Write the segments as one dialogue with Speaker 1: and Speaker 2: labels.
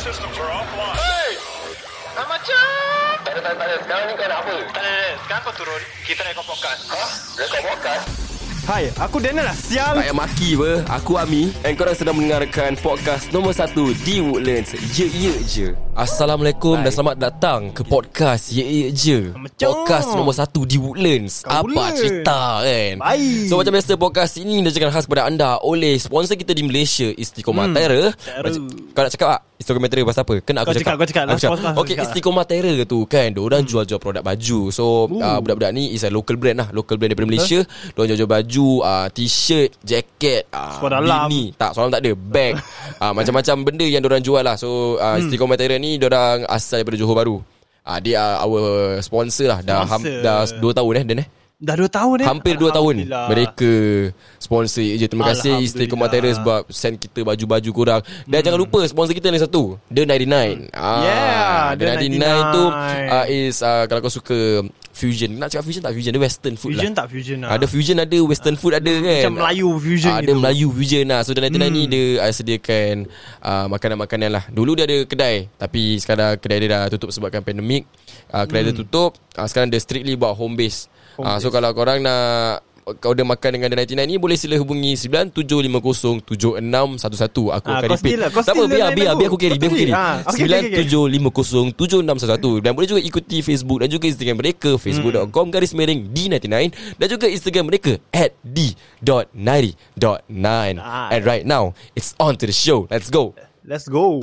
Speaker 1: systems are offline.
Speaker 2: Hey! Dah macam.
Speaker 3: Tak ada, tak ada, tak ada. Sekarang ni kau nak apa?
Speaker 2: Tak ada, tak ada. Sekarang kau turun. Kita nak ikut podcast.
Speaker 3: Ha? Rekod podcast?
Speaker 4: Hai, aku Daniel lah sial.
Speaker 5: Tak payah maki apa Aku Ami And korang sedang mendengarkan Podcast nombor 1 Di Woodlands Ye Ye Je Assalamualaikum Dan selamat datang Ke podcast Ye Ye Je
Speaker 4: Macam.
Speaker 5: Podcast nombor 1 Di Woodlands
Speaker 4: Kat
Speaker 5: Apa
Speaker 4: Woodlands.
Speaker 5: cerita kan
Speaker 4: Baik.
Speaker 5: So macam biasa Podcast ini Diajarkan khas kepada anda Oleh sponsor kita di Malaysia Istiqomah Terror Macam- Kau nak cakap tak Istiqomah Terror pasal apa Kena
Speaker 4: Hmm.
Speaker 5: aku
Speaker 4: Kau cakap,
Speaker 5: cakap
Speaker 4: kau cakap. Last
Speaker 5: Aku
Speaker 4: podcast aku
Speaker 5: Okay
Speaker 4: cakap lah.
Speaker 5: Istiqomah Terror tu kan Diorang
Speaker 4: Hmm.
Speaker 5: jual-jual produk baju So uh, budak-budak ni Is a local brand lah Local brand daripada Malaysia Diorang jual-jual baju uh, T-shirt Jacket uh,
Speaker 4: Seluar dalam.
Speaker 5: Bini Tak soalan tak ada Bag uh, Macam-macam benda yang diorang jual lah So uh,
Speaker 4: Hmm.
Speaker 5: Istiqomah Terror ni Diorang asal daripada Johor Baru uh, Dia uh, our sponsor lah Dah, ham,
Speaker 4: Sponsor.
Speaker 5: dah 2 tahun eh Dan eh
Speaker 4: Dah 2 tahun eh.
Speaker 5: Hampir 2 tahun
Speaker 4: Alhamdulillah.
Speaker 5: Mereka Sponsor je Terima
Speaker 4: Alhamdulillah.
Speaker 5: kasih
Speaker 4: Hmm.
Speaker 5: Istiqomah Terror Sebab send kita baju-baju korang Dan jangan lupa Sponsor kita ni satu The 99 ah,
Speaker 4: Yeah,
Speaker 5: The
Speaker 4: The
Speaker 5: 99,
Speaker 4: 99
Speaker 5: tu uh, Is uh, Kalau kau suka Fusion Nak cakap fusion tak fusion Dia western food
Speaker 4: Fusion
Speaker 5: lah
Speaker 4: tak fusion lah.
Speaker 5: Ada fusion ada Western food ada kan
Speaker 4: Macam Melayu fusion
Speaker 5: Ah, Ada
Speaker 4: gitu. Hmm.
Speaker 5: Melayu fusion lah So The 99 ni Dia uh, sediakan uh, Makanan-makanan lah Dulu dia ada kedai Tapi sekarang Kedai dia dah tutup Sebabkan pandemik uh, Kedai
Speaker 4: Hmm.
Speaker 5: dia tutup uh, Sekarang dia strictly Buat home base, home uh, So kalau korang nak kau order makan dengan The 99 ni Boleh sila hubungi 97507611
Speaker 4: Ah,
Speaker 5: Aku akan
Speaker 4: kau
Speaker 5: repeat
Speaker 4: still lah, kau
Speaker 5: Tak apa
Speaker 4: still
Speaker 5: biar,
Speaker 4: lain
Speaker 5: biar,
Speaker 4: aku.
Speaker 5: biar aku carry
Speaker 4: Kau
Speaker 5: Biar aku
Speaker 4: carry.
Speaker 5: carry
Speaker 4: Ah, okay, okay, okay.
Speaker 5: 97507611 Dan boleh juga ikuti Facebook Dan juga Instagram mereka Facebook.com garis miring D99 Dan juga Instagram mereka At D.90.9
Speaker 4: Ah.
Speaker 5: And right now It's on to the show Let's go
Speaker 4: Let's go.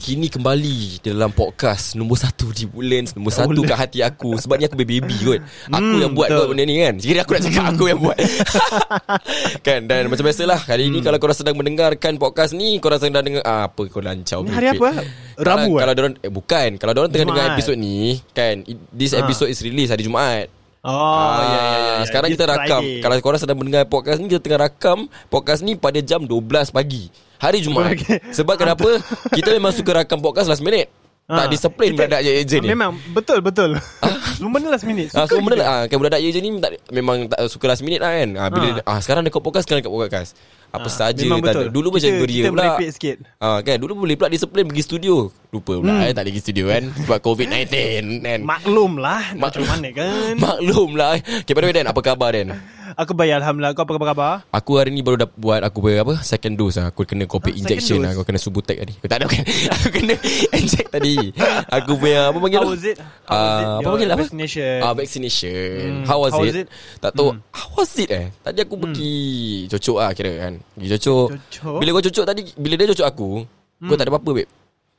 Speaker 5: Kini kembali dalam podcast Nombor satu di Woodlands Nombor satu kat hati aku Sebab ni aku baby-baby kot Aku yang buat
Speaker 4: betul.
Speaker 5: kot benda ni kan Sekiranya aku nak cakap aku yang buat Kan dan macam biasalah Hari
Speaker 4: Hmm.
Speaker 5: ni kalau korang sedang mendengarkan podcast ni Korang sedang dengar ah, Apa kau lancau
Speaker 4: Ni hari
Speaker 5: merepek.
Speaker 4: apa? Rabu,
Speaker 5: kalau,
Speaker 4: eh?
Speaker 5: kalau dorang, eh, Bukan Kalau dorang tengah dengar
Speaker 4: Jumaat.
Speaker 5: episod ni Kan i- This
Speaker 4: Ha.
Speaker 5: episode is release hari Jumaat
Speaker 4: Oh, ah, ya, ya, ya, ya.
Speaker 5: Sekarang
Speaker 4: It's
Speaker 5: kita rakam
Speaker 4: Friday.
Speaker 5: Kalau korang sedang mendengar podcast ni Kita tengah rakam Podcast ni pada jam 12 pagi Hari Jumaat
Speaker 4: Okay.
Speaker 5: Sebab kenapa Kita memang suka rakam podcast last minute
Speaker 4: Ah,
Speaker 5: Tak disiplin
Speaker 4: kita-
Speaker 5: beradak je ejen ni
Speaker 4: Memang betul betul. Semua benda last minute.
Speaker 5: Ah,
Speaker 4: Suka
Speaker 5: so benda
Speaker 4: kita.
Speaker 5: lah ah, Kan budak-budak je ni tak, Memang tak suka last minute lah kan ah, bila, ah. Sekarang dekat podcast Sekarang dekat podcast Apa
Speaker 4: Ah,
Speaker 5: saja
Speaker 4: memang betul.
Speaker 5: tak- Dulu macam
Speaker 4: Kita-
Speaker 5: beria
Speaker 4: kita
Speaker 5: pula
Speaker 4: merepek sikit. Hmm.
Speaker 5: ah, kan? Dulu boleh pula disiplin pergi studio Lupa pula eh, Tak boleh pergi studio kan Sebab COVID-19 kan
Speaker 4: Maklum lah nak Macam
Speaker 5: Maklum.
Speaker 4: mana kan
Speaker 5: Maklum lah Okay by the way Dan Apa khabar Dan
Speaker 4: Aku bayar Alhamdulillah Kau apa khabar
Speaker 5: Aku hari ni baru dah buat Aku punya apa Second dose lah Aku kena COVID
Speaker 4: Ah, second
Speaker 5: injection
Speaker 4: dose.
Speaker 5: lah Aku kena subutex tadi Aku tak ada bukan Aku kena inject tadi Aku punya Apa panggil
Speaker 4: How
Speaker 5: tu?
Speaker 4: was it? How was it,
Speaker 5: Ah, Apa
Speaker 4: your
Speaker 5: panggil apa?
Speaker 4: vaccination?
Speaker 5: Ah, vaccination
Speaker 4: Eh. Hmm,
Speaker 5: How, was,
Speaker 4: how was
Speaker 5: it?
Speaker 4: it? Hmm.
Speaker 5: Tak tahu How was it eh Tadi aku pergi Cocok lah kira kan Pergi cocok
Speaker 4: Cocok?
Speaker 5: Bila kau cocok tadi Bila dia cocok aku
Speaker 4: Hmm.
Speaker 5: Kau tak ada apa-apa babe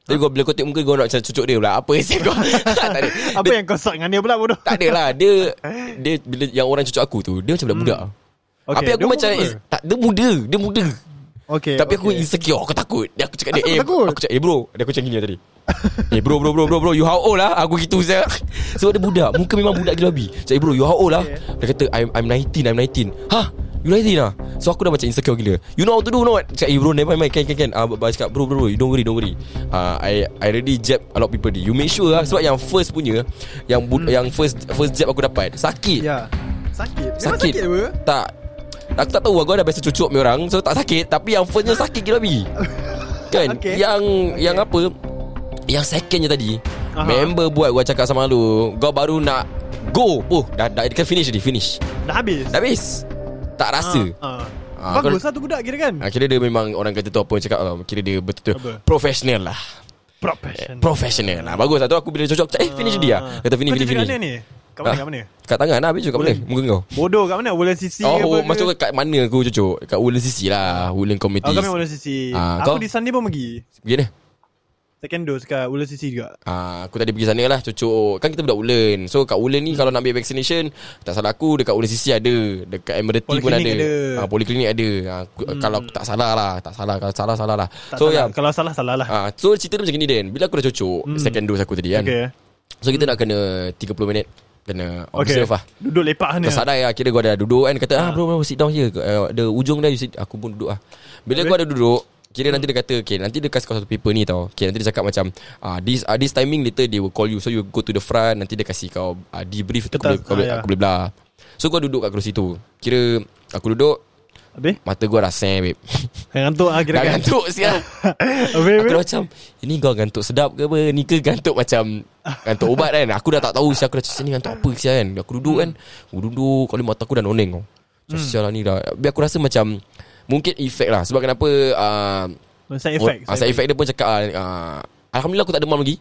Speaker 5: Tapi kau bila kau tengok muka Kau nak macam cocok dia pula Apa sih kau Tak ada
Speaker 4: Apa
Speaker 5: Dia-
Speaker 4: yang kau sok dengan dia pula bodoh
Speaker 5: tak adalah Dia Dia bila yang orang cucuk aku tu Dia macam budak-budak
Speaker 4: Hmm. Okay,
Speaker 5: okay, Tapi aku
Speaker 4: dia
Speaker 5: macam
Speaker 4: muda.
Speaker 5: is, tak, Dia muda Dia muda
Speaker 4: Okay
Speaker 5: Tapi aku
Speaker 4: okay.
Speaker 5: insecure Aku takut Dia aku cakap dia
Speaker 4: Asal
Speaker 5: eh,
Speaker 4: kau takut?
Speaker 5: Aku cakap eh bro Dia aku cakap gini lah tadi Eh bro bro bro bro bro You how old lah Aku gitu saya Sebab dia budak Muka memang budak gila babi Cakap eh bro you how old lah Dia kata I'm, I'm 19 I'm 19 Hah You 19 lah So aku dah macam insecure gila You know how to do not Cakap eh bro never mind Can can can Ah, Abang cakap bro bro bro you Don't worry don't worry Ah, I I already jab a lot of people ni. You make sure lah Sebab yang first punya Yang
Speaker 4: Hmm.
Speaker 5: bu- yang first first jab aku dapat Sakit
Speaker 4: Ya Sakit Memang
Speaker 5: Sakit
Speaker 4: sakit apa
Speaker 5: Tak Aku tak tahu Aku dah biasa cucuk ni orang So tak sakit Tapi yang firstnya sakit gila bi Kan
Speaker 4: Okay.
Speaker 5: okay. Yang okay. Yang apa Yang secondnya tadi
Speaker 4: Aha.
Speaker 5: Member buat Gua cakap sama lu Kau baru nak Go Oh dah, dah Dia kan finish ni Finish
Speaker 4: Dah habis
Speaker 5: Dah habis Tak rasa
Speaker 4: Ah, ah.
Speaker 5: Ah,
Speaker 4: Bagus
Speaker 5: kau-
Speaker 4: lah tu budak kira kan
Speaker 5: ha. Kira dia memang Orang kata tu apa yang cakap lah. Kira dia betul-betul
Speaker 4: Apa?
Speaker 5: Professional lah
Speaker 4: Profession
Speaker 5: Professional lah Bagus lah Tu aku bila dia cocok aku cakap, Eh finish dia lah. Kata finish
Speaker 4: Ah. Kau
Speaker 5: finish
Speaker 4: cakap kat
Speaker 5: finish
Speaker 4: mana ni Kat mana
Speaker 5: Ah,
Speaker 4: kat mana
Speaker 5: Kat tangan lah Habis cakap kat mana Muka kau
Speaker 4: Bodoh kat mana Woodland CC
Speaker 5: Oh,
Speaker 4: ke
Speaker 5: oh
Speaker 4: apa ke?
Speaker 5: masuk ke kat mana aku cucuk? Kat Woodland CC lah, Woodland Community.
Speaker 4: Oh kami Woodland CC
Speaker 5: Ah,
Speaker 4: Aku
Speaker 5: kau?
Speaker 4: di Sunday pun pergi
Speaker 5: Gini.
Speaker 4: Second dose kat Woodland CC juga
Speaker 5: Ah, aku tadi pergi sana lah cucuk. Kan kita budak Woodland. So kat Woodland ni kalau nak ambil vaccination, tak salah aku dekat Woodland CC ada, dekat Admiralty pun ada.
Speaker 4: Poliklinik ada. Hmm.
Speaker 5: Ah, poliklinik ada. Ah, aku, kalau aku tak salah lah, tak salah kalau salah salah lah.
Speaker 4: tak
Speaker 5: so
Speaker 4: salah. Hmm.
Speaker 5: ya.
Speaker 4: Kalau salah salah lah
Speaker 5: Ah, kan.
Speaker 4: eh.
Speaker 5: so cerita dia macam gini Den. Bila aku dah cucuk second dose aku tadi kan.
Speaker 4: Okay
Speaker 5: So kita nak kena 30 minit Kena
Speaker 4: Hmm. Okay
Speaker 5: observe lah
Speaker 4: Duduk lepak sana
Speaker 5: Kau sadar ya Kira kau dah duduk kan dia Kata ah bro bro sit down here uh, The ujung dia you sit, Aku pun duduk lah Bila
Speaker 4: Habis?
Speaker 5: kau ada duduk Kira nanti dia kata Okay nanti dia kasih kau satu paper ni tau Okay nanti dia cakap macam ah, this, ah, this timing later They will call you So you go to the front Nanti dia kasih kau ah, Debrief Aku
Speaker 4: Kertas,
Speaker 5: boleh, kau
Speaker 4: ah,
Speaker 5: boleh,
Speaker 4: ya.
Speaker 5: aku boleh blah So kau duduk kat kerusi tu Kira Aku duduk
Speaker 4: Habis
Speaker 5: Mata gua dah sen babe
Speaker 4: Yang ngantuk lah kira
Speaker 5: Dah gantuk siap
Speaker 4: Habis
Speaker 5: Aku
Speaker 4: habis
Speaker 5: dah macam Ini kau gantuk sedap ke apa Ni ke gantuk macam Gantuk ubat kan Aku dah tak tahu siapa Aku dah macam ni gantuk apa siapa kan Aku duduk kan Aku duduk Kali mata aku dah noning tau Macam
Speaker 4: Hmm.
Speaker 5: sial lah ni dah Tapi aku rasa macam Mungkin efek lah Sebab kenapa uh,
Speaker 4: Side effect
Speaker 5: ah, Side effect dia pun cakap uh, Alhamdulillah aku tak demam lagi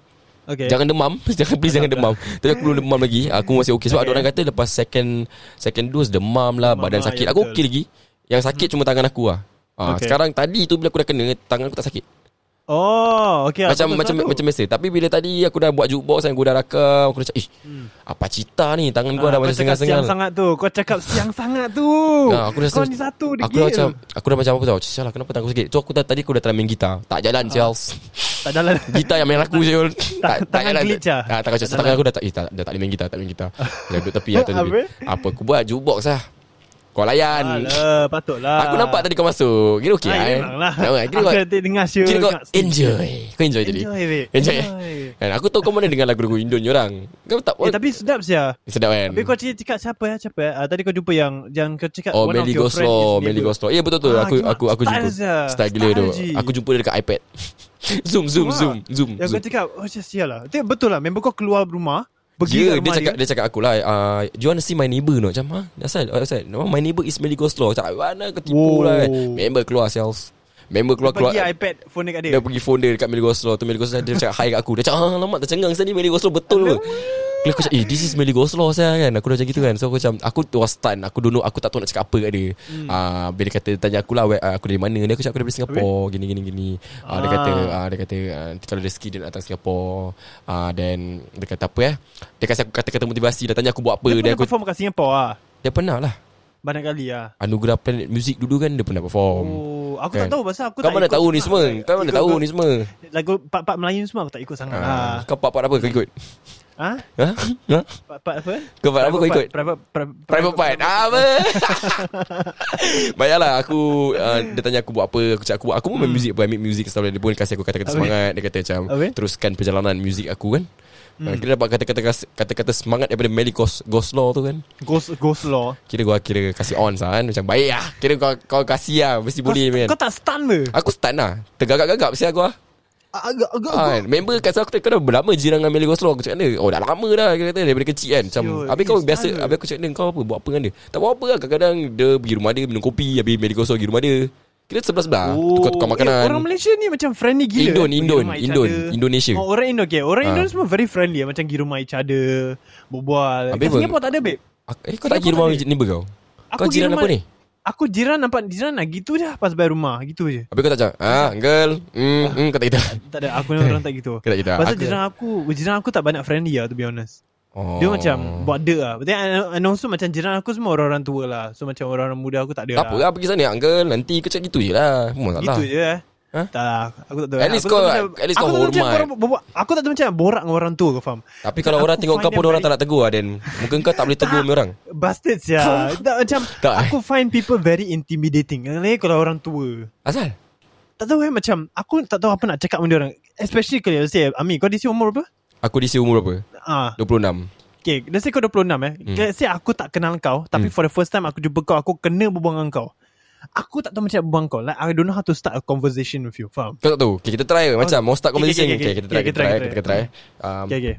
Speaker 4: Okay
Speaker 5: Jangan demam jangan Please jangan demam Tapi aku belum demam lagi Aku masih okay Sebab ada orang kata Lepas second Second dose demam lah
Speaker 4: Demam
Speaker 5: Badan
Speaker 4: lah, ya,
Speaker 5: sakit Aku
Speaker 4: betul. Hmm.
Speaker 5: okay lagi Yang sakit cuma tangan aku lah Ah,
Speaker 4: Okay.
Speaker 5: Sekarang tadi tu Bila aku dah kena Tangan aku tak sakit
Speaker 4: Oh okay
Speaker 5: macam macam macam biasa Tapi bila tadi aku dah buat jukebox kan, Aku dah rakam Aku dah cakap Ish Apa cita ni Tangan gua dah macam
Speaker 4: Hmm. Ah, Kau cakap siang
Speaker 5: sengal-sengal
Speaker 4: sangat tu Kau cakap siang sangat tu
Speaker 5: Ah, aku rasa
Speaker 4: Kau ni satu
Speaker 5: Aku dah macam Aku dah macam apa tau Sial lah kenapa tangan aku sakit So aku dah, tadi aku dah try main gitar Tak jalan
Speaker 4: Ah.
Speaker 5: sial
Speaker 4: Tak jalan
Speaker 5: Gitar yang main aku sial
Speaker 4: tangan glitch lah.
Speaker 5: ah, Tangan macam Tangan aku dah tak eh, tak- Dah tak boleh main gitar Tak boleh main gitar Dah duduk tepi atas tepi.
Speaker 4: Habis?
Speaker 5: Apa aku buat jukebox lah Kau layan
Speaker 4: Alah patutlah
Speaker 5: Aku nampak tadi kau masuk Kira okey
Speaker 4: Ah,
Speaker 5: lah eh.
Speaker 4: memanglah.
Speaker 5: Nampak? Kira
Speaker 4: Aku
Speaker 5: kau-
Speaker 4: nanti dengar sure
Speaker 5: Kira kau
Speaker 4: kat sini.
Speaker 5: enjoy Kau enjoy tadi
Speaker 4: Enjoy, babe.
Speaker 5: Enjoy eh?
Speaker 4: Enjoy.
Speaker 5: Kan, Aku tahu kau mana dengan lagu-lagu Indon orang Kau tak
Speaker 4: Eh tapi sedap sia
Speaker 5: Sedap kan
Speaker 4: Tapi kau cakap, cakap siapa ya siapa ya? Ah, tadi kau jumpa yang yang kau cakap
Speaker 5: Oh
Speaker 4: one of
Speaker 5: Melly
Speaker 4: your
Speaker 5: Goes
Speaker 4: friend
Speaker 5: Slow
Speaker 4: is
Speaker 5: Melly
Speaker 4: neighbour.
Speaker 5: Goes Slow Ya betul tu
Speaker 4: Ah,
Speaker 5: Aku
Speaker 4: gila.
Speaker 5: aku aku
Speaker 4: Style
Speaker 5: jumpa
Speaker 4: sia.
Speaker 5: Style gila tu
Speaker 4: Style je.
Speaker 5: Aku jumpa dia dekat iPad Zoom zoom
Speaker 4: Wah.
Speaker 5: zoom Zoom
Speaker 4: Yang
Speaker 5: zoom.
Speaker 4: kau cakap Oh sia sia lah Tapi Betul lah Member kau keluar rumah Pergi
Speaker 5: Ya,
Speaker 4: kat
Speaker 5: Dia, dia
Speaker 4: rumah
Speaker 5: cakap dia cakap aku lah uh, Do you want to see my neighbour no? Macam ha Asal Asal no, My neighbour is Melly Goes Slow Macam mana kau tipu
Speaker 4: Wow.
Speaker 5: lah kan Member keluar sales Member keluar keluar
Speaker 4: Pergi iPad Phone dekat dia
Speaker 5: Dia pergi phone dia dekat Melly Goslow tu Melly Goslow dia cakap hi kat aku Dia cakap ah lama tercengang tadi Melly Goslow betul ke Kali aku cakap Eh this is Melly Goslow saya kan Aku dah macam gitu kan So aku macam Aku tu was stun Aku don't know Aku tak tahu nak cakap apa kat dia hmm. uh, Bila dia kata Tanya aku lah where, ah, Aku dari mana Dia aku cakap aku dari Singapore Gini gini gini uh, Dia
Speaker 4: Ah.
Speaker 5: kata uh, Dia kata ah, Nanti kalau rezeki dia nak datang Singapore uh, Then Dia kata apa eh Dia kasi aku kata-kata motivasi Dia tanya aku buat apa
Speaker 4: Dia
Speaker 5: Dia,
Speaker 4: pernah
Speaker 5: aku
Speaker 4: perform kat Singapore ah
Speaker 5: Dia pernah lah
Speaker 4: Banyak kali ah
Speaker 5: Anugerah Planet Music dulu kan Dia pernah perform
Speaker 4: Oh Aku tak
Speaker 5: Kan.
Speaker 4: tahu pasal aku
Speaker 5: Kau
Speaker 4: tak
Speaker 5: mana
Speaker 4: ikut
Speaker 5: tahu ni
Speaker 4: sangat.
Speaker 5: semua Kau mana
Speaker 4: Ikut-
Speaker 5: tahu
Speaker 4: ikut-
Speaker 5: ni semua
Speaker 4: Lagu part-part Melayu semua aku tak ikut sangat ah.
Speaker 5: Ah, kau part-part apa kau ikut?
Speaker 4: Ha?
Speaker 5: Ha? Ha?
Speaker 4: Part-part apa?
Speaker 5: Kau part apa kau ikut?
Speaker 4: Private part-
Speaker 5: Private part Ah, Apa Baiklah aku uh, Dia tanya aku buat apa Aku cakap aku buat Aku pun main music apa I make music Setelah dia pun kasih aku kata-kata
Speaker 4: Habis?
Speaker 5: semangat Dia kata macam
Speaker 4: Habis?
Speaker 5: Teruskan perjalanan music aku kan hmm. Kita dapat kata-kata Kata-kata semangat Daripada Melly Gos- Goslow tu kan
Speaker 4: Ghost Ghost Law
Speaker 5: Kira gua kira kasih on sah kan Macam baik lah Kira kau, kau kasih lah Mesti
Speaker 4: kau,
Speaker 5: boleh man
Speaker 4: kau tak stun ke?
Speaker 5: Aku stun lah Tergagap-gagap siapa aku lah
Speaker 4: Agak agak
Speaker 5: Ah, kan? member kat sana aku kata, kau dah berlama jiran dengan Melly Goslow Aku cakap dengan dia Oh dah lama dah Dia kata daripada kecil kan Macam
Speaker 4: Siul,
Speaker 5: Habis kau
Speaker 4: eh,
Speaker 5: biasa
Speaker 4: style.
Speaker 5: Habis aku cakap dengan dia, kau apa Buat apa dengan dia Tak buat apa lah Kadang-kadang dia pergi rumah dia Minum kopi Habis Melly Goslow pergi rumah dia Kita sebelah-sebelah Tukar-tukar makanan
Speaker 4: Eh, orang Malaysia ni macam friendly gila.
Speaker 5: Indon,
Speaker 4: Pergi
Speaker 5: Indon,
Speaker 4: rumah each
Speaker 5: Indon,
Speaker 4: other.
Speaker 5: Indonesia.
Speaker 4: Oh, orang Indon, okay. Orang
Speaker 5: Ah.
Speaker 4: Indon semua very friendly. eh, Macam pergi rumah each other, berbual.
Speaker 5: Habis
Speaker 4: Kat
Speaker 5: apa?
Speaker 4: Singapore tak ada, babe.
Speaker 5: Aku- Eh kau tak pergi
Speaker 4: Singapore
Speaker 5: rumah
Speaker 4: tak ada.
Speaker 5: neighbor kau Kau
Speaker 4: pergi
Speaker 5: jiran
Speaker 4: rumah-
Speaker 5: apa ni
Speaker 4: Aku jiran nampak jiran lah. Gitu je pas by rumah. Gitu je.
Speaker 5: Habis kau tak cakap Ah girl mm,
Speaker 4: Ah.
Speaker 5: mm, Kau tak kata
Speaker 4: Tak ada, aku dengan orang tak gitu.
Speaker 5: Kau Eh, tak kata
Speaker 4: Pasal
Speaker 5: Aku-
Speaker 4: jiran aku, jiran aku tak banyak friendly lah, to be honest.
Speaker 5: Oh.
Speaker 4: Dia macam buat dek lah. But then, and- and also macam jiran aku semua orang-orang tua lah. So macam orang-orang muda aku tak ada
Speaker 5: Tak apa
Speaker 4: lah.
Speaker 5: lah pergi sana Uncle Nanti kau cakap gitu je lah Memang tak
Speaker 4: Gitu
Speaker 5: lah
Speaker 4: je eh.
Speaker 5: Ha?
Speaker 4: Tak lah, aku tak tahu.
Speaker 5: At
Speaker 4: Aku
Speaker 5: least
Speaker 4: tak
Speaker 5: kau-
Speaker 4: tahu
Speaker 5: at least kau
Speaker 4: aku tak tahu macam
Speaker 5: hormat.
Speaker 4: orang berbual- Aku tak tahu macam borak dengan orang tua kau faham?
Speaker 5: Tapi kalau orang
Speaker 4: Aku
Speaker 5: tengok kau
Speaker 4: find
Speaker 5: pun
Speaker 4: them
Speaker 5: Orang tak
Speaker 4: very-
Speaker 5: nak tegur lah Dan Mungkin kau tak boleh tegur ni orang
Speaker 4: Bastards ya. tak macam
Speaker 5: Tak, eh?
Speaker 4: aku find people very intimidating. Lagi kalau orang tua.
Speaker 5: Asal
Speaker 4: Tak tahu eh macam aku tak tahu apa nak cakap dengan dia orang. Especially kalau let's say Ami kau di sini umur berapa?
Speaker 5: Aku di sini umur berapa
Speaker 4: Ah,
Speaker 5: 26
Speaker 4: okay. Let's say kau 26 eh.
Speaker 5: Hmm.
Speaker 4: Let's say aku tak kenal kau tapi for the first time aku jumpa kau aku kena berbual dengan kau. Aku tak tahu macam nak berbual dengan kau. Like I don't know how to start a conversation with you. Faham?
Speaker 5: Kau tak tahu okay, Kita try Macam
Speaker 4: Oh,
Speaker 5: mau
Speaker 4: okay,
Speaker 5: start conversation
Speaker 4: okay, okay,
Speaker 5: Okay, kita try
Speaker 4: okay,
Speaker 5: Kita try
Speaker 4: kita
Speaker 5: Kita try Um,
Speaker 4: Okay, okay.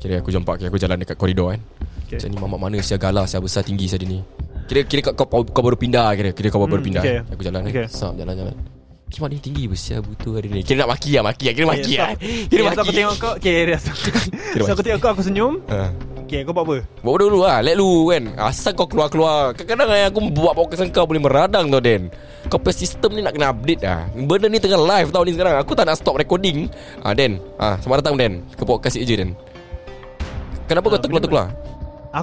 Speaker 5: Kira aku jumpa okay, Aku jalan dekat koridor kan
Speaker 4: Okay.
Speaker 5: Macam ni mamak mana Siapa galah Siapa besar tinggi Siapa ni Kira kira kau, kau, kau baru pindah Kira kira kau baru
Speaker 4: Hmm,
Speaker 5: pindah eh.
Speaker 4: okay.
Speaker 5: Aku jalan
Speaker 4: Okay.
Speaker 5: okay. Sam jalan-jalan Kimak ni tinggi Besar butuh hari ni Kira nak maki lah Maki lah Kira maki
Speaker 4: Okay,
Speaker 5: lah
Speaker 4: stop.
Speaker 5: Kira
Speaker 4: Okay, so
Speaker 5: maki
Speaker 4: aku tengok kau Okay dia so, so aku
Speaker 5: maki.
Speaker 4: tengok kau Aku senyum
Speaker 5: Ah.
Speaker 4: Okay kau buat apa
Speaker 5: Buat bodoh dulu lah Let lu kan Asal kau keluar-keluar Kadang-kadang eh, aku buat podcast dengan kau Boleh meradang tau Dan Kau punya sistem ni nak kena update lah Benda ni tengah live tau ni sekarang Aku tak nak stop recording ah, Dan ah, Selamat datang Dan Ke podcast je Dan Kenapa kau terkeluar-terkeluar?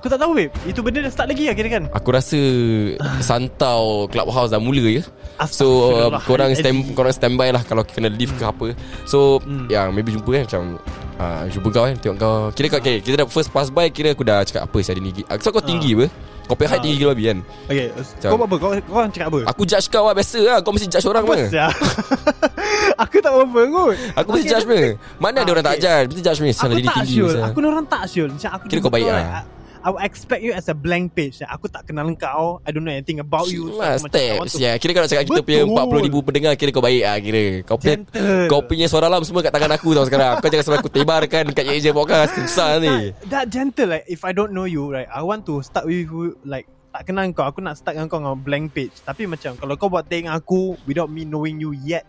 Speaker 4: Aku tak tahu babe Itu benda dah start lagi lah kira kan
Speaker 5: Aku rasa Santau Clubhouse dah mula ya So uh,
Speaker 4: Astagfirullah.
Speaker 5: korang stand korang standby lah Kalau kena leave ke apa So hmm. Ya yeah, maybe jumpa kan Macam Ah, jumpa kau kan Tengok kau Kira kau okay, Kita dah first pass by Kira aku dah cakap apa saya ni So kau tinggi apa Kau punya height
Speaker 4: Ah.
Speaker 5: tinggi gila babi kan
Speaker 4: Okay Kau buat apa Kau, kau orang cakap apa
Speaker 5: Aku judge kau lah Biasa lah Kau mesti judge orang apa
Speaker 4: Sia. Aku tak apa-apa kot
Speaker 5: Aku mesti judge
Speaker 4: dia-
Speaker 5: me Mana
Speaker 4: Ah,
Speaker 5: ada orang tak
Speaker 4: okay.
Speaker 5: judge Mesti judge me Sana
Speaker 4: Aku
Speaker 5: diri
Speaker 4: tak
Speaker 5: tinggi
Speaker 4: sure
Speaker 5: sana.
Speaker 4: Aku ni orang tak sure Macam aku
Speaker 5: Kira kau baik
Speaker 4: betul-betul
Speaker 5: lah.
Speaker 4: like, I, I will expect you as a blank page Like, Aku tak kenal kau I don't know anything about you so
Speaker 5: Lah,
Speaker 4: aku macam tak
Speaker 5: step
Speaker 4: want to-
Speaker 5: yeah. Kira kau nak cakap Kita punya
Speaker 4: Betul.
Speaker 5: 40 ribu pendengar Kira kau baik lah Kira Kau punya
Speaker 4: Gentle.
Speaker 5: Kau punya suara alam semua Kat tangan aku tau sekarang Kau jangan sampai aku tebarkan Kat Asia Podcast Susah ni
Speaker 4: that, that gentle like If I don't know you right I want to start with you Like tak kenal kau Aku nak start dengan kau Dengan blank page Tapi macam Kalau kau buat thing aku Without me knowing you yet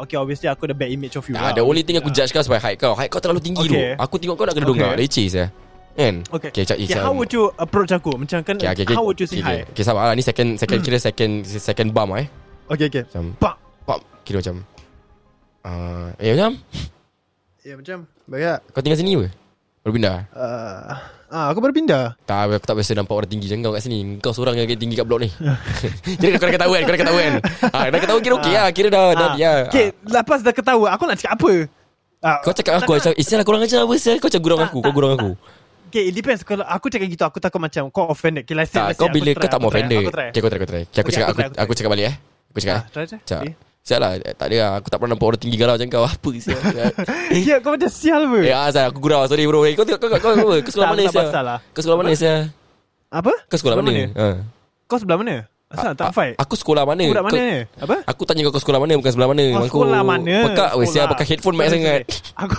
Speaker 4: Okay obviously Aku ada bad image of you
Speaker 5: Ah,
Speaker 4: lah.
Speaker 5: the only thing aku judge kau sebab height kau. Height kau terlalu tinggi
Speaker 4: Okay.
Speaker 5: okay. tu. Aku tengok kau nak kena dongak.
Speaker 4: Okay.
Speaker 5: Leceh saya. Kan?
Speaker 4: Okay,
Speaker 5: Okay, cak,
Speaker 4: okay how would you approach aku? Macam kan
Speaker 5: Okay, okay, okay.
Speaker 4: How would you say
Speaker 5: okay,
Speaker 4: hi?
Speaker 5: Okay, okay sabar lah. Ni second, second kira second second bump lah, eh.
Speaker 4: Okay okay
Speaker 5: Macam,
Speaker 4: Pak
Speaker 5: pop. Kira macam. Uh, eh, macam?
Speaker 4: Ya macam Baik tak?
Speaker 5: Kau tinggal sini ke? Baru pindah?
Speaker 4: Uh, ah, aku baru pindah
Speaker 5: Tak, aku tak biasa nampak orang tinggi macam kau kat sini. Kau seorang yang tinggi kat blok ni. Jadi kau dah ketahuan, kau dah ketahuan. Ah, dah ketahuan kira okey lah. Kira dah, dah,
Speaker 4: Ah,
Speaker 5: ya.
Speaker 4: Okay Lepas dah ketawa Aku nak cakap apa Ah,
Speaker 5: Kau cakap aku macam, eh, sial lah, korang ajar apa, sial? Kau macam gurau aku, kau gurau aku.
Speaker 4: Okay it depends Kalau aku cakap gitu Aku takut macam Kau offended Okay let's say,
Speaker 5: Tak,
Speaker 4: let's
Speaker 5: kau
Speaker 4: say,
Speaker 5: bila
Speaker 4: aku
Speaker 5: kau
Speaker 4: try,
Speaker 5: tak mau
Speaker 4: aku try,
Speaker 5: offender.
Speaker 4: Aku try
Speaker 5: Okay, kau try, kau try. Okay, aku
Speaker 4: Okay,
Speaker 5: cakap,
Speaker 4: aku
Speaker 5: aku,
Speaker 4: try, aku
Speaker 5: aku cakap balik eh. Aku cakap.
Speaker 4: Ah, try, try.
Speaker 5: Cak.
Speaker 4: Okay.
Speaker 5: Sial lah, tak ada lah. Aku tak pernah nampak orang tinggi galau macam kau. Apa sial?
Speaker 4: Ya kau macam sial apa
Speaker 5: Eh, ah, sial, aku gurau. Sorry bro. Eh, Kau tengok, kau, kau, kau, kau sekolah
Speaker 4: Tak,
Speaker 5: mana
Speaker 4: tak
Speaker 5: sial?
Speaker 4: pasal lah.
Speaker 5: Kau sekolah mana sial?
Speaker 4: Apa?
Speaker 5: Kau sekolah mana? Ha.
Speaker 4: Kau sebelah mana? Asal Ah, tak
Speaker 5: A-
Speaker 4: fight
Speaker 5: Aku sekolah mana?
Speaker 4: Budak mana
Speaker 5: Kau-
Speaker 4: ni? Apa?
Speaker 5: Aku tanya kau kau sekolah mana Bukan sebelah mana
Speaker 4: Kau
Speaker 5: Mangkuk.
Speaker 4: sekolah mana?
Speaker 5: Pekak weh
Speaker 4: Sekolah.
Speaker 5: siap Pakai headphone banyak
Speaker 4: Sorry,
Speaker 5: sangat
Speaker 4: sorry. Aku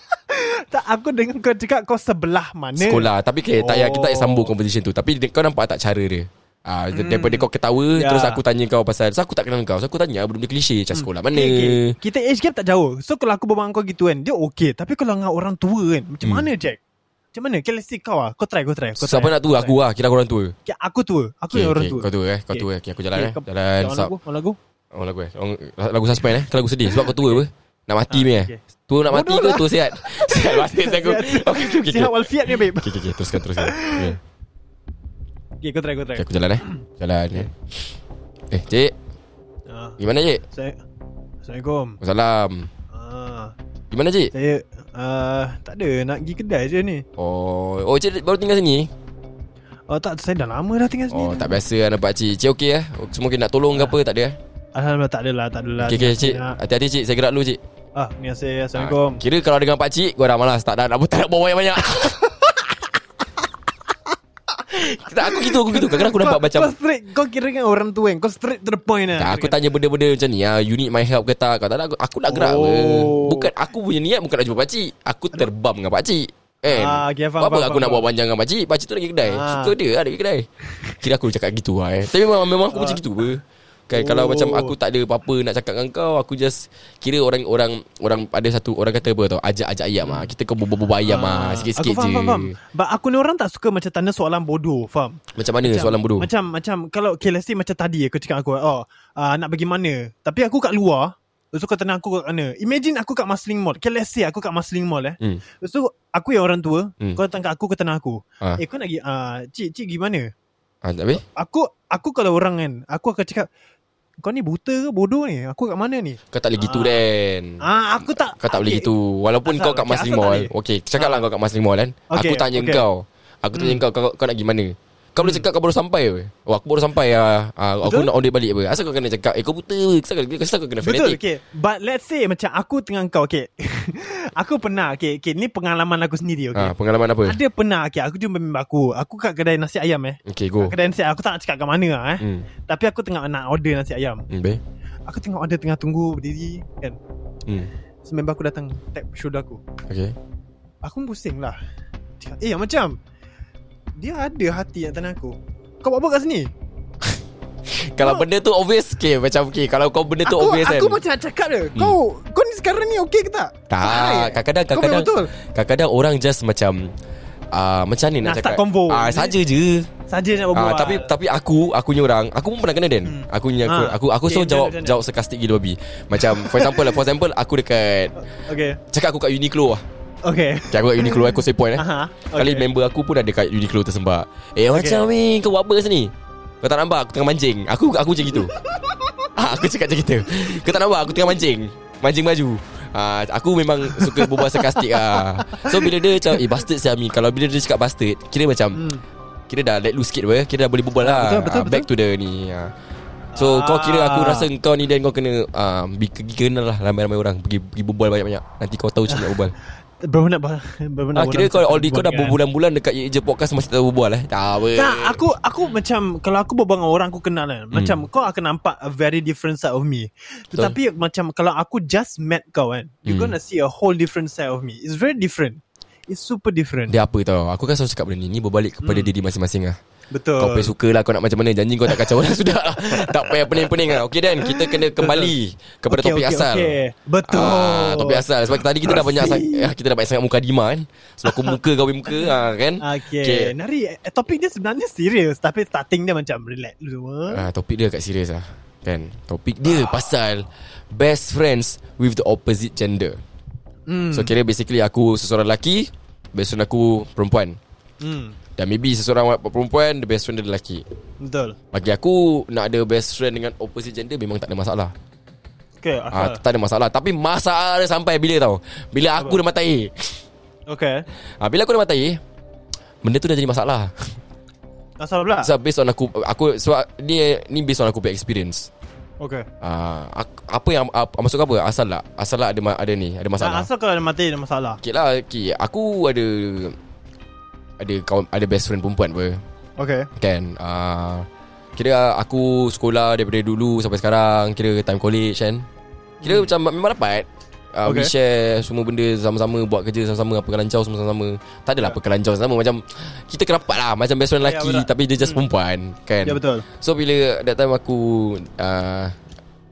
Speaker 4: Tak aku dengar kau cakap Kau sebelah mana
Speaker 5: Sekolah Tapi okay, tak payah Kita tak payah
Speaker 4: Oh.
Speaker 5: sambung competition tu Tapi dia- kau nampak tak cara dia Ah, hmm. Daripada kau ketawa
Speaker 4: Ya. Hmm.
Speaker 5: Terus aku tanya kau pasal So aku tak kenal kau So aku tanya Benda-benda klise Macam sekolah mana
Speaker 4: Okay, okay. Eh, Kita age gap tak jauh So kalau aku berbual dengan kau gitu kan Dia okay Tapi kalau dengan orang tua kan Macam mana Jack? Macam mana? Okay, let's see kau lah Kau try, kau try kau
Speaker 5: Hmm. Siapa
Speaker 4: try,
Speaker 5: nak
Speaker 4: kau
Speaker 5: tua
Speaker 4: try.
Speaker 5: Aku lah Kira aku orang tua
Speaker 4: okay, Aku tua Aku yang orang tua
Speaker 5: Kau tua eh Kau
Speaker 4: Okay.
Speaker 5: tua okay, Aku jalan
Speaker 4: Okay,
Speaker 5: eh
Speaker 4: kau-
Speaker 5: Jalan
Speaker 4: Jangan
Speaker 5: sub.
Speaker 4: lagu, jangan lagu.
Speaker 5: Oh lagu eh Orang- Lagu suspend eh Kalau lagu sedih Sebab kau tua apa Nak mati ni eh
Speaker 4: okay.
Speaker 5: Tua nak mati
Speaker 4: Ah, Bodoh
Speaker 5: ke
Speaker 4: lah.
Speaker 5: Tua sihat Sihat pasti aku
Speaker 4: Sihat.
Speaker 5: Okay okay okay
Speaker 4: Sihat walafiat ni babe
Speaker 5: Okay okay okay Teruskan teruskan Okay
Speaker 4: Okay kau try kau try
Speaker 5: Okay, aku jalan eh Jalan eh Eh cik
Speaker 4: Ah,
Speaker 5: Gimana cik
Speaker 4: saya- Assalamualaikum
Speaker 5: Salam
Speaker 4: Ah,
Speaker 5: Gimana cik
Speaker 4: Saya ah, Tak ada nak pergi kedai je ni
Speaker 5: Oh Oh cik baru tinggal sini
Speaker 4: Oh tak saya dah lama dah tinggal sini
Speaker 5: Oh tak biasa lah nampak cik Cik okey eh Semua kena nak tolong ke apa Tak ada eh
Speaker 4: Alhamdulillah tak adalah tak adalah
Speaker 5: Okay okay cik
Speaker 4: Nak-
Speaker 5: Hati-hati cik Saya gerak dulu cik
Speaker 4: Ah ni saya
Speaker 5: Ah,
Speaker 4: Assalamualaikum
Speaker 5: Kira kalau dengan pakcik Gua dah malas Tak dah nak, tak nak bawa banyak-banyak Tak aku gitu Aku gitu Kadang-kadang aku nampak
Speaker 4: Kau-
Speaker 5: macam
Speaker 4: Kau straight Kau kira kan orang tua kan Kau straight to the point lah
Speaker 5: Tak, aku tanya benda-benda macam ni ah, You need my help ke tak Kau tak nak Aku, aku nak gerak
Speaker 4: Oh.
Speaker 5: oh. Bukan Aku punya niat Bukan nak jumpa pakcik Aku terbam dengan pakcik Kan
Speaker 4: Ah, okay, faham,
Speaker 5: Buat apa
Speaker 4: faham,
Speaker 5: aku nak
Speaker 4: faham.
Speaker 5: bawa panjang dengan pakcik Pakcik tu lagi kedai
Speaker 4: Ah.
Speaker 5: Suka dia lah dia pergi kedai Kira aku cakap gitu lah eh. Tapi memang, memang aku macam gitu apa Kan
Speaker 4: Ah.
Speaker 5: kalau
Speaker 4: Oh.
Speaker 5: macam aku tak ada apa-apa nak cakap dengan kau Aku just Kira orang-orang Orang ada satu Orang kata apa tau Ajak-ajak ayam lah Kita kau berbual ayam lah
Speaker 4: Ah,
Speaker 5: Sikit-sikit
Speaker 4: aku faham,
Speaker 5: je
Speaker 4: faham, faham. But aku ni orang tak suka macam tanya soalan bodoh, faham?
Speaker 5: Macam mana soalan bodoh
Speaker 4: Macam macam kalau okay, let's say macam tadi aku cakap aku, oh, uh, nak pergi mana? Tapi aku kat luar, Lepas tu kau tanya aku kat mana Imagine aku kat Marsiling Mall Okay let's say aku kat Marsiling Mall eh
Speaker 5: Hmm.
Speaker 4: Lepas tu aku yang orang tua
Speaker 5: Hmm.
Speaker 4: Kau datang kat aku Kau tanya aku
Speaker 5: Ah.
Speaker 4: Eh kau nak pergi uh, Cik cik pergi mana
Speaker 5: ah, tak habis?
Speaker 4: Aku aku kalau orang kan Aku akan cakap Kau ni buta ke bodoh ni Aku kat mana ni
Speaker 5: Kau tak boleh gitu Dan
Speaker 4: Ah aku tak
Speaker 5: Hmm. Kau tak boleh
Speaker 4: okay.
Speaker 5: gitu Walaupun
Speaker 4: Asal-
Speaker 5: kau kat
Speaker 4: okay,
Speaker 5: Mas
Speaker 4: asal tak
Speaker 5: Mall
Speaker 4: boleh? Ah.
Speaker 5: Okay Cakap lah kau kat Mas Mall kan
Speaker 4: Okay,
Speaker 5: Aku tanya
Speaker 4: okay. Hmm.
Speaker 5: kau Aku tanya kau kau- Kau nak pergi mana Kau boleh cakap kau baru sampai apa Oh aku baru sampai ah. Ah, Aku
Speaker 4: Betul?
Speaker 5: nak order balik apa Asal kau kena cakap Eh kau buta apa Asal kau, asal kau kena
Speaker 4: Betul
Speaker 5: fanatik
Speaker 4: okay. But let's say Macam aku dengan kau okay. Aku pernah okay, okay, Ni pengalaman aku sendiri
Speaker 5: ah,
Speaker 4: okay.
Speaker 5: Pengalaman apa
Speaker 4: Ada pernah okay, Aku jumpa member aku Aku kat kedai nasi ayam eh
Speaker 5: Okay Hmm, go
Speaker 4: Kat kedai nasi ayam Aku tak nak cakap kat mana lah eh
Speaker 5: Hmm
Speaker 4: Tapi aku tengah nak order nasi ayam
Speaker 5: Hmm be.
Speaker 4: Aku tengah order Tengah tunggu berdiri kan
Speaker 5: Hmm
Speaker 4: So member aku datang Tap shoulder aku
Speaker 5: Okay
Speaker 4: Aku pun pusing lah Cakap, Eh yang macam Dia ada hati yang tanah aku Kau buat apa kat sini?
Speaker 5: Kalau benda tu obvious Okay macam okay Kalau kau benda tu
Speaker 4: aku,
Speaker 5: obvious
Speaker 4: aku
Speaker 5: kan
Speaker 4: macam nak cakap dia Kau Kau ni sekarang ni okey ke tak?
Speaker 5: Tak
Speaker 4: eh.
Speaker 5: Kadang-kadang
Speaker 4: Kau memang
Speaker 5: Kadang-kadang
Speaker 4: betul
Speaker 5: Kadang-kadang orang just macam ah, Macam
Speaker 4: Nak
Speaker 5: ni nak
Speaker 4: start
Speaker 5: cakap
Speaker 4: convo.
Speaker 5: ah, Saja je
Speaker 4: Saja nak berbual
Speaker 5: Ah, tapi tapi aku aku punya orang, aku pun pernah kena Dan.
Speaker 4: Hmm.
Speaker 5: Aku punya aku
Speaker 4: Ah.
Speaker 5: aku aku
Speaker 4: Okay,
Speaker 5: so
Speaker 4: macam mana,
Speaker 5: jawab
Speaker 4: macam mana?
Speaker 5: jawab sarkastik gila babi. Macam for example lah, for example aku dekat
Speaker 4: Okay
Speaker 5: cakap aku kat Uniqlo lah.
Speaker 4: Okay
Speaker 5: Okay, aku kat Uniqlo aku say point eh.
Speaker 4: Aha,
Speaker 5: Kali member aku pun ada kat Uniqlo tersembak. Eh macam ni kau buat apa sini? Kau tak nampak aku tengah mancing. Aku aku macam gitu. ah, aku cakap macam gitu. Kau tak nampak aku tengah mancing. Mancing baju. uh, Aku memang suka berbual sarkastik ah. So bila dia macam Eh bastard Syami Kalau bila dia cakap bastard Kira macam
Speaker 4: Hmm.
Speaker 5: Kira dah let loose sikit apa Kira dah boleh berbual
Speaker 4: Betul,
Speaker 5: lah
Speaker 4: betul,
Speaker 5: Ah, Back to the ni ah. So kau kira aku
Speaker 4: Ah.
Speaker 5: rasa kau ni Dan kau kena uh, Pergi kenal lah ramai-ramai orang Pergi pergi berbual banyak-banyak Nanti kau tahu macam mana nak berbual
Speaker 4: Berminat Berminat
Speaker 5: ah, Kira kau all the- kau dah berbulan-bulan Dekat Ye Je Podcast Masih tak tahu berbual eh Hmm. Tak apa
Speaker 4: Tak, aku aku macam kalau aku berbual dengan orang aku kenal kan. Macam kau akan nampak a very different side of me. Tetapi macam kalau aku just met kau kan, you're
Speaker 5: Hmm.
Speaker 4: gonna see a whole different side of me. It's very different. It's super different.
Speaker 5: Dia apa tau Aku kan selalu cakap benda ni Ni berbalik kepada diri masing-masing lah
Speaker 4: Hmm. Betul.
Speaker 5: Kau payah suka lah Kau nak macam mana Janji kau tak kacau orang Sudah lah. Tak payah pening-pening lah Okay Dan Kita kena kembali Kepada
Speaker 4: Okey,
Speaker 5: topik
Speaker 4: okey,
Speaker 5: asal
Speaker 4: okey. Betul.
Speaker 5: ah, Topik asal Sebab tadi kita dah banyak sang-
Speaker 4: Terasi.
Speaker 5: ah, Kita dah banyak sangat muka Dima kan Sebab aku muka Kau punya muka ah, Kan
Speaker 4: Okay. Nari, eh, topik dia sebenarnya serius tapi starting dia macam relax dulu. ah.
Speaker 5: ah, Topik dia agak serius lah Kan Topik dia pasal Best friends With the opposite gender
Speaker 4: Hmm.
Speaker 5: So kira basically Aku seseorang lelaki Best friend aku Perempuan
Speaker 4: Hmm.
Speaker 5: Dan maybe seseorang perempuan The best friend dia lelaki
Speaker 4: Betul.
Speaker 5: Bagi aku Nak ada best friend Dengan opposite gender Memang tak ada masalah
Speaker 4: Okay.
Speaker 5: Ah,
Speaker 4: asal.
Speaker 5: tak ada masalah Tapi masalah dia sampai bila tau Bila aku dah matai
Speaker 4: okay.
Speaker 5: ah, Bila aku dah matai Benda tu dah jadi masalah
Speaker 4: Asal pula.
Speaker 5: Sebab based on aku aku Sebab ni, ni based on aku punya experience
Speaker 4: okay.
Speaker 5: ah, aku, Apa yang apa, Maksud kau apa Asal lah Asal lah ada, ma- ada ni
Speaker 4: Masalah.
Speaker 5: Ada masalah
Speaker 4: Ah, Asal kalau ada mati ada masalah.
Speaker 5: Okay lah okay. Aku ada Ada kawan Ada best friend perempuan apa
Speaker 4: Okay.
Speaker 5: Kan uh, Kira aku sekolah daripada dulu sampai sekarang Kira time college kan Kira hmm. macam memang dapat uh, okay. We
Speaker 4: Okay.
Speaker 5: share semua benda sama-sama Buat kerja sama-sama Apa kelancau semua sama-sama Tak adalah apa kelancau sama Macam kita kena dapat lah Macam best friend
Speaker 4: Ya,
Speaker 5: lelaki
Speaker 4: betul.
Speaker 5: Tapi dia just perempuan Kan
Speaker 4: Ya betul.
Speaker 5: So bila that time aku uh,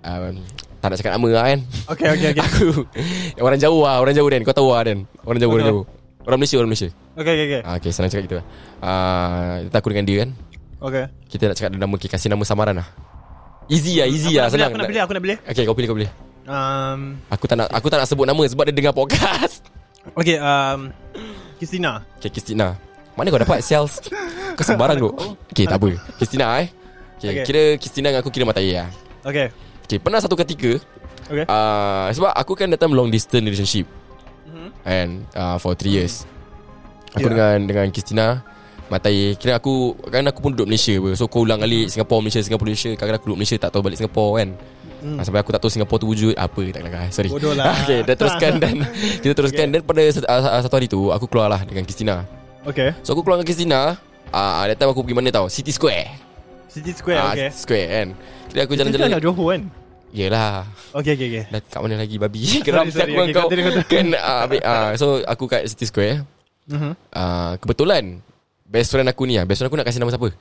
Speaker 5: uh, Tak nak cakap nama lah kan
Speaker 4: Okay okay okay.
Speaker 5: Aku Orang jauh lah Orang jauh Dan Kau tahu lah Dan Orang jauh, orang
Speaker 4: Okay.
Speaker 5: jauh Orang Malaysia, orang Malaysia
Speaker 4: okay okay okay.
Speaker 5: Ah, Okay, senang cakap gitu lah uh, Aku dengan dia kan
Speaker 4: Okay.
Speaker 5: kita nak cakap dia nama okay, Kasih nama samaran lah Easy lah Easy lah
Speaker 4: Aku nak
Speaker 5: Senang
Speaker 4: pilih, aku nak pilih, aku nak pilih.
Speaker 5: Okay kau pilih kau pilih
Speaker 4: Um,
Speaker 5: Aku tak nak Aku tak nak sebut nama Sebab dia dengar podcast
Speaker 4: okay, um, Christina.
Speaker 5: Okay Kristina Mana kau dapat sales Kau sembarang tu Okay tak apa Kristina eh okay,
Speaker 4: Okay.
Speaker 5: Kira Kristina dengan aku Kira mata air lah
Speaker 4: Okay.
Speaker 5: Okay pernah satu ketika
Speaker 4: Okay.
Speaker 5: uh, Sebab aku kan datang Long distance relationship
Speaker 4: Mhm.
Speaker 5: And uh, For 3 years Aku
Speaker 4: Yeah.
Speaker 5: dengan Dengan Kristina Matai Kira aku Kan aku pun duduk Malaysia apa. So kau ulang kali Singapore Malaysia Singapore Malaysia Kadang-kadang aku duduk Malaysia Tak tahu balik Singapore kan
Speaker 4: Hmm.
Speaker 5: Ah, Sampai aku tak tahu Singapore tu wujud Apa tak kelakar Sorry
Speaker 4: Bodoh lah.
Speaker 5: Okay dah teruskan dan Kita teruskan Dan pada sat- ah, ah, satu hari tu Aku keluar lah dengan Kristina
Speaker 4: Okay.
Speaker 5: So aku keluar dengan Kristina uh, That time aku pergi mana tau City Square
Speaker 4: City Square,
Speaker 5: Ah,
Speaker 4: okay.
Speaker 5: Square kan Kira aku
Speaker 4: City Square
Speaker 5: jalan-jalan
Speaker 4: nak Johor kan?
Speaker 5: Yelah
Speaker 4: Okay, okay, okay.
Speaker 5: Dah kat mana lagi babi Geram
Speaker 4: sorry,
Speaker 5: siap kau
Speaker 4: okay,
Speaker 5: kau
Speaker 4: continue, continue.
Speaker 5: Kan ah, ambil, ah, So aku kat City Square
Speaker 4: Mhm.
Speaker 5: Ah, Kebetulan Best friend aku ni ah. Best friend aku nak kasih nama siapa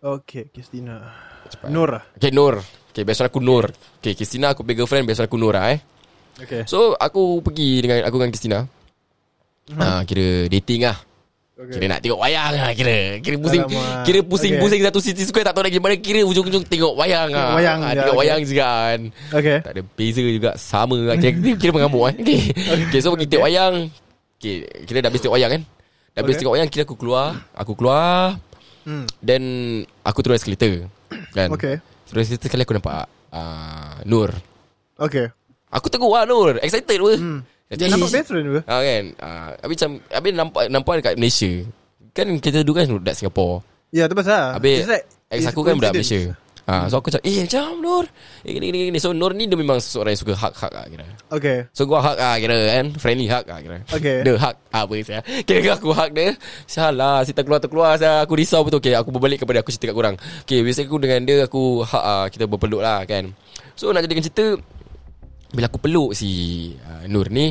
Speaker 4: Okay, Christina.
Speaker 5: Cepat.
Speaker 4: Nur lah.
Speaker 5: Okay Nur Okay best friend aku Nur Okay Kristina aku punya girlfriend Best friend aku Nur lah eh
Speaker 4: Okay.
Speaker 5: So aku pergi dengan Aku dengan Kristina uh-huh. Kira dating lah
Speaker 4: Hmm. okay.
Speaker 5: Kira nak tengok wayang lah Kira Kira pusing
Speaker 4: Alamak.
Speaker 5: Kira pusing-pusing
Speaker 4: Okay.
Speaker 5: satu city square Tak tahu lagi mana Kira ujung-ujung tengok wayang
Speaker 4: Tengok
Speaker 5: lah
Speaker 4: wayang
Speaker 5: Ah,
Speaker 4: je,
Speaker 5: Tengok
Speaker 4: okay.
Speaker 5: wayang juga kan
Speaker 4: Okay.
Speaker 5: Tak ada beza juga Sama lah Kira, kira, kira mengamuk kan okay. okay so pergi tengok wayang okay, Kira dah habis tengok wayang kan Dah habis
Speaker 4: Okay.
Speaker 5: tengok wayang Kira aku keluar Aku keluar
Speaker 4: Hmm.
Speaker 5: Then Aku turun escalator Kan
Speaker 4: Okay.
Speaker 5: Turun escalator sekali aku nampak uh, Nur
Speaker 4: Okay.
Speaker 5: Aku tegur lah Nur Excited pun
Speaker 4: Hmm. Dia nampak best friend ke?
Speaker 5: Ah kan. Ah habis macam habis nampak nampak dekat Malaysia. Kan kita dulu kan budak Singapore.
Speaker 4: Ya, tu pasal.
Speaker 5: Habis
Speaker 4: It's like-
Speaker 5: ex
Speaker 4: it's
Speaker 5: aku kan budak
Speaker 4: coincidence.
Speaker 5: Malaysia. Ah so aku macam eh jam Nur. Eh gini gini gini. So Nur ni dia memang seorang yang suka hak-hak ah kira.
Speaker 4: Okay.
Speaker 5: So gua hak ah kira kan Friendly hak ah kira
Speaker 4: Okay.
Speaker 5: Dia hak ah, Apa saya Kira aku hak dia Salah Sita keluar terkeluar saya Aku risau betul Okay aku berbalik kepada Aku cerita kat korang Okay biasanya aku dengan dia Aku hak ah, Kita berpeluk lah kan So nak jadikan cerita Bila aku peluk si ah, Nur ni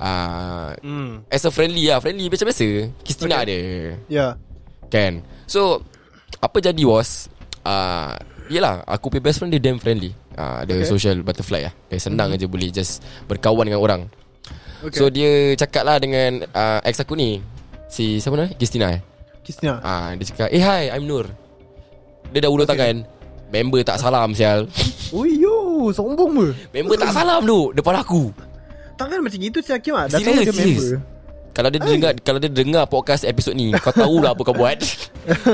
Speaker 5: ah,
Speaker 4: Hmm.
Speaker 5: As a friendly lah Friendly macam biasa Kristina okay. dia
Speaker 4: Ya.
Speaker 5: Kan So Apa jadi was uh, Yelah Aku punya best friend dia damn friendly uh, Dia
Speaker 4: Okay.
Speaker 5: okay. social butterfly lah Dia senang mm-hmm. aja boleh just Berkawan dengan orang okay.
Speaker 4: Okay.
Speaker 5: So dia cakap lah dengan uh, Ex aku ni Si siapa nama? Christina eh
Speaker 4: Christina.
Speaker 5: uh, Dia cakap Eh hi I'm Nur Dia dah ulur okay. tangan Member tak salam sial
Speaker 4: Ui yo, sombong ke?
Speaker 5: Member tak salam tu Depan aku
Speaker 4: Tangan macam gitu saya kiamat. Dah tahu
Speaker 5: Serius
Speaker 4: dia
Speaker 5: serius.
Speaker 4: member.
Speaker 5: Kalau dia dengar Kalau dia dengar podcast episod ni Kau tahulah apa kau buat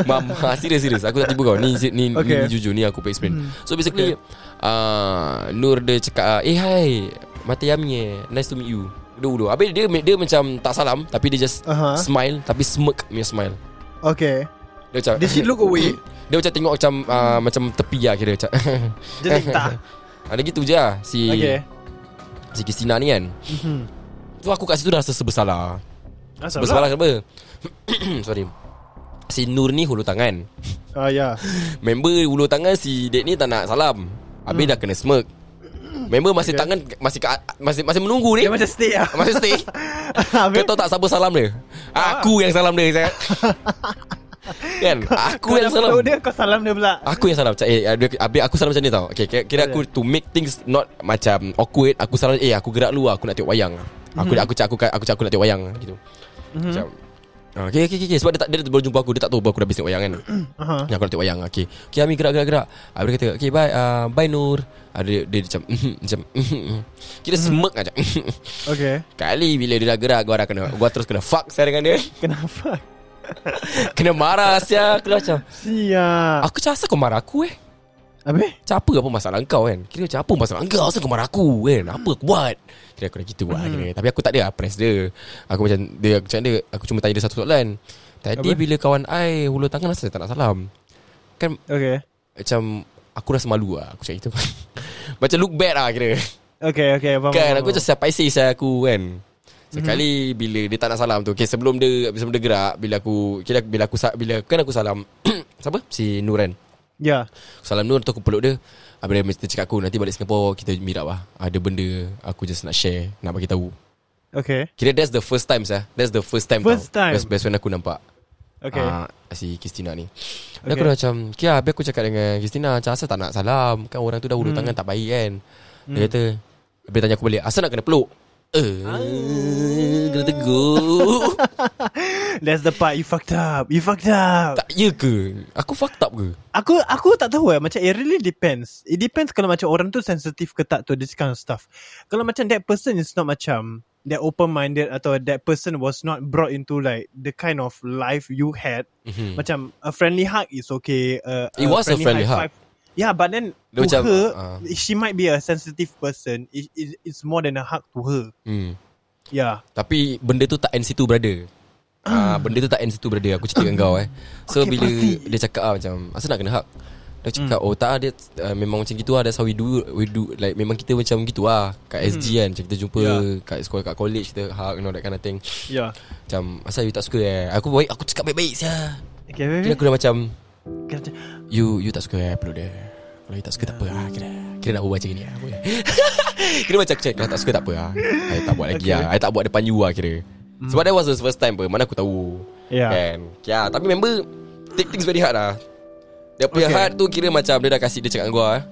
Speaker 5: Mama Serius serius Aku tak tipu kau Ni, ni, okay.
Speaker 4: Okay. Hmm.
Speaker 5: ni jujur Ni aku punya experience So basically okay. uh, Nur dia cakap uh, Eh hi Mata Yami eh Nice to meet you Dulu dulu Habis dia, dia macam tak salam Tapi dia just
Speaker 4: Aha.
Speaker 5: uh-huh. Smile Tapi smirk punya smile
Speaker 4: Okay
Speaker 5: Dia macam
Speaker 4: Did she look Hmm. away?
Speaker 5: Dia macam tengok macam uh, Macam tepi lah kira macam
Speaker 4: Dia like tak
Speaker 5: Ada gitu je lah Si
Speaker 4: Okay
Speaker 5: Si Christina ni kan
Speaker 4: Mhm.
Speaker 5: Tu aku kat situ dah rasa bersalah
Speaker 4: Asal
Speaker 5: Bersalah kenapa lah, Sorry Si Nur ni hulu tangan
Speaker 4: Ah ya
Speaker 5: Member ulu tangan si Dek ni tak nak salam Habis dah kena smirk Member masih
Speaker 4: Hmm. Okay.
Speaker 5: tangan Masih kat- masih masih menunggu ni
Speaker 4: Dia macam stay lah
Speaker 5: Masih stay Kau tahu tak siapa salam dia
Speaker 4: Ah.
Speaker 5: Aku yang salam dia saya. Kan Aku yang salam
Speaker 4: dia Kau salam dia pula
Speaker 5: Aku yang salam macam eh habis- habis aku salam macam ni tau. Okay, kira, kira aku to make things not macam awkward, aku salam eh aku gerak lu lah, aku nak tengok wayang. Aku aku cak aku cak- aku cak aku nak tengok wayang gitu. Macam Ah, okay, okay, okay, okay, Sebab dia tak dia baru jumpa aku Dia tak tahu baru aku dah habis tengok wayang kan
Speaker 4: Aha.
Speaker 5: Yang aku nak tengok wayang Okay Okay Ami gerak gerak gerak Habis dia kata Okay bye uh, Bye Nur Ah, Dia, dia macam Macam Kita semek aja
Speaker 4: Okay
Speaker 5: Kali bila dia dah gerak Gua dah kena Gua terus kena fuck saya dengan dia
Speaker 4: Kenapa?
Speaker 5: Kena marah Asya Aku dah macam
Speaker 4: Siap
Speaker 5: Aku macam asal kau marah aku eh
Speaker 4: Habis?
Speaker 5: Macam apa apa masalah kau kan Kira macam apa masalah kau Asal kau marah aku kan Apa aku buat Kira aku dah gitu lah kira. Tapi aku tak ada lah press dia Aku macam dia aku macam dia Aku cuma tanya dia satu soalan Tadi
Speaker 4: Apa?
Speaker 5: bila kawan I Hulur tangan asal dia tak nak salam Kan
Speaker 4: Okay
Speaker 5: macam Aku rasa malu lah Aku cakap gitu Macam look bad lah kira
Speaker 4: Okay okay faham,
Speaker 5: Kan
Speaker 4: faham,
Speaker 5: aku macam
Speaker 4: faham.
Speaker 5: siap paisi saya aku kan Sekali bila dia tak nak salam tu Okay sebelum dia Sebelum dia gerak Bila aku Kira bila aku sa- Bila kan aku salam Siapa? Si Nuran
Speaker 4: Ya
Speaker 5: Salam Nur tu aku peluk dia Habis dia mesti cakap aku Nanti balik Singapura Kita meet up lah Ada benda Aku just nak share Nak bagi tahu
Speaker 4: Okay
Speaker 5: Kira that's the first time sah. That's the first time
Speaker 4: First
Speaker 5: tau.
Speaker 4: time.
Speaker 5: Best, best friend aku nampak
Speaker 4: Okay
Speaker 5: Ah, Si Christina ni
Speaker 4: Okay.
Speaker 5: okay. Aku dah macam Okay lah, habis aku cakap dengan Christina Macam asal tak nak salam Kan orang tu dah
Speaker 4: Hmm.
Speaker 5: hulur tangan tak baik kan Dia kata Habis tanya aku balik Asal nak kena peluk Eh, kena tegur
Speaker 4: That's the part You fucked up You fucked up
Speaker 5: Tak ya ke Aku fucked up ke
Speaker 4: Aku aku tak tahu eh Macam it really depends It depends kalau macam Orang tu sensitive ke tak To this kind of stuff Kalau macam that person Is not macam That open minded Atau that person Was not brought into like The kind of life you had
Speaker 5: Mhm.
Speaker 4: Macam A friendly hug is okay uh,
Speaker 5: It was a friendly hug.
Speaker 4: five- Yeah but then
Speaker 5: Dia
Speaker 4: To
Speaker 5: macam,
Speaker 4: her
Speaker 5: ah.
Speaker 4: She might be a sensitive person it, it, It's more than a hug to her
Speaker 5: hmm.
Speaker 4: Yeah
Speaker 5: Tapi benda tu tak end situ brother Ah, benda tu tak end situ brother Aku cerita dengan kau eh So
Speaker 4: Okay,
Speaker 5: okay, bila
Speaker 4: pasti. Hmm.
Speaker 5: dia cakap ah, macam Asal nak kena hak Dia cakap oh tak ah, dia uh, Memang macam gitu lah That's how we do We do like Memang kita macam gitu lah Kat SG
Speaker 4: Hmm.
Speaker 5: kan Macam kita jumpa
Speaker 4: Yeah.
Speaker 5: Kat sekolah kat college Kita hak you know that kind of thing
Speaker 4: Yeah
Speaker 5: Macam Asal you tak suka eh Aku baik Aku cakap baik-baik sah
Speaker 4: Okay
Speaker 5: Kira
Speaker 4: baby
Speaker 5: aku dah macam You you tak suka eh Peluk dia Kalau you tak suka tak apa lah Kira Kira nak berbual macam ni lah boleh. Kira macam cek Kalau tak suka tak apa lah I tak buat lagi
Speaker 4: Okay. Hmm.
Speaker 5: okay. lah I tak buat depan you lah kira Sebab that was the first time apa Mana aku tahu
Speaker 4: Yeah.
Speaker 5: Kan yeah, Tapi member Take things very hard lah Dia punya
Speaker 4: Okay.
Speaker 5: okay. hard tu Kira macam Dia dah kasih dia cakap dengan gua eh.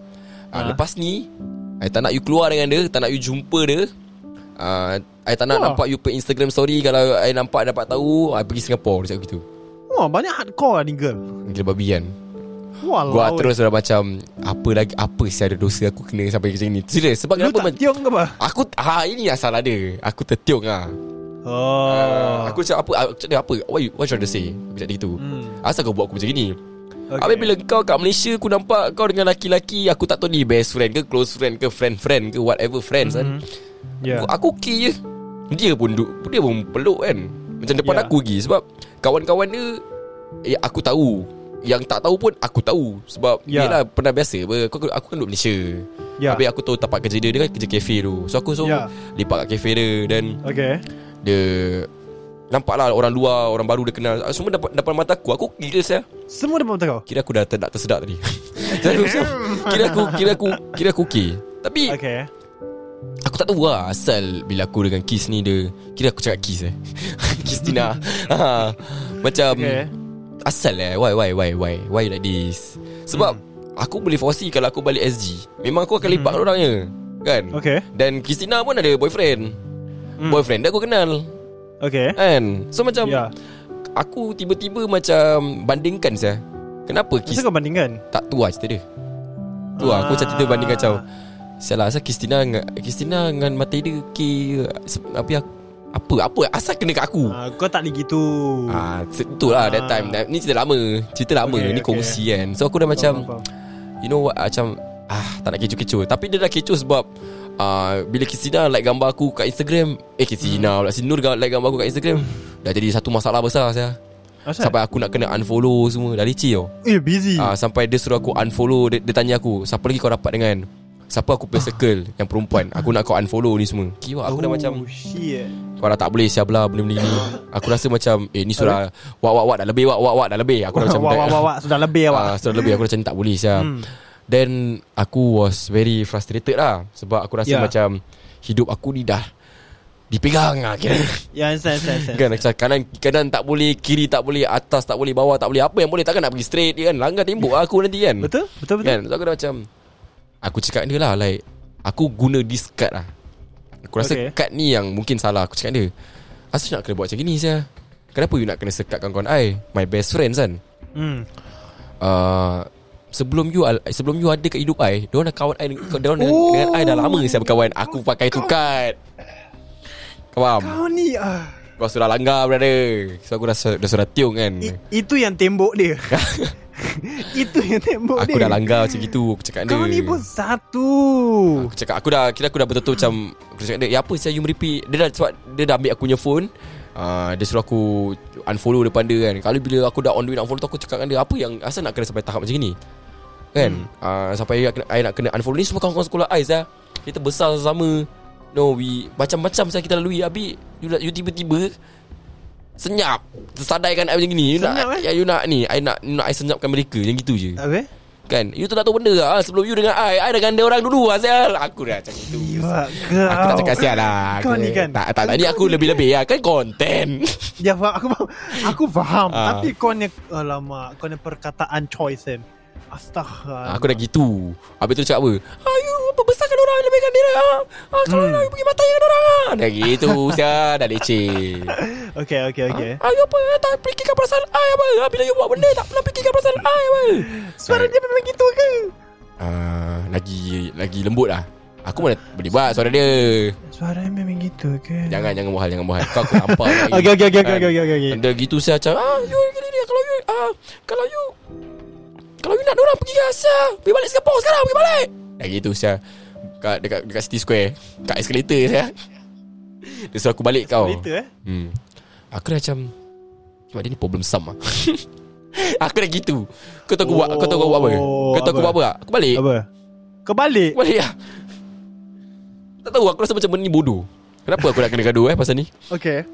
Speaker 4: Ah.
Speaker 5: uh. Lepas ni I tak nak you keluar dengan dia Tak nak you jumpa dia uh, I tak nak
Speaker 4: Wah.
Speaker 5: nampak you per Instagram story Kalau I nampak dapat tahu I pergi Singapore Dia cakap gitu
Speaker 4: Wah banyak hardcore lah ni girl
Speaker 5: Gila babi kan
Speaker 4: Walau
Speaker 5: Gua terus dah macam Apa lagi Apa sih ada dosa aku kena sampai macam ni Serius sebab
Speaker 4: Lu
Speaker 5: kenapa
Speaker 4: tak
Speaker 5: man-
Speaker 4: tiong ke apa?
Speaker 5: Aku ha, Ini yang salah dia Aku tertiung lah
Speaker 4: Oh.
Speaker 5: uh, Aku cakap apa Aku cakap dia apa What, you, what you want to say Aku cakap dia gitu
Speaker 4: Hmm.
Speaker 5: Asal kau buat aku macam ni okay. Habis bila kau kat Malaysia Aku nampak kau dengan laki-laki Aku tak tahu ni best friend ke Close friend ke Friend-friend ke Whatever friends mm-hmm. kan
Speaker 4: yeah.
Speaker 5: aku, aku okay je Dia pun duk, Dia pun peluk kan Macam depan
Speaker 4: Yeah.
Speaker 5: aku pergi Sebab Kawan-kawan dia eh, Aku tahu Yang tak tahu pun Aku tahu Sebab
Speaker 4: Yeah.
Speaker 5: yeah. Yelah pernah biasa apa. aku, aku kan duduk Malaysia
Speaker 4: Yeah.
Speaker 5: yeah. Habis aku tahu tempat kerja dia Dia kan kerja kafe tu So aku so
Speaker 4: Yeah.
Speaker 5: yeah. Lipat kat kafe dia Dan
Speaker 4: Okay.
Speaker 5: Dia Nampak lah orang luar Orang baru dia kenal Ah, Semua depan, depan mata aku Aku gila saya
Speaker 4: Semua depan mata kau.
Speaker 5: Kira aku dah tak tersedak tadi Kira aku Kira aku Kira aku Kira aku okay Tapi okay.
Speaker 4: Okay.
Speaker 5: Aku tak tahu lah Asal bila aku dengan Kiss ni dia Kira aku cakap Kiss eh Kiss Tina ha, Macam
Speaker 4: Okay.
Speaker 5: okay. Asal eh Why why why why Why you like this Sebab
Speaker 4: Hmm.
Speaker 5: Aku boleh foresee Kalau aku balik SG Memang aku akan lepak hmm. orangnya Kan
Speaker 4: Okay.
Speaker 5: Dan Christina pun ada boyfriend
Speaker 4: Hmm.
Speaker 5: Boyfriend dia aku kenal
Speaker 4: Okay.
Speaker 5: Kan So macam
Speaker 4: Ya.
Speaker 5: yeah. Aku tiba-tiba macam Bandingkan saya Kenapa Kiss
Speaker 4: Masa kau bandingkan?
Speaker 5: tak tu lah cerita dia Tu lah aku macam cerita banding
Speaker 4: Ah.
Speaker 5: kacau Sialah asal Kristina dengan Kristina dengan mata dia okay Se- Tapi aku apa apa asal kena kat aku
Speaker 4: Ah, kau tak lagi gitu.
Speaker 5: Ah, se- tu lah that
Speaker 4: Ah.
Speaker 5: time That- Ni cerita lama Cerita lama
Speaker 4: Okay,
Speaker 5: Ni
Speaker 4: okay.
Speaker 5: kongsi kan So aku dah macam
Speaker 4: Faham, faham.
Speaker 5: You know what Macam ah, Tak nak kecoh-kecoh Tapi dia dah kecoh sebab uh, Bila Kisina like gambar aku kat Instagram Eh Kisina
Speaker 4: Hmm.
Speaker 5: pula Si Nur ga- like gambar aku kat Instagram Dah jadi satu masalah besar saya
Speaker 4: Asal?
Speaker 5: Sampai aku nak kena unfollow semua Dah leceh tau
Speaker 4: Eh busy
Speaker 5: Ah uh, sampai dia suruh aku unfollow dia, dia tanya aku siapa lagi kau rapat dengan siapa aku play circle yang perempuan aku nak kau unfollow ni semua kiwa Ah. aku oh. dah macam
Speaker 4: Shit
Speaker 5: kau dah tak boleh siap lah benda-benda ni aku rasa macam eh ni sudah wak wak wak dah lebih wak wak wak dah lebih aku
Speaker 4: Wah
Speaker 5: dah macam
Speaker 4: wah wah wah Sudah lebih
Speaker 5: Ah,
Speaker 4: awak
Speaker 5: sudah lebih aku dah macam tak boleh siap
Speaker 4: Hmm.
Speaker 5: then aku was very frustrated lah sebab aku rasa
Speaker 4: Yeah.
Speaker 5: macam hidup aku ni dah dipegang lah kira
Speaker 4: Ya understand understand,
Speaker 5: Kan
Speaker 4: understand
Speaker 5: macam kanan kanan tak boleh, kiri tak boleh, atas tak boleh, bawah tak boleh. Apa yang boleh takkan nak pergi straight dia kan. Langgar tembok lah aku nanti kan.
Speaker 4: Betul Betul betul
Speaker 5: Kan so aku dah macam Aku cakap dia lah Like Aku guna this card lah Aku rasa
Speaker 4: Okay.
Speaker 5: okay. card ni yang Mungkin salah Aku cakap dia Asal you nak kena buat macam ni saya Kenapa you nak kena sekat kawan-kawan I My best friends kan
Speaker 4: Hmm
Speaker 5: uh, Sebelum you al- Sebelum you ada kat hidup I Diorang dah kawan I Diorang dengan,
Speaker 4: Oh.
Speaker 5: dengan I dah lama Saya berkawan Aku pakai tu card Kau faham
Speaker 4: Kau ni ah.
Speaker 5: Kau sudah langgar brother So aku dah, su- dah sudah tiung kan
Speaker 4: I, Itu yang tembok dia Itu yang tembok
Speaker 5: Aku
Speaker 4: dia
Speaker 5: dah langgar macam gitu Aku cakap dia
Speaker 4: oh, Kau ni pun satu
Speaker 5: Aku cakap aku dah kira aku dah betul-betul macam aku cakap dia, "Ya apa saya you meripik?" Dia dah sebab dia dah ambil aku punya phone. Uh, dia suruh aku unfollow depan dia kan Kali bila aku dah on the way nak unfollow tu Aku cakap dengan dia Apa yang asal nak kena sampai tahap macam ni Kan hmm. uh, Sampai I, nak kena- I nak kena unfollow Ni semua kawan-kawan sekolah I Zah Kita besar sama No we Macam-macam saya kita lalui Habis you, nak- you tiba-tiba Senyap Tersadaikan I macam ni you
Speaker 4: Senyap,
Speaker 5: nak, ya,
Speaker 4: eh?
Speaker 5: You nak ni I nak, you nak I senyapkan mereka Macam gitu je
Speaker 4: Apa?
Speaker 5: Kan You tu tak tahu benda lah Sebelum you dengan I I dah ganda orang dulu Azal Aku dah macam itu
Speaker 4: Iwak Ya, kau
Speaker 5: Aku tak cakap sial lah
Speaker 4: Kau
Speaker 5: Aku-
Speaker 4: ni kan.
Speaker 5: Tak tak tadi aku lebih-lebih lah Kan konten
Speaker 4: Ya faham Aku faham Aku faham
Speaker 5: Ah.
Speaker 4: Tapi kau ni Alamak Kau ni perkataan choice kan Astaghfirullah
Speaker 5: Aku dah gitu Habis tu dia cakap apa Ayu Pembesarkan orang Lebihkan dia ah. ah, Kalau hmm. nak you pergi mata dengan orang ah. Dah gitu Sial Dah leceh
Speaker 4: Okay okay okay
Speaker 5: ah, You apa Tak fikirkan perasaan I apa Ah, Bila you buat benda Tak pernah fikirkan perasaan I apa
Speaker 4: Suara dia memang gitu ke?
Speaker 5: ah, Lagi Lagi lembut lah Aku mana boleh buat suara dia
Speaker 4: Suara dia memang gitu ke?
Speaker 5: Jangan jangan buat hal Jangan buat hal Kau aku nampak lagi.
Speaker 4: Okay okay okay okay
Speaker 5: Kan?
Speaker 4: okay okay, okay.
Speaker 5: Dia gitu saya macam ah you gini dia kalau you ah kalau you kalau you nak orang pergi ke Asia, pergi balik Singapura sekarang, pergi balik. Dah gitu saya kat dekat dekat City Square, kat eskalator saya. Dia suruh aku balik kau.
Speaker 4: Later eh
Speaker 5: Hmm. Aku dah macam Sebab dia ni problem sum lah Aku dah gitu Kau tahu aku buat Kau tahu aku buat apa
Speaker 4: Oh,
Speaker 5: Kau tahu aku
Speaker 4: apa?
Speaker 5: buat apa tak? Aku balik
Speaker 4: Apa? Kau balik?
Speaker 5: Aku balik lah Tak tahu aku rasa macam benda ni bodoh Kenapa aku nak kena gaduh eh pasal ni
Speaker 4: Okay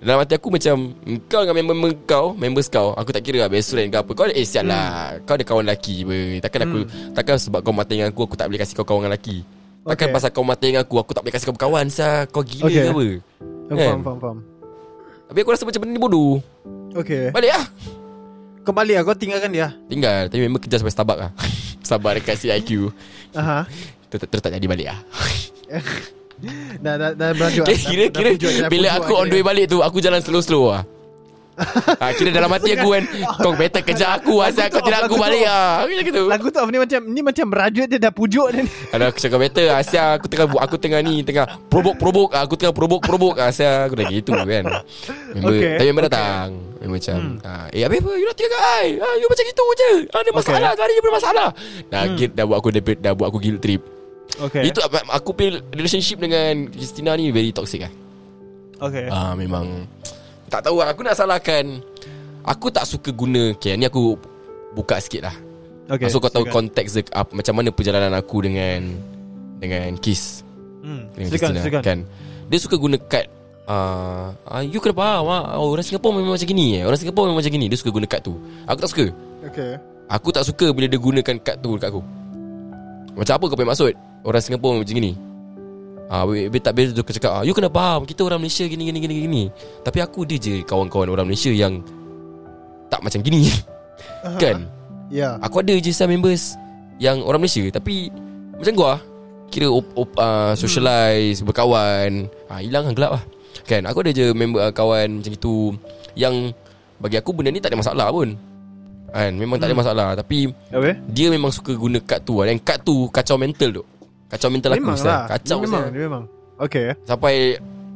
Speaker 5: dalam hati aku macam Kau dengan member kau Members kau Aku tak kira lah Best friend ke apa Kau ada eh sial lah
Speaker 4: Hmm.
Speaker 5: Kau ada kawan lelaki ber. Takkan aku Takkan sebab kau mata dengan aku Aku tak boleh kasih kau kawan dengan lelaki Takkan
Speaker 4: Okay.
Speaker 5: pasal kau mata dengan aku Aku tak boleh kasih kau berkawan sah. Kau gila
Speaker 4: Okay. Aku Oh,
Speaker 5: okay. ke apa Kan?
Speaker 4: Faham faham faham
Speaker 5: Habis aku rasa macam benda ni bodoh
Speaker 4: Okay
Speaker 5: Balik lah
Speaker 4: Kau balik lah Kau tinggalkan dia
Speaker 5: Tinggal Tapi member kerja sampai Starbucks lah Sabar dekat CIQ
Speaker 4: Aha.
Speaker 5: Terus terus tak jadi balik lah
Speaker 4: Dah dah dah berajuk.
Speaker 5: Okay, kira kira bila aku on the way balik tu aku jalan slow-slow ah. ha, kira dalam hati aku kan Kau better kejar aku
Speaker 4: Lagu
Speaker 5: Asal kau
Speaker 4: tu
Speaker 5: tidak
Speaker 4: off,
Speaker 5: aku
Speaker 4: lagu tu
Speaker 5: balik
Speaker 4: off.
Speaker 5: ah. Macam gitu
Speaker 4: Lagu tu ni macam ni macam berajuk dia dah pujuk dia ni.
Speaker 5: Aduh aku cakap better Asia aku tengah buat Aku tengah ni Tengah probok-probok ah, Aku tengah probok-probok Asia aku dah gitu kan
Speaker 4: Okay,
Speaker 5: Member okay, Tapi member
Speaker 4: okay.
Speaker 5: okay. datang Member macam ah, Eh habis apa You nak tinggal kat I ah, You macam gitu je ah, Ada masalah okay. Hari ni bermasalah Dah, guilt, dah buat aku Dah, dah buat aku guilt trip
Speaker 4: Okay.
Speaker 5: okay. Itu apa- aku punya Relationship dengan Christina ni Very toxic lah
Speaker 4: Okay.
Speaker 5: Ah memang tak tahu lah aku nak salahkan. Aku tak suka guna okay, ni aku buka sikit lah. Okay, so kau tahu
Speaker 4: silakan.
Speaker 5: konteks dia, uh, macam mana perjalanan aku dengan dengan Kiss
Speaker 4: Hmm.
Speaker 5: dengan
Speaker 4: Silakan
Speaker 5: Christina
Speaker 4: silakan.
Speaker 5: kan. Dia suka guna kad Uh, uh, you kena faham ah. oh, Orang Singapura memang macam gini eh. Orang Singapura memang macam gini Dia suka guna kad tu Aku tak suka
Speaker 4: Okay.
Speaker 5: Aku tak suka bila dia gunakan kad tu dekat aku Macam apa kau punya maksud Orang Singapura memang macam gini Ah, ha, tak biasa dia cakap ah, You kena faham Kita orang Malaysia gini gini gini gini Tapi aku dia je kawan-kawan orang Malaysia yang Tak macam gini Kan
Speaker 4: Ya.
Speaker 5: Aku ada je some members Yang orang Malaysia Tapi Macam gua Kira op, op,
Speaker 4: Hmm.
Speaker 5: uh, socialize Berkawan ha, Hilang lah gelap lah Kan Aku ada je member uh, kawan Macam itu Yang Bagi aku benda ni tak ada masalah pun Kan Memang tak ada
Speaker 4: Hmm.
Speaker 5: masalah Tapi
Speaker 4: Apa?
Speaker 5: Dia memang suka guna kad tu lah. Dan kad tu Kacau mental tu Kacau mental
Speaker 4: Memang
Speaker 5: aku
Speaker 4: lah.
Speaker 5: Ustaz. Kacau
Speaker 4: Dia memang
Speaker 5: Ustaz.
Speaker 4: dia memang. Okay.
Speaker 5: Sampai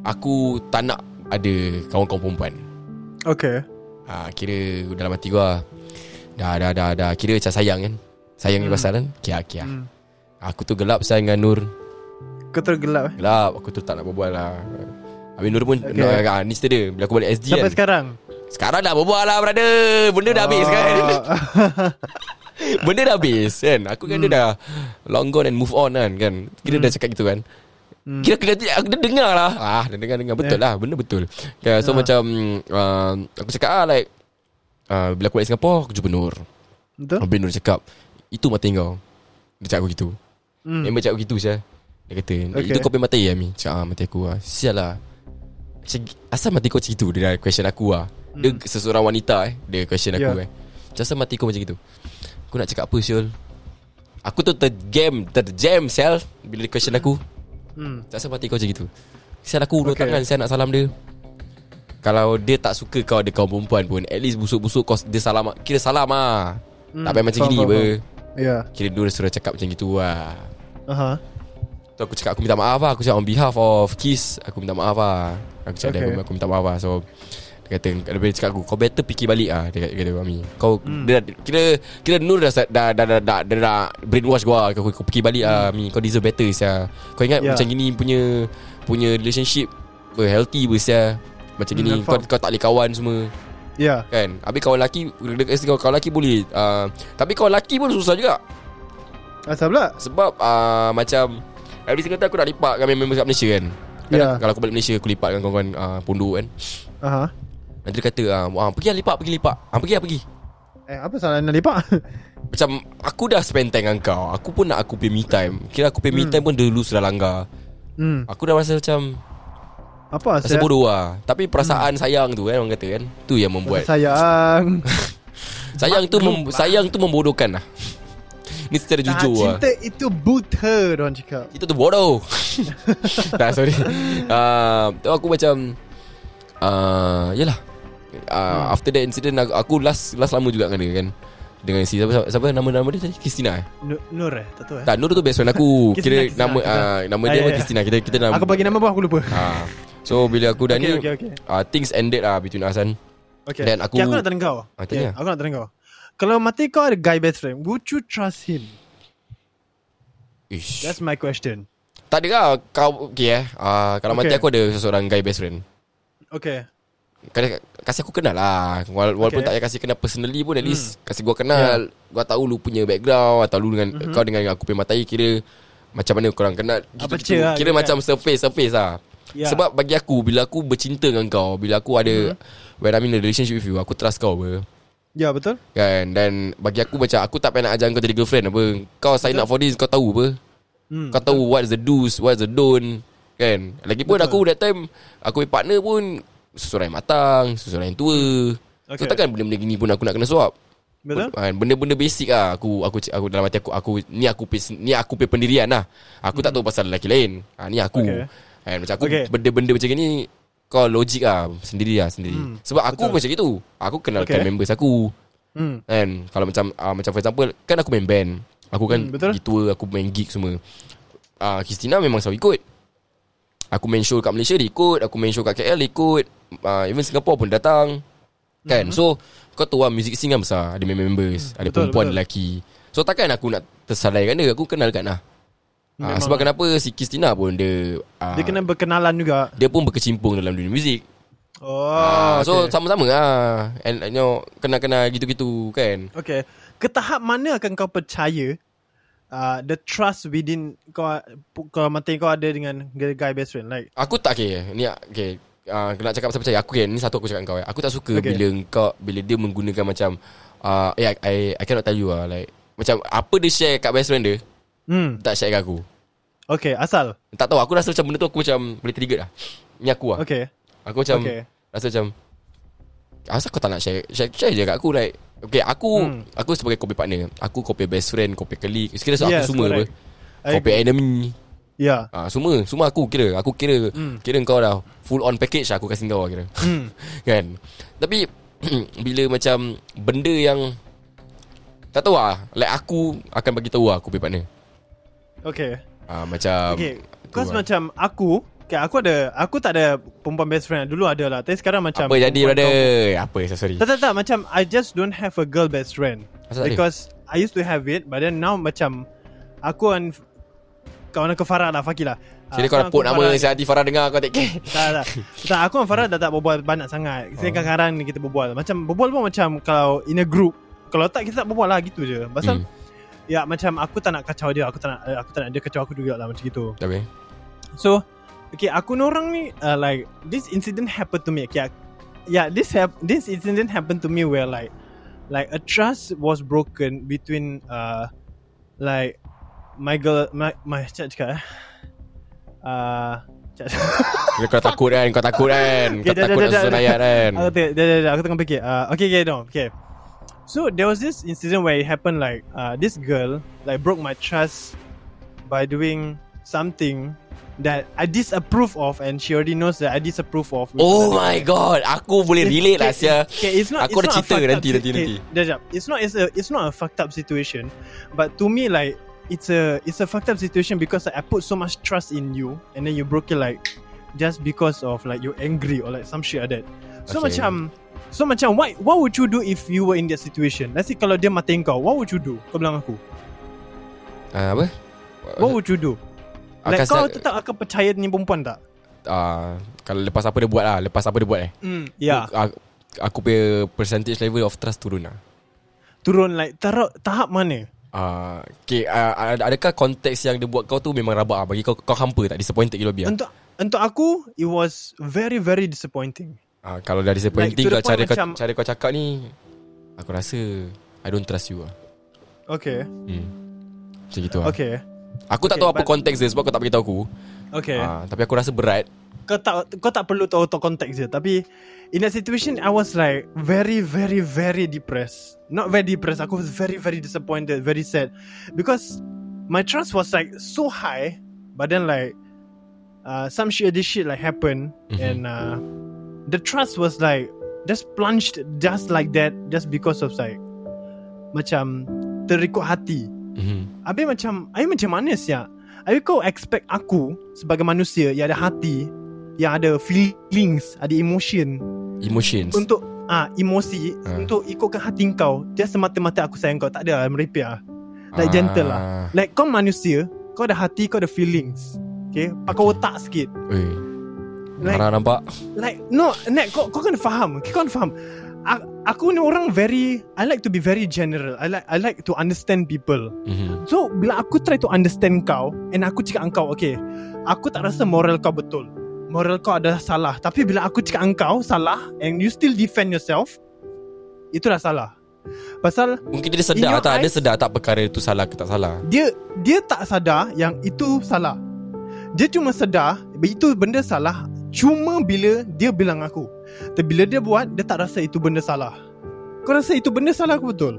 Speaker 5: Aku tak nak Ada Kawan-kawan perempuan
Speaker 4: Okay.
Speaker 5: ha, Kira dalam hati gua lah. Dah dah dah dah Kira macam sayang kan Sayang ni pasal kan Kia kia
Speaker 4: Hmm.
Speaker 5: Aku tu gelap saya dengan Nur
Speaker 4: Kau terus gelap eh
Speaker 5: Gelap Aku tu tak nak berbual lah Habis Nur pun
Speaker 4: Okay.
Speaker 5: okay. no, Ni cerita dia Bila aku balik SD
Speaker 4: Sampai
Speaker 5: kan
Speaker 4: sekarang Ah.
Speaker 5: Sekarang dah berbual lah brother Benda dah habis kan Benda dah habis kan Aku kan dia
Speaker 4: Hmm.
Speaker 5: dah Long gone and move on kan kan Kira dah cakap gitu kan
Speaker 4: Hmm.
Speaker 5: Kira aku, aku dah dengar lah Ah dah dengar-dengar Betul lah Benda betul yeah,
Speaker 4: Ah.
Speaker 5: So macam uh, Aku cakap ah like uh, Bila aku balik Singapura Aku jumpa Nur
Speaker 4: Betul
Speaker 5: Habis Nur cakap Itu mata kau Dia cakap aku gitu
Speaker 4: Hmm.
Speaker 5: Member cakap aku gitu saya Dia kata
Speaker 4: Okay.
Speaker 5: okay. Itu kau punya mata ya Mi Cakap ah, mata aku lah Sial lah Macam, Asal mati kau macam gitu Dia dah question aku lah
Speaker 4: Hmm.
Speaker 5: Dia seseorang wanita eh Dia question aku
Speaker 4: Yeah.
Speaker 5: eh Macam asal mati kau macam gitu Aku nak cakap apa Syul Aku tu tergam Terjam Sel Bila dia question aku
Speaker 4: Hmm.
Speaker 5: Tak asal mati kau macam gitu Sial aku ulur
Speaker 4: Okay.
Speaker 5: okay. tangan Saya nak salam dia Kalau dia tak suka kau Ada kau perempuan pun At least busuk-busuk kau Dia salam Kira salam lah
Speaker 4: Hmm,
Speaker 5: Tak payah macam
Speaker 4: faham,
Speaker 5: gini
Speaker 4: faham,
Speaker 5: ber
Speaker 4: faham. Ya
Speaker 5: Kira dia suruh cakap macam gitu lah
Speaker 4: Aha
Speaker 5: Tu aku cakap aku minta maaf lah Aku cakap on behalf of Kiss Aku minta maaf lah Aku cakap
Speaker 4: Okay.
Speaker 5: okay. dia aku minta maaf lah So dia kata Dia cakap aku Kau better fikir balik lah Dia kata, dia kata Mami Kau hmm. dia, dah- Kira Kira Nur dah Dah dah, dah, dah, dah, dah, dah Brainwash gua Kau, kau fikir balik lah Mami Kau deserve better sia. Kau ingat
Speaker 4: Hmm. Ya.
Speaker 5: yeah. macam gini punya Punya relationship ber, Healthy ber sia. Macam
Speaker 4: Hmm,
Speaker 5: gini
Speaker 4: nampak.
Speaker 5: kau, kau tak boleh kawan semua
Speaker 4: Ya
Speaker 5: Kan Habis kawan lelaki Kau kawan lelaki boleh uh, Tapi kawan lelaki pun susah juga
Speaker 4: Asal pula
Speaker 5: sebab uh, macam Every single time aku nak lipat Dengan member kat Malaysia kan
Speaker 4: Ya.
Speaker 5: Kadang, Kalau aku balik Malaysia Aku lipat dengan kawan-kawan uh, pondok kan
Speaker 4: Aha
Speaker 5: Nanti dia kata ah, ah, Pergi lah lipat Pergi lipat ah, Pergi lah pergi
Speaker 4: Eh apa salah nak lepak
Speaker 5: Macam Aku dah spend time dengan kau Aku pun nak aku pay me time Kira aku pay me time pun Dulu sudah langgar
Speaker 4: Hmm
Speaker 5: Aku dah rasa macam
Speaker 4: Apa
Speaker 5: Rasa
Speaker 4: asal
Speaker 5: bodoh lah Tapi
Speaker 4: Hmm.
Speaker 5: perasaan sayang tu kan Orang kata kan Tu yang membuat
Speaker 4: Sayang
Speaker 5: Sayang tu mem- Sayang tu membodohkan lah Ni secara
Speaker 4: Tak,
Speaker 5: jujur lah
Speaker 4: Cinta itu buta Diorang cakap
Speaker 5: Itu tu bodoh Tak sorry uh, Tu aku macam uh, Yelah uh, After that incident aku, aku last last lama juga dengan dia kan Dengan si Siapa, siapa, siapa nama-nama dia tadi? Christina eh?
Speaker 4: Nur, Nur eh Tak tahu eh
Speaker 5: Tak Nur tu best friend aku
Speaker 4: Christina,
Speaker 5: Kira
Speaker 4: Christina,
Speaker 5: nama
Speaker 4: Christina.
Speaker 5: uh, Nama
Speaker 4: Ah, ya,
Speaker 5: dia apa
Speaker 4: ya.
Speaker 5: Christina Kita kita nama
Speaker 4: Aku bagi nama pun aku lupa
Speaker 5: uh, So bila aku dah
Speaker 4: Okay,
Speaker 5: ni
Speaker 4: okay, okay.
Speaker 5: Uh, Things ended lah Between us kan
Speaker 4: Okay.
Speaker 5: Dan aku-
Speaker 4: okay, aku nak tanya kau.
Speaker 5: Ah, tanya.
Speaker 4: Okay, aku nak tanya kau. Kalau mati kau ada guy best friend, would you trust him?
Speaker 5: Ish.
Speaker 4: That's my question.
Speaker 5: Tak ada lah Kau Okay eh uh, Kalau
Speaker 4: Okay.
Speaker 5: mati aku ada Seseorang guy best friend
Speaker 4: Okay.
Speaker 5: Kasi, kasi aku kenal lah Wala-
Speaker 4: Okay.
Speaker 5: Walaupun okay. tak payah kasi kenal personally pun At least Kasi gua kenal yeah. Gua tahu lu punya background Atau lu dengan mm-hmm. Ah, Kau dengan aku punya matai Kira Macam mana korang kenal gitu,
Speaker 4: Apa
Speaker 5: gitu.
Speaker 4: cia lah, kira
Speaker 5: Kira macam surface-surface lah
Speaker 4: Yeah.
Speaker 5: yeah. Sebab bagi aku Bila aku bercinta dengan kau Bila aku ada mm-hmm. When I'm in a relationship with you Aku trust kau apa
Speaker 4: Ya, yeah, betul?
Speaker 5: Kan Dan bagi aku macam Aku tak payah nak ajar kau jadi girlfriend apa Kau sign up for this Kau tahu apa
Speaker 4: Hmm.
Speaker 5: Kau tahu what's the do's What's the don't Kan Lagipun aku that time Aku punya partner pun Seseorang yang matang Seseorang yang tua okay. So
Speaker 4: Okay.
Speaker 5: takkan benda-benda gini pun Aku nak kena suap
Speaker 4: Betul?
Speaker 5: Kan, Benda-benda basic lah Aku aku, aku dalam hati aku, aku Ni aku pay- ni aku punya pendirian lah Aku tak tahu pasal lelaki lain ha, Ni aku
Speaker 4: Hmm. Okay.
Speaker 5: okay. kan, Macam aku
Speaker 4: Okay.
Speaker 5: Benda-benda macam ni Kau logik lah Sendiri lah sendiri
Speaker 4: Hmm,
Speaker 5: Sebab aku
Speaker 4: betul.
Speaker 5: macam itu Aku
Speaker 4: Okay.
Speaker 5: kenalkan okay. members aku
Speaker 4: Hmm.
Speaker 5: Kan Kalau macam uh, Macam for example Kan aku main band Aku kan
Speaker 4: Hmm,
Speaker 5: hmm,
Speaker 4: betul.
Speaker 5: Gitua Aku main gig semua uh, Christina memang selalu ikut Aku main show kat Malaysia Dia ikut Aku main show kat KL Dia ikut uh, Even Singapore pun datang Kan mm-hmm. So Kau tahu lah Music scene kan besar Ada members
Speaker 4: Hmm.
Speaker 5: Ada
Speaker 4: betul,
Speaker 5: perempuan
Speaker 4: betul.
Speaker 5: Lelaki So takkan aku nak Tersalaikan dia Aku kenalkan lah uh,
Speaker 4: Memang
Speaker 5: Sebab
Speaker 4: lah.
Speaker 5: kenapa Si Christina pun dia uh,
Speaker 4: Ah. Dia kena berkenalan juga.
Speaker 5: dia pun berkecimpung dalam dunia muzik
Speaker 4: Oh,
Speaker 5: Ah,
Speaker 4: okay.
Speaker 5: So sama-sama lah And you know Kena-kena gitu-gitu kan
Speaker 4: okay. Ke tahap mana akan kau percaya uh, the trust within kau kalau mati kau ada dengan guy best friend like
Speaker 5: Aku tak okay Ni okay uh, Nak cakap pasal percaya Aku kan Ni satu aku cakap dengan kau eh. Aku tak suka
Speaker 4: Okay.
Speaker 5: okay. Bila kau Bila dia menggunakan macam uh, yeah, I, I cannot tell you lah like, Macam Apa dia share kat best friend dia
Speaker 4: hmm
Speaker 5: Tak share kat aku
Speaker 4: okay asal
Speaker 5: Tak tahu Aku rasa macam benda tu Aku macam Boleh trigger lah Ni aku lah okay.
Speaker 4: okay
Speaker 5: Aku macam
Speaker 4: Okay.
Speaker 5: okay. Rasa macam Asal kau tak nak share Share, share je kat aku like Okay aku
Speaker 4: Hmm.
Speaker 5: Aku sebagai kopi partner Aku kopi best friend Kopi colleague Sekiranya so
Speaker 4: Yes,
Speaker 5: aku semua apa
Speaker 4: correct. I
Speaker 5: Kopi enemy
Speaker 4: yeah
Speaker 5: Ah, semua semua aku kira. Aku kira
Speaker 4: Hmm.
Speaker 5: hmm. kira kau dah full on package lah aku kasi kau lah kira.
Speaker 4: Hmm.
Speaker 5: Hmm. kan. Tapi bila macam benda yang tak tahu lah Like aku akan bagi tahu lah Aku punya partner
Speaker 4: okay
Speaker 5: ah, Macam
Speaker 4: Okay
Speaker 5: tu
Speaker 4: Cause
Speaker 5: lah.
Speaker 4: macam aku okay, Aku ada Aku tak ada Perempuan best friend Dulu ada lah Tapi sekarang macam
Speaker 5: Apa jadi
Speaker 4: perempuan
Speaker 5: brother
Speaker 4: kau-
Speaker 5: Apa sorry
Speaker 4: Tak tak tak Macam I just don't have a girl best friend
Speaker 5: Asal tak ada?
Speaker 4: Because I used to have it But then now macam Aku and Kawan aku Farah lah Fakir lah
Speaker 5: Kira
Speaker 4: Ah,
Speaker 5: kau dah
Speaker 4: sekarang
Speaker 5: put
Speaker 4: aku
Speaker 5: nama
Speaker 4: Farah
Speaker 5: Si Hati Farah dengar Kau take care
Speaker 4: Tak tak Tak aku dengan Farah dah tak berbual banyak sangat Saya
Speaker 5: Ah.
Speaker 4: kadang-kadang ni kita berbual Macam berbual pun macam Kalau in a group Kalau tak kita tak berbual lah gitu je Pasal
Speaker 5: Hmm.
Speaker 4: Ya macam aku tak nak kacau dia Aku tak nak eh, Aku tak nak dia kacau aku juga lah Macam gitu
Speaker 5: Tapi
Speaker 4: So Okay aku ni orang ni uh, Like This incident happened to me Okay ak- Yeah this hap- this incident happened to me Where like Like a trust was broken Between uh, Like My girl My, my Cakap cakap eh uh, Cakap cakap
Speaker 5: Kira kau takut kan Kau takut kan
Speaker 4: Okay,
Speaker 5: Kau
Speaker 4: dah, dah,
Speaker 5: takut
Speaker 4: dah,
Speaker 5: nak
Speaker 4: dah,
Speaker 5: susun
Speaker 4: dah.
Speaker 5: ayat kan
Speaker 4: Aku tengok dah, dah, dah, Aku tengah fikir uh, Okay okay no Okay So there was this incident where it happened like uh, This girl Like broke my trust By doing Something That I disapprove of And she already knows that I disapprove of
Speaker 5: Oh my god Aku boleh relate lah Sia
Speaker 4: Okay, it's not,
Speaker 5: Aku
Speaker 4: it's not a
Speaker 5: ada cerita
Speaker 4: fucked up
Speaker 5: nanti,
Speaker 4: si-
Speaker 5: nanti, nanti.
Speaker 4: Okay, Jap, jap. It's not it's a it's not a fucked up situation, but to me like it's a it's a fucked up situation because like, I put so much trust in you and then you broke it like just because of like you're angry or like some shit like that. So
Speaker 5: Okay.
Speaker 4: macam so macam what what would you do if you were in that situation? Let's say kalau dia matain kau, what would you do? Kau bilang aku.
Speaker 5: Ah, Apa
Speaker 4: What would you do? Like
Speaker 5: Akan
Speaker 4: kau
Speaker 5: sa-
Speaker 4: tetap akan percaya ni perempuan tak?
Speaker 5: Ah, Kalau lepas apa dia buat lah Lepas apa dia buat eh
Speaker 4: Hmm, ya.
Speaker 5: Aku, aku- aku punya percentage level of trust turun lah
Speaker 4: Turun like tara- tahap mana?
Speaker 5: Ah, okay, ah, ad- adakah konteks yang dia buat kau tu memang rabak ah? Bagi kau kau hampa tak disappointed ke lebih? ah?
Speaker 4: Untuk untuk aku it was very very disappointing.
Speaker 5: Ah, kalau dah
Speaker 4: Like,
Speaker 5: disappointing
Speaker 4: to the
Speaker 5: like, cara
Speaker 4: point
Speaker 5: kau,
Speaker 4: macam-
Speaker 5: cara kau cakap ni aku rasa I don't trust you ah.
Speaker 4: Okay.
Speaker 5: Hmm. Macam gitu ah.
Speaker 4: Okay.
Speaker 5: Aku tak
Speaker 4: okay,
Speaker 5: tahu apa
Speaker 4: but-
Speaker 5: konteks dia sebab kau tak beritahu aku.
Speaker 4: Okay. Uh,
Speaker 5: Ah, tapi aku rasa berat.
Speaker 4: kau tak kau tak perlu tahu tahu konteks dia tapi in that situation I was like very very very depressed. Not very depressed. Aku was very very disappointed, very sad because my trust was like so high but then like uh, some shit this shit like happened
Speaker 5: Mhm.
Speaker 4: and uh, the trust was like just plunged just like that just because of like macam terikut hati.
Speaker 5: Mhm.
Speaker 4: Habis macam Habis macam mana siap Habis kau expect aku Sebagai manusia Yang ada hati Yang ada feelings Ada emotion
Speaker 5: Emotions.
Speaker 4: Untuk ah Emosi
Speaker 5: Ah.
Speaker 4: Untuk ikutkan hati kau Just semata-mata aku sayang kau Tak ada lah merepek lah Like
Speaker 5: Ah.
Speaker 4: gentle lah Like kau manusia Kau ada hati Kau ada feelings Okay Pakai
Speaker 5: Okay.
Speaker 4: otak sikit
Speaker 5: Oi.
Speaker 4: Like-
Speaker 5: Hara nampak
Speaker 4: Like No Nek kau, kau kena faham okay, Kau kena faham A- Aku ni orang very I like to be very general I like I like to understand people
Speaker 5: Mhm.
Speaker 4: So bila aku try to understand kau And aku cakap engkau Okay Aku tak rasa moral kau betul Moral kau adalah salah Tapi bila aku cakap engkau Salah And you still defend yourself Itulah salah Pasal
Speaker 5: Mungkin
Speaker 4: In
Speaker 5: dia sedar
Speaker 4: your
Speaker 5: tak Dia
Speaker 4: eyes-
Speaker 5: sedar tak perkara itu salah ke tak salah
Speaker 4: Dia Dia tak sadar Yang itu salah Dia cuma sedar Itu benda salah Cuma bila Dia bilang aku Tapi bila dia buat Dia tak rasa itu benda salah Kau rasa itu benda salah aku betul?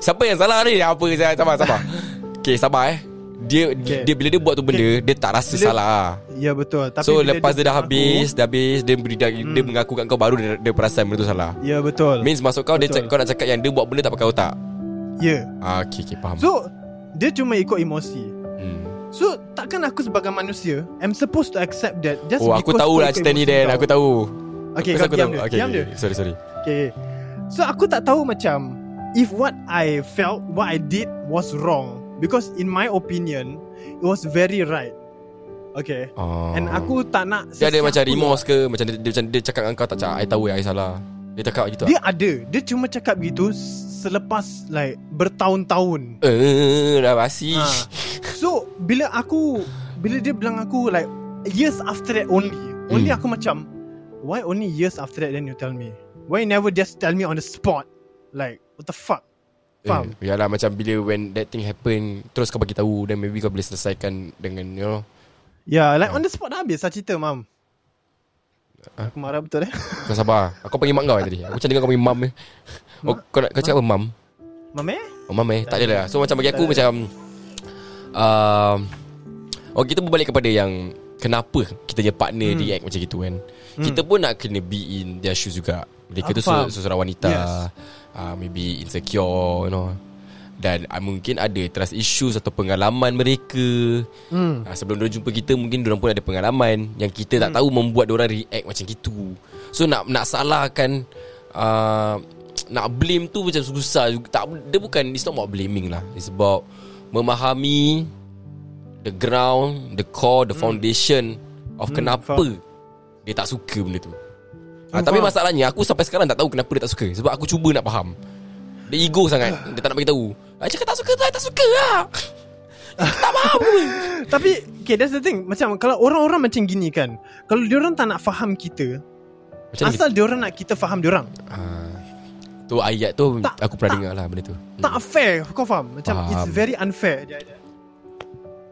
Speaker 5: Siapa yang salah ni Apa saya Sabar sabar Okay sabar eh dia,
Speaker 4: Okay.
Speaker 5: dia bila dia buat tu benda Dia tak rasa
Speaker 4: Bila-
Speaker 5: salah
Speaker 4: Ya betul Tapi
Speaker 5: So
Speaker 4: bila
Speaker 5: lepas dia,
Speaker 4: dia
Speaker 5: dah
Speaker 4: bilang
Speaker 5: habis Dah habis Dia, beri, dia, dia
Speaker 4: Hmm.
Speaker 5: mengaku kat kau Baru dia, dia perasan benda tu salah
Speaker 4: aku, Ya betul
Speaker 5: Means masuk kau dia,
Speaker 4: Betul.
Speaker 5: cak- Kau nak cakap yang Dia buat benda tak pakai otak
Speaker 4: Ya
Speaker 5: ah, Okay okay faham
Speaker 4: So Dia cuma ikut emosi
Speaker 5: hmm.
Speaker 4: So takkan aku sebagai manusia I'm supposed to accept that just
Speaker 5: Oh aku
Speaker 4: because
Speaker 5: tahu lah
Speaker 4: kau ikut
Speaker 5: cerita ni
Speaker 4: emosi
Speaker 5: Dan
Speaker 4: kau.
Speaker 5: Aku tahu
Speaker 4: Okay
Speaker 5: Aku
Speaker 4: kau
Speaker 5: rasa aku
Speaker 4: diam
Speaker 5: tahu.
Speaker 4: dia
Speaker 5: okay,
Speaker 4: Diam dia
Speaker 5: okay, Sorry sorry
Speaker 4: okay. So aku tak tahu macam If what I felt What I did Was wrong Because in my opinion It was very right Okay
Speaker 5: oh.
Speaker 4: And aku tak nak
Speaker 5: Dia ada
Speaker 4: sesiapa-
Speaker 5: macam remorse ke Macam dia, dia, macam dia cakap dengan kau Tak cakap I tahu ya I salah Dia cakap gitu
Speaker 4: Dia ada Dia cuma cakap gitu Selepas like Bertahun-tahun
Speaker 5: Eh dah basi
Speaker 4: ha. So Bila aku Bila dia bilang aku Like Years after that only Only
Speaker 5: Hmm.
Speaker 4: aku macam Why only years after that Then you tell me Why you never just tell me on the spot Like What the fuck Faham
Speaker 5: Eh, yalah macam bila when that thing happen Terus kau bagi tahu Then maybe kau boleh selesaikan Dengan you know
Speaker 4: Ya yeah, like on the spot dah habis lah cerita mam
Speaker 5: Ah.
Speaker 4: Aku marah betul eh
Speaker 5: Kau sabar Aku panggil mak kau eh tadi Aku macam dengar kau panggil mam eh. oh, kau, nak, kau cakap apa mam?
Speaker 4: Mam eh
Speaker 5: Oh mam eh Tak adalah So macam bagi aku macam um, Oh kita berbalik kepada yang Kenapa kita punya partner hmm. react macam gitu kan Kita pun nak kena be in their shoes juga Mereka
Speaker 4: Aku
Speaker 5: tu se-
Speaker 4: faham.
Speaker 5: seseorang wanita
Speaker 4: Yes.
Speaker 5: uh, Maybe insecure you know dan uh, mungkin ada trust issues atau pengalaman mereka.
Speaker 4: Hmm
Speaker 5: Ha, sebelum dia jumpa kita mungkin dia pun ada pengalaman yang kita tak tahu membuat dia react macam gitu. So nak nak salahkan uh, nak blame tu macam susah juga. Tak dia bukan it's not about blaming lah. It's about memahami the ground, the core, the foundation of kenapa
Speaker 4: Hmm. faham.
Speaker 5: dia tak suka benda tu. Ah, tapi masalahnya aku sampai sekarang tak tahu kenapa dia tak suka sebab aku cuba nak faham. Dia ego sangat. Dia tak nak bagi tahu. Ah cakap tak suka tu, I tak suka lah.
Speaker 4: Tapi Okay that's the thing Macam kalau orang-orang macam gini kan Kalau diorang tak nak faham kita
Speaker 5: Macam ni.
Speaker 4: Asal diorang nak kita faham diorang
Speaker 5: Ah, tu ayat tu
Speaker 4: Tak,
Speaker 5: aku pernah
Speaker 4: tak.
Speaker 5: dengar lah benda tu.
Speaker 4: Tak fair Kau faham Macam
Speaker 5: Faham.
Speaker 4: it's very unfair Dia- dia-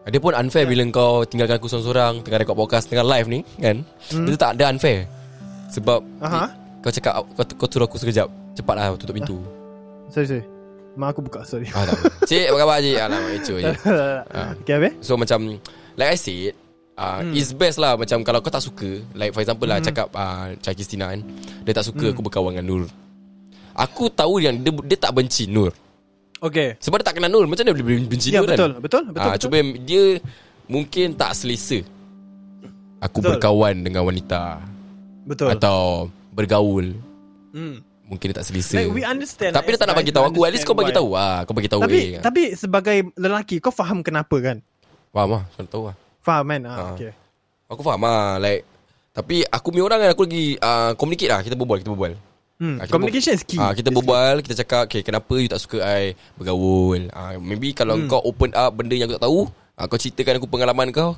Speaker 5: Hmm. Dia pun unfair bila kau tinggalkan aku seorang-seorang Tengah rekod podcast, tengah live ni kan hmm. Dia tak ada unfair Sebab
Speaker 4: Aha.
Speaker 5: Kau cakap kau, kau suruh aku sekejap Cepatlah tutup pintu
Speaker 4: Sorry sorry Mak aku buka sorry
Speaker 5: ah, tak apa. Cik apa khabar cik Alamak ecoh je Ah.
Speaker 4: Okay habis
Speaker 5: So macam Like I said uh, hmm. It's best lah Macam kalau kau tak suka Like for example lah
Speaker 4: Hmm.
Speaker 5: Cakap uh, Cakis Tina kan Dia tak suka aku berkawan dengan Nur Aku tahu yang dia, dia tak benci Nur
Speaker 4: Okay
Speaker 5: Sebab dia tak kenal Nur Macam mana dia boleh benci
Speaker 4: Ya
Speaker 5: Nur
Speaker 4: betul
Speaker 5: kan
Speaker 4: Betul betul,
Speaker 5: Ah,
Speaker 4: betul.
Speaker 5: Cuma dia Mungkin tak selesa Aku
Speaker 4: Betul.
Speaker 5: betul. berkawan dengan wanita
Speaker 4: betul.
Speaker 5: Atau Bergaul
Speaker 4: Hmm.
Speaker 5: Mungkin dia tak selesa
Speaker 4: Like we understand
Speaker 5: Tapi dia tak nak bagi tahu aku At least kau bagi tahu ah, Kau bagi tahu
Speaker 4: Tapi
Speaker 5: eh.
Speaker 4: tapi sebagai lelaki Kau faham kenapa kan
Speaker 5: Faham lah Kau tahu lah
Speaker 4: Faham kan ah,
Speaker 5: Ah.
Speaker 4: okay.
Speaker 5: Aku faham lah Like Tapi aku punya orang kan Aku lagi uh, Communicate lah Kita berbual Kita berbual
Speaker 4: hmm.
Speaker 5: Ah, kita
Speaker 4: Communication is key
Speaker 5: Ah, kita berbual, kita cakap, okay, kenapa you tak suka I bergaul? Ah, maybe kalau
Speaker 4: Hmm.
Speaker 5: kau open up benda yang aku tak tahu, ah, kau ceritakan aku pengalaman kau.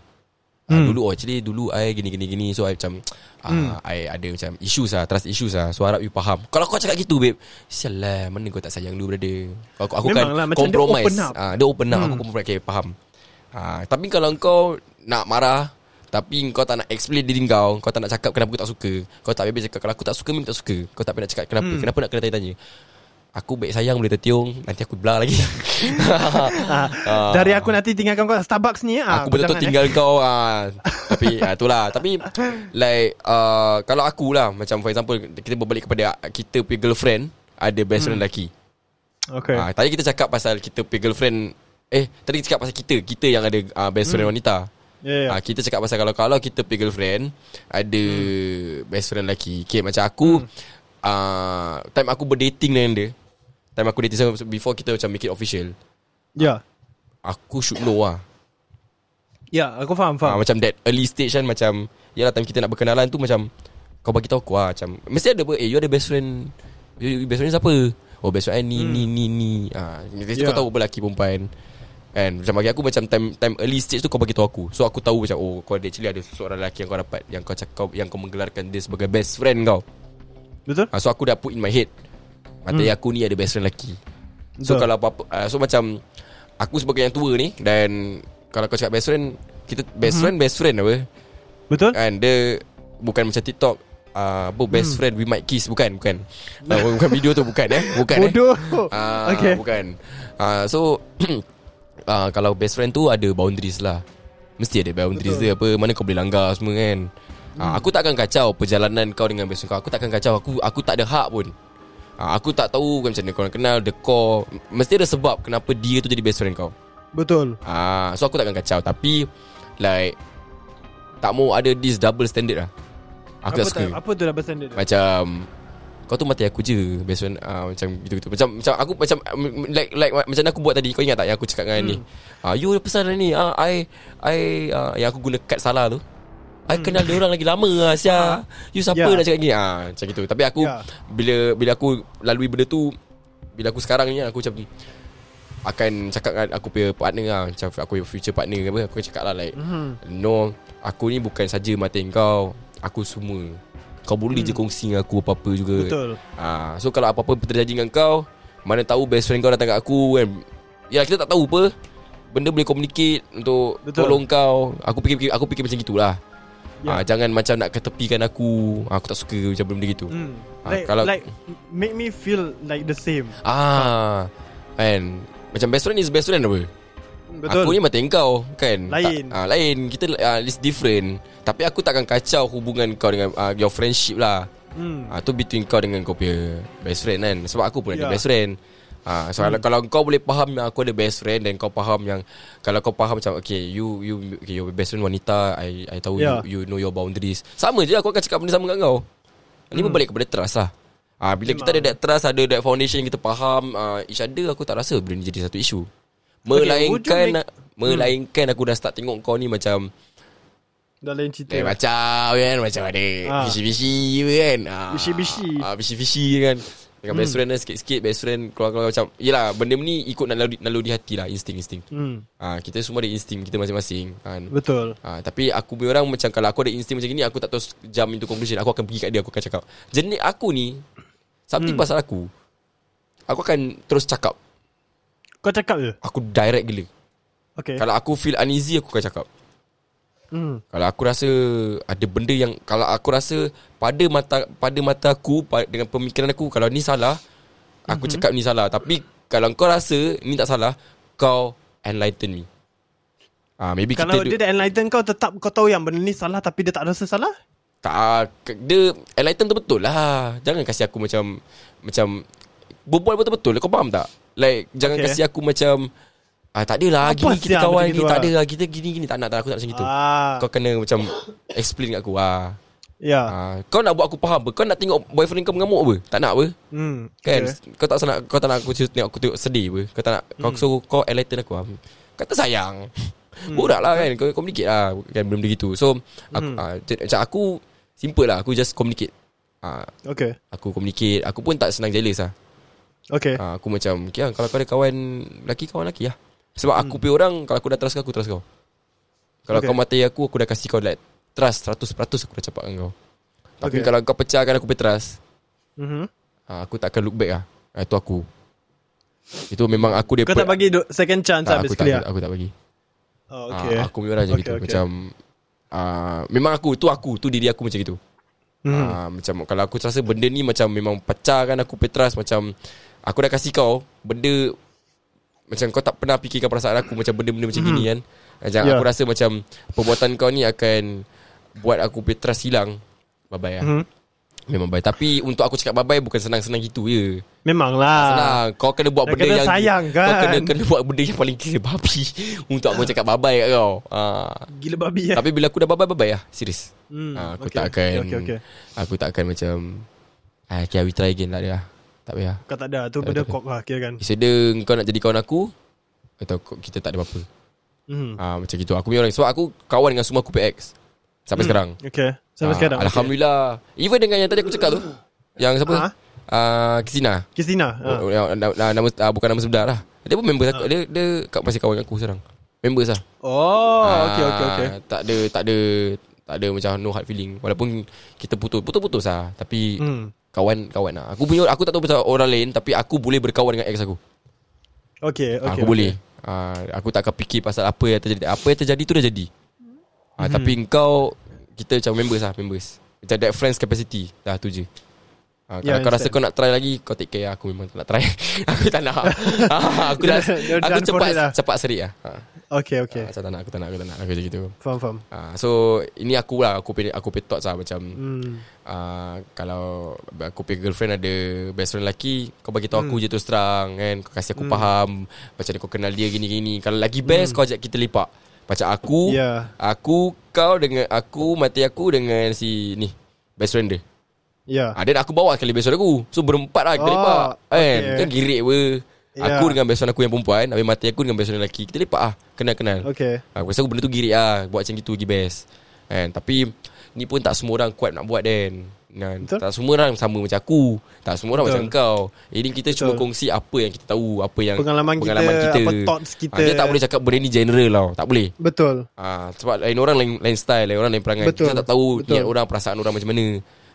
Speaker 5: Ah,
Speaker 4: Hmm.
Speaker 5: dulu oh, actually dulu I gini gini gini so I macam ah, I ada macam issues lah trust issues lah so harap you faham kalau kau cakap gitu babe sialah mana kau tak sayang dulu brother aku, aku kan
Speaker 4: Memanglah, lah, macam dia
Speaker 5: compromise
Speaker 4: open up. Hmm.
Speaker 5: ah, dia open up aku compromise okay faham ah, tapi kalau kau nak marah tapi kau tak nak explain diri kau Kau tak nak cakap kenapa aku tak suka Kau tak payah cakap Kalau aku tak suka memang tak suka Kau tak payah nak cakap kenapa
Speaker 4: Hmm.
Speaker 5: Kenapa nak kena tanya-tanya Aku baik sayang boleh tertiung Nanti aku belah lagi
Speaker 4: Ah, Dari aku nanti tinggalkan kau Starbucks ni ah,
Speaker 5: Aku
Speaker 4: jangan,
Speaker 5: betul-betul
Speaker 4: eh.
Speaker 5: tinggal kau ah. Tapi ah, itulah Tapi Like ah, Kalau aku lah Macam for example Kita berbalik kepada Kita punya girlfriend Ada best friend lelaki
Speaker 4: Okay
Speaker 5: Ah, Tadi kita cakap pasal Kita punya girlfriend Eh Tadi kita cakap pasal kita Kita yang ada ah, best friend wanita
Speaker 4: yeah, yeah.
Speaker 5: Ah, kita cakap pasal kalau kalau kita pergi girlfriend ada hmm. best friend lelaki. Okay, macam aku hmm. uh, time aku berdating dengan dia. Time aku dating sama- before kita macam make it official.
Speaker 4: yeah.
Speaker 5: Aku should know lah.
Speaker 4: Ya, aku faham,
Speaker 5: Ah,
Speaker 4: faham.
Speaker 5: macam that early stage kan macam yalah time kita nak berkenalan tu macam kau bagi tahu aku lah macam mesti ada apa eh you ada best friend you, you best friend siapa? Oh best friend I ni hmm. ni ni ni. Ah, yeah.
Speaker 4: Yeah.
Speaker 5: kau tahu apa lelaki perempuan. And macam bagi aku macam time time early stage tu kau bagi tahu aku. So aku tahu macam oh kau ada actually ada seorang lelaki yang kau dapat yang kau cakap yang kau menggelarkan dia sebagai best friend kau.
Speaker 4: Betul?
Speaker 5: Ah, so aku dah put in my head. Mata aku ni ada best friend lelaki. So
Speaker 4: Betul.
Speaker 5: kalau apa-apa uh, So macam Aku sebagai yang tua ni Dan Kalau kau cakap best friend Kita best friend Best friend apa
Speaker 4: Betul?
Speaker 5: Kan dia Bukan macam TikTok uh, Apa best friend We might kiss Bukan Bukan uh, Bukan video tu Bukan eh Bukan eh
Speaker 4: Bodoh.
Speaker 5: Ah,
Speaker 4: Okay.
Speaker 5: Bukan Ah, So ah, Kalau best friend tu Ada boundaries lah Mesti ada boundaries dia apa Mana kau boleh langgar semua kan
Speaker 4: Hmm.
Speaker 5: Ah, Aku tak akan kacau Perjalanan kau dengan best friend kau Aku tak akan kacau Aku aku tak ada hak pun Ah, Aku tak tahu kan macam mana korang kenal The core Mesti ada sebab Kenapa dia tu jadi best friend kau
Speaker 4: Betul.
Speaker 5: Ah, So aku tak akan kacau Tapi Like Tak mau ada this double standard lah Aku
Speaker 4: apa,
Speaker 5: tak suka
Speaker 4: tak- apa tu dah pesan dia?
Speaker 5: macam kau tu mati aku je Best friend uh, Macam gitu-gitu Macam macam aku macam mm, Like like Macam mana aku buat tadi Kau ingat tak Yang aku cakap dengan hmm. ni uh, You ada pesan ni uh, I I uh, Yang aku guna kad salah tu I kenal dia orang lagi lama lah Sia You siapa
Speaker 4: Hmm. Ya.
Speaker 5: yeah. nak cakap gini ah, Macam gitu Tapi aku
Speaker 4: Ya.
Speaker 5: yeah. Bila bila aku Lalui benda tu Bila aku sekarang ni Aku macam akan cakap dengan aku punya partner lah Macam aku punya future partner ke apa Aku cakap lah like
Speaker 4: Mhm.
Speaker 5: mm-hmm. No Aku ni bukan saja mata kau Aku semua Kau boleh mm. je kongsi dengan aku apa-apa juga
Speaker 4: Hmm. Betul.
Speaker 5: Ah, So kalau apa-apa terjadi dengan kau Mana tahu best friend kau datang kat aku kan Ya kita tak tahu apa Benda boleh communicate Untuk
Speaker 4: Betul.
Speaker 5: Betul. tolong kau Aku fikir, aku fikir macam gitulah
Speaker 4: Ya.
Speaker 5: yeah. Jangan macam nak ketepikan aku Ah, Aku tak suka macam benda gitu
Speaker 4: Hmm.
Speaker 5: Ah,
Speaker 4: Like,
Speaker 5: kalau-
Speaker 4: like make me feel like the same.
Speaker 5: Ah, Kan Macam best friend is best friend apa
Speaker 4: Betul.
Speaker 5: Aku ni mata engkau kan
Speaker 4: Lain.
Speaker 5: tak, ah, Lain Kita ah, it's different Tapi aku takkan kacau hubungan kau dengan ah, Your friendship lah
Speaker 4: hmm.
Speaker 5: ah, Tu between kau dengan kau punya Best friend kan Sebab aku pun yeah.
Speaker 4: Ya.
Speaker 5: ada best friend ah, So hmm. kalau kau boleh faham yang Aku ada best friend Dan kau faham yang Kalau kau faham macam Okay you you okay, Your best friend wanita I I tahu
Speaker 4: Ya.
Speaker 5: yeah. you, you know your boundaries Sama je aku akan cakap benda sama dengan kau Ini hmm. berbalik kepada trust lah Ah, bila kita ada that trust Ada that foundation Kita faham ah, Each other Aku tak rasa Benda ni jadi satu isu
Speaker 4: would you
Speaker 5: Melainkan
Speaker 4: make-
Speaker 5: Melainkan aku dah start tengok kau ni macam
Speaker 4: Dah lain cerita
Speaker 5: Eh macam kan Macam ada
Speaker 4: Ah.
Speaker 5: Bisi-bisi je kan Ah.
Speaker 4: Bisi-bisi. Hmm.
Speaker 5: Ah, Bisi-bisi je kan Dengan best friend lah Sikit-sikit best friend Keluar-keluar macam Yelah benda ni Ikut naluri, naluri hati lah Insting-insting
Speaker 4: Hmm
Speaker 5: ah, Kita semua ada insting Kita masing-masing kan.
Speaker 4: Betul
Speaker 5: Ah, tapi aku punya orang macam Kalau aku ada insting macam ni Aku tak tahu jam into conclusion Aku akan pergi kat dia Aku akan cakap Jenis aku ni Something hmm. pasal aku Aku akan terus cakap
Speaker 4: Kau cakap je
Speaker 5: Aku direct gila
Speaker 4: Eh. Okay
Speaker 5: Kalau aku feel uneasy Aku akan cakap
Speaker 4: Hmm
Speaker 5: Kalau aku rasa ada benda yang kalau aku rasa pada mata pada mata aku pa- dengan pemikiran aku kalau ni salah
Speaker 4: Hmm.
Speaker 5: aku mm-hmm. cakap ni salah tapi kalau kau rasa ni tak salah kau enlighten me. Ah maybe
Speaker 4: Kalau
Speaker 5: kita
Speaker 4: dia
Speaker 5: du-
Speaker 4: dah enlighten kau Tetap kau tahu yang benda ni salah Tapi dia tak rasa salah
Speaker 5: tak ah, ke- dia enlighten tu betul lah. Jangan kasi aku macam macam berbual betul-betul kau faham tak? Like jangan
Speaker 4: Okay.
Speaker 5: okay. kasi aku macam ah tak adalah
Speaker 4: Apa
Speaker 5: gini kita
Speaker 4: sial
Speaker 5: kawan
Speaker 4: macam
Speaker 5: gini
Speaker 4: gitu
Speaker 5: tak
Speaker 4: lah.
Speaker 5: adalah kita gini gini tak nak tak nak, aku tak macam gitu.
Speaker 4: ah,
Speaker 5: Kau kena macam explain kat aku ah.
Speaker 4: Ya
Speaker 5: Ah, kau nak buat aku faham apa? Kau nak tengok boyfriend kau mengamuk apa? Tak nak apa?
Speaker 4: Hmm
Speaker 5: Kan?
Speaker 4: okay.
Speaker 5: Okay. Kau tak nak kau tak nak aku tengok aku tengok sedih apa? Kau tak nak kau
Speaker 4: Hmm.
Speaker 5: suruh kau enlighten aku. ah. Kata sayang. Borak lah kan Kau communicate lah kan, Benda-benda gitu So aku,
Speaker 4: Hmm.
Speaker 5: ah, c- Macam aku Simple lah Aku just communicate ah,
Speaker 4: Okay
Speaker 5: Aku communicate Aku pun tak senang jealous lah
Speaker 4: Okay
Speaker 5: ah, Aku macam okay, lah, Kalau kau ada kawan Lelaki kawan lelaki lah Sebab aku punya orang Kalau aku dah trust kau Aku trust kau Kalau
Speaker 4: Hmm. Okay.
Speaker 5: kau matai aku Aku dah kasih kau like Trust 100% aku dah cakap dengan kau Tapi
Speaker 4: Okay.
Speaker 5: kalau kau pecahkan aku punya trust
Speaker 4: mm-hmm.
Speaker 5: Ah, aku tak akan look back lah. Ah, itu aku. Itu memang aku dia
Speaker 4: Kau tak bagi do- second chance lah
Speaker 5: tak, Ah, aku, tak,
Speaker 4: basically
Speaker 5: aku, aku tak bagi.
Speaker 4: Oh,
Speaker 5: Okay.
Speaker 4: okay
Speaker 5: Ah, aku punya orang
Speaker 4: Okay,
Speaker 5: macam okay, gitu.
Speaker 4: okay.
Speaker 5: Okay. Macam ah, memang aku tu aku tu diri aku macam gitu. Hmm. Ah, macam kalau aku rasa benda ni macam memang pecah kan aku Petras macam aku dah kasih kau benda macam kau tak pernah fikirkan perasaan aku macam benda-benda macam gini kan. Macam
Speaker 4: Ya.
Speaker 5: aku rasa macam perbuatan kau ni akan buat aku Petras hilang. Bye bye lah.
Speaker 4: Mhm.
Speaker 5: Hmm. Memang bye Tapi untuk aku cakap bye-bye Bukan senang-senang gitu ya. je
Speaker 4: Memang lah
Speaker 5: Senang Kau kena buat
Speaker 4: Dah
Speaker 5: benda
Speaker 4: kena
Speaker 5: yang
Speaker 4: sayang,
Speaker 5: Kau
Speaker 4: kan?
Speaker 5: kena kena buat benda yang paling kira babi Untuk aku cakap bye-bye kat kau ha.
Speaker 4: Gila babi eh
Speaker 5: Tapi bila aku dah bye-bye Bye-bye lah Serius
Speaker 4: Hmm,
Speaker 5: ha, Aku
Speaker 4: okay.
Speaker 5: tak akan
Speaker 4: Okay, okay, okay.
Speaker 5: Aku tak akan macam ah, Okay we try again lah dia lah Tak payah
Speaker 4: Kau tak ada Tu benda
Speaker 5: tak ada.
Speaker 4: kok lah Kira kan
Speaker 5: Sedar kau nak jadi kawan aku Atau kau- kita tak ada apa-apa
Speaker 4: hmm.
Speaker 5: ha, Macam gitu Aku punya orang Sebab aku kawan dengan semua aku PX Sampai hmm. sekarang
Speaker 4: Okay Sampai
Speaker 5: Ah,
Speaker 4: sekarang
Speaker 5: Alhamdulillah Even dengan yang tadi aku cakap tu Yang siapa
Speaker 4: Ah.
Speaker 5: ha? Uh, Kisina
Speaker 4: okay. Kistina ha.
Speaker 5: Oh, oh, na- na- nama ah, bukan nama sebenar lah. Dia pun member aku. Dia dia kat masih kawan aku sekarang. Members lah.
Speaker 4: Oh
Speaker 5: Ah,
Speaker 4: Okay okay okay
Speaker 5: Tak ada tak ada tak ada macam no hard feeling. Walaupun kita putus, putus-putus lah. Tapi
Speaker 4: hmm.
Speaker 5: kawan-kawan lah. Aku punya aku tak tahu pasal orang lain tapi aku boleh berkawan dengan ex aku.
Speaker 4: Okay okay
Speaker 5: Okay, aku boleh. Ah, aku tak akan fikir pasal apa yang terjadi. Apa yang terjadi tu dah jadi. Ah,
Speaker 4: Mhm.
Speaker 5: tapi kau kita macam members lah, members. Macam that friends capacity. Dah tu je. Ah,
Speaker 4: Yeah,
Speaker 5: kalau kau
Speaker 4: Ya, understand.
Speaker 5: rasa kau nak try lagi Kau take care Aku memang tak nak try Aku tak nak ah, Aku dah
Speaker 4: You're done
Speaker 5: Aku
Speaker 4: for
Speaker 5: cepat
Speaker 4: it lah.
Speaker 5: Cepat serik lah ah,
Speaker 4: Okay okay
Speaker 5: okay. Macam tak nak Aku tak nak Aku tak nak Aku macam gitu
Speaker 4: Faham faham
Speaker 5: ah, So Ini aku lah Aku punya aku punya thoughts lah Macam
Speaker 4: hmm.
Speaker 5: ah, Kalau Aku punya girlfriend ada Best friend lelaki Kau bagi tahu aku je terus terang kan Kau kasih aku faham Macam mana kau kenal dia gini-gini Kalau lagi best Kau ajak kita lepak Macam aku
Speaker 4: Yeah.
Speaker 5: Aku Kau dengan Aku Mati aku dengan si Ni Best friend dia
Speaker 4: Ya yeah.
Speaker 5: Ah, then aku bawa sekali best friend aku So berempat lah
Speaker 4: Oh,
Speaker 5: kita oh, lepak Kan
Speaker 4: okay.
Speaker 5: okay. Kan girik apa Aku
Speaker 4: Yeah.
Speaker 5: dengan best friend aku yang perempuan Habis mati aku dengan best friend lelaki Kita lepak lah Kenal-kenal
Speaker 4: Okay
Speaker 5: Ah, Aku rasa benda tu girik lah Buat macam gitu lagi best kan? Tapi Ni pun tak semua orang kuat nak buat Dan Nah,
Speaker 4: Betul.
Speaker 5: tak semua orang sama macam aku Tak semua orang
Speaker 4: Betul.
Speaker 5: macam kau Ini kita cuma
Speaker 4: Betul.
Speaker 5: kongsi apa yang kita tahu Apa yang
Speaker 4: Pengalaman kita, apa thoughts kita.
Speaker 5: ha, Kita tak boleh cakap benda ni general tau Tak boleh
Speaker 4: Betul
Speaker 5: Ah, sebab lain orang lain, lain style, lain orang lain perangai.
Speaker 4: Betul.
Speaker 5: Betul. Kita tak tahu
Speaker 4: Betul.
Speaker 5: Betul. niat orang, perasaan orang macam mana.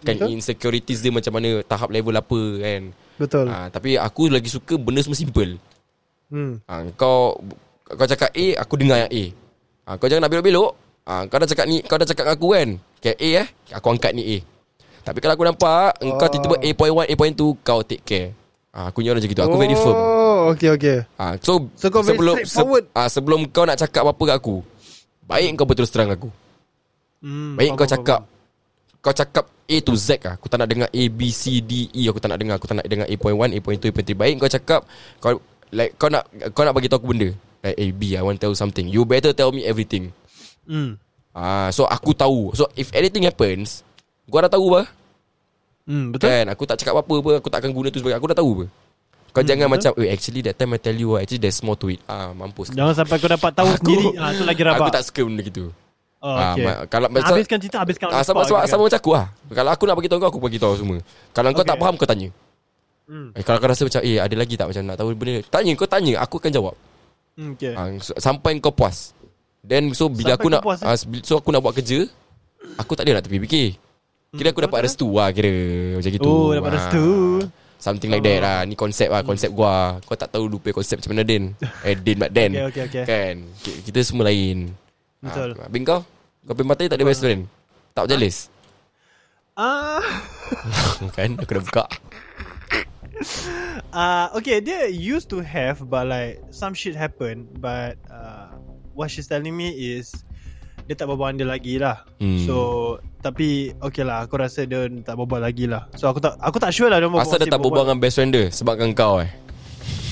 Speaker 5: Kan
Speaker 4: Betul.
Speaker 5: Betul. insecurities dia macam mana, tahap level apa kan.
Speaker 4: Betul
Speaker 5: Ah, tapi aku lagi suka benda semua simple.
Speaker 4: hmm.
Speaker 5: Ah, kau kau cakap A, aku dengar yang A. Ah, kau jangan nak belok-belok. Ah, kau dah cakap ni, kau dah cakap dengan aku kan. Okay, A eh, aku angkat ni A. Tapi kalau aku nampak oh. kau tiba-tiba A.1, A.2 kau take care. Ah, aku ni orang macam gitu. Aku oh. very firm.
Speaker 4: Oh okay okay
Speaker 5: Ah, so,
Speaker 4: So, kau very straightforward.
Speaker 5: ah, sebelum kau nak cakap apa-apa kat aku, baik kau berterus terang aku.
Speaker 4: hmm.
Speaker 5: Baik
Speaker 4: faham,
Speaker 5: kau
Speaker 4: faham,
Speaker 5: cakap Kau cakap A to Z lah Aku tak nak dengar A, B, C, D, E Aku tak nak dengar Aku tak nak dengar A.1, A.2, A.3 Baik kau cakap Kau like kau nak kau nak bagi tahu aku benda Like A, B, I want to tell you something You better tell me everything
Speaker 4: faham. hmm.
Speaker 5: Ah, So aku tahu So if anything happens Gua dah tahu bah
Speaker 4: Hmm, Betul
Speaker 5: Eh, Kan aku tak cakap apa-apa Aku tak akan guna tu sebagai Aku dah tahu bah
Speaker 4: Hmm,
Speaker 5: Kau jangan macam Eh actually that time I tell you ah, Actually there's more to it Ah mampus
Speaker 4: Jangan sampai kau dapat tahu sendiri ah, tu lagi rabak
Speaker 5: Aku tak suka benda gitu
Speaker 4: oh,
Speaker 5: Ah,
Speaker 4: okay.
Speaker 5: ma- kalau
Speaker 4: Nak habiskan cerita Habiskan
Speaker 5: ah, sama,
Speaker 4: kan?
Speaker 5: sama, sama macam aku lah Kalau aku nak bagi tahu kau Aku bagi tahu semua Kalau kau
Speaker 4: Okay.
Speaker 5: tak faham Kau tanya
Speaker 4: Hmm.
Speaker 5: eh, Kalau kau rasa macam Eh ada lagi tak Macam nak tahu benda ni?" Tanya kau tanya Aku akan jawab
Speaker 4: Hmm, okay.
Speaker 5: ah, s- Sampai kau puas Then so bila
Speaker 4: Sampai
Speaker 5: aku
Speaker 4: kau
Speaker 5: nak
Speaker 4: puas, eh?
Speaker 5: ah, s- bila- So aku nak buat kerja Aku tak ada nak terfikir Kira aku
Speaker 4: Hmm, betul,
Speaker 5: dapat restu lah Kira macam gitu
Speaker 4: Oh dapat
Speaker 5: Ah,
Speaker 4: restu Oh.
Speaker 5: Something like that lah Ni konsep lah Konsep gua Kau tak tahu lupa konsep macam mana Din Eh Din but Din
Speaker 4: Okay, okay, okay.
Speaker 5: Kan Ki- Kita semua lain
Speaker 4: Betul.
Speaker 5: ah, Bin kau Kau pin mata tak ada best friend Tak jealous
Speaker 4: Ah,
Speaker 5: Kan aku dah buka
Speaker 4: ah, Okay dia used to have But like Some shit happen But uh, What she's telling me is Dia tak berbual dengan dia lagi lah
Speaker 5: Hmm.
Speaker 4: So Tapi Okay lah Aku rasa dia tak berbual lagi lah So aku tak Aku tak sure lah dia orang
Speaker 5: Asal dia tak berbual dengan best friend dia Sebab dengan kau eh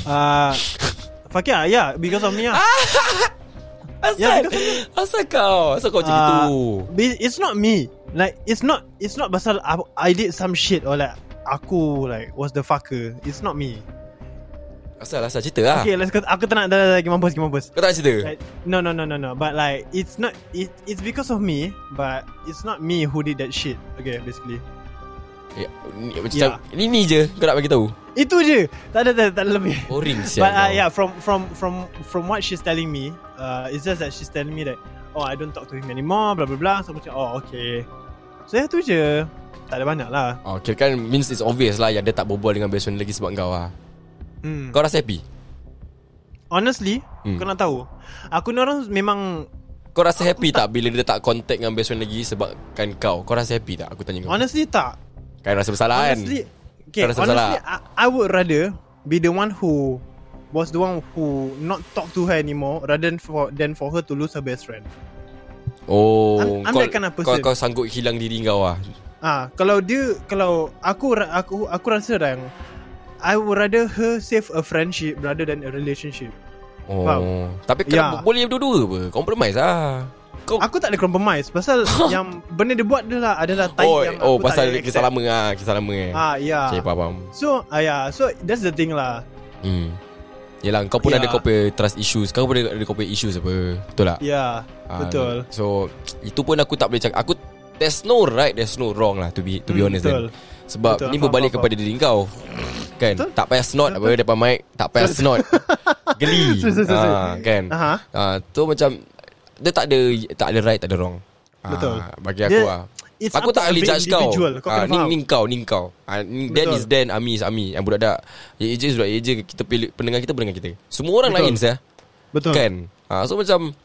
Speaker 4: Ya, Ah, Fuck yeah Yeah Because of me lah
Speaker 5: Asal Asal kau Asal kau macam
Speaker 4: Ah,
Speaker 5: gitu
Speaker 4: be- It's not me Like It's not It's not pasal I, I did some shit Or like Aku like Was the fucker It's not me
Speaker 5: Asal asal cerita lah
Speaker 4: Okay let's go Aku tak nak dah, dah, dah, Lagi mampus Lagi mampus
Speaker 5: Kau tak nak cerita
Speaker 4: like, No no no no no But like It's not it, It's because of me But It's not me who did that shit Okay basically
Speaker 5: eh, ni,
Speaker 4: Ya.
Speaker 5: Macam Ni ni je Kau nak bagi tahu
Speaker 4: Itu je Tak ada tak ada, tak ada lebih
Speaker 5: Boring sial
Speaker 4: But uh,
Speaker 5: kau.
Speaker 4: yeah, from from from from what she's telling me, uh, it's just that she's telling me that oh I don't talk to him anymore, blah blah blah. So macam oh okay. So yeah, tu je. Tak ada banyak lah.
Speaker 5: Oh, kira kan means it's obvious lah Yang dia tak berbual dengan best friend lagi sebab kau lah
Speaker 4: Hmm.
Speaker 5: Kau rasa happy?
Speaker 4: Honestly,
Speaker 5: Hmm.
Speaker 4: kau nak tahu. Aku ni orang memang
Speaker 5: Kau rasa happy tak bila dia tak contact dengan best friend lagi sebabkan kau? Kau rasa happy tak? Aku tanya kau.
Speaker 4: honestly tak.
Speaker 5: Kan rasa bersalah
Speaker 4: Honestly,
Speaker 5: kan?
Speaker 4: okay,
Speaker 5: Kau rasa
Speaker 4: honestly
Speaker 5: bersalah?
Speaker 4: I, I would rather be the one who was the one who not talk to her anymore rather than for than for her to lose her best friend.
Speaker 5: Oh,
Speaker 4: I'm- I'm
Speaker 5: kau,
Speaker 4: that kind of
Speaker 5: kau,
Speaker 4: person.
Speaker 5: kau sanggup hilang diri kau lah.
Speaker 4: Ah, kalau dia kalau aku ra- aku aku rasa orang I would rather her save a friendship rather than a relationship.
Speaker 5: Oh.
Speaker 4: Faham?
Speaker 5: Tapi kena
Speaker 4: Ya.
Speaker 5: boleh dua-dua apa? Compromise lah. Kau
Speaker 4: Aku tak ada compromise pasal yang benda dia buat dia lah adalah type
Speaker 5: Oh,
Speaker 4: yang
Speaker 5: oh
Speaker 4: aku tak
Speaker 5: pasal
Speaker 4: boleh
Speaker 5: kisah
Speaker 4: accept.
Speaker 5: lama ah, kisah lama eh.
Speaker 4: Ah, ya.
Speaker 5: Saya faham.
Speaker 4: So, ah, yeah. So that's the thing lah.
Speaker 5: Hmm. Yelah kau pun
Speaker 4: Ya.
Speaker 5: ada kau punya trust issues Kau pun ada, ada kau punya issues apa Betul tak?
Speaker 4: Yeah,
Speaker 5: Ah,
Speaker 4: Ya, betul.
Speaker 5: So Itu pun aku tak boleh cakap Aku There's no right There's no wrong lah To be to be
Speaker 4: Hmm,
Speaker 5: honest
Speaker 4: betul.
Speaker 5: kan Sebab
Speaker 4: Betul,
Speaker 5: ni
Speaker 4: faham,
Speaker 5: berbalik
Speaker 4: faham,
Speaker 5: kepada diri kau Kan
Speaker 4: Betul.
Speaker 5: Tak payah snort apa Depan mic Tak payah snort Geli
Speaker 4: Betul, betul, betul.
Speaker 5: Ah, Kan
Speaker 4: Aha.
Speaker 5: Ah, Tu macam Dia tak ada Tak ada right Tak ada wrong Ah,
Speaker 4: Betul.
Speaker 5: Bagi aku
Speaker 4: Dia-
Speaker 5: lah
Speaker 4: it's
Speaker 5: Aku
Speaker 4: up
Speaker 5: tak
Speaker 4: to
Speaker 5: boleh
Speaker 4: the
Speaker 5: judge kau,
Speaker 4: individual. Kau
Speaker 5: Ah,
Speaker 4: kena
Speaker 5: ni,
Speaker 4: faham.
Speaker 5: ni kau Ni kau Ah, ni- Dan
Speaker 4: Betul.
Speaker 5: is Dan Ami is Ami Yang budak-budak Ye je is budak Ye je Kita pilih pendengar kita Pendengar kita Semua orang
Speaker 4: Betul.
Speaker 5: lain saya
Speaker 4: Betul.
Speaker 5: Kan ha, So macam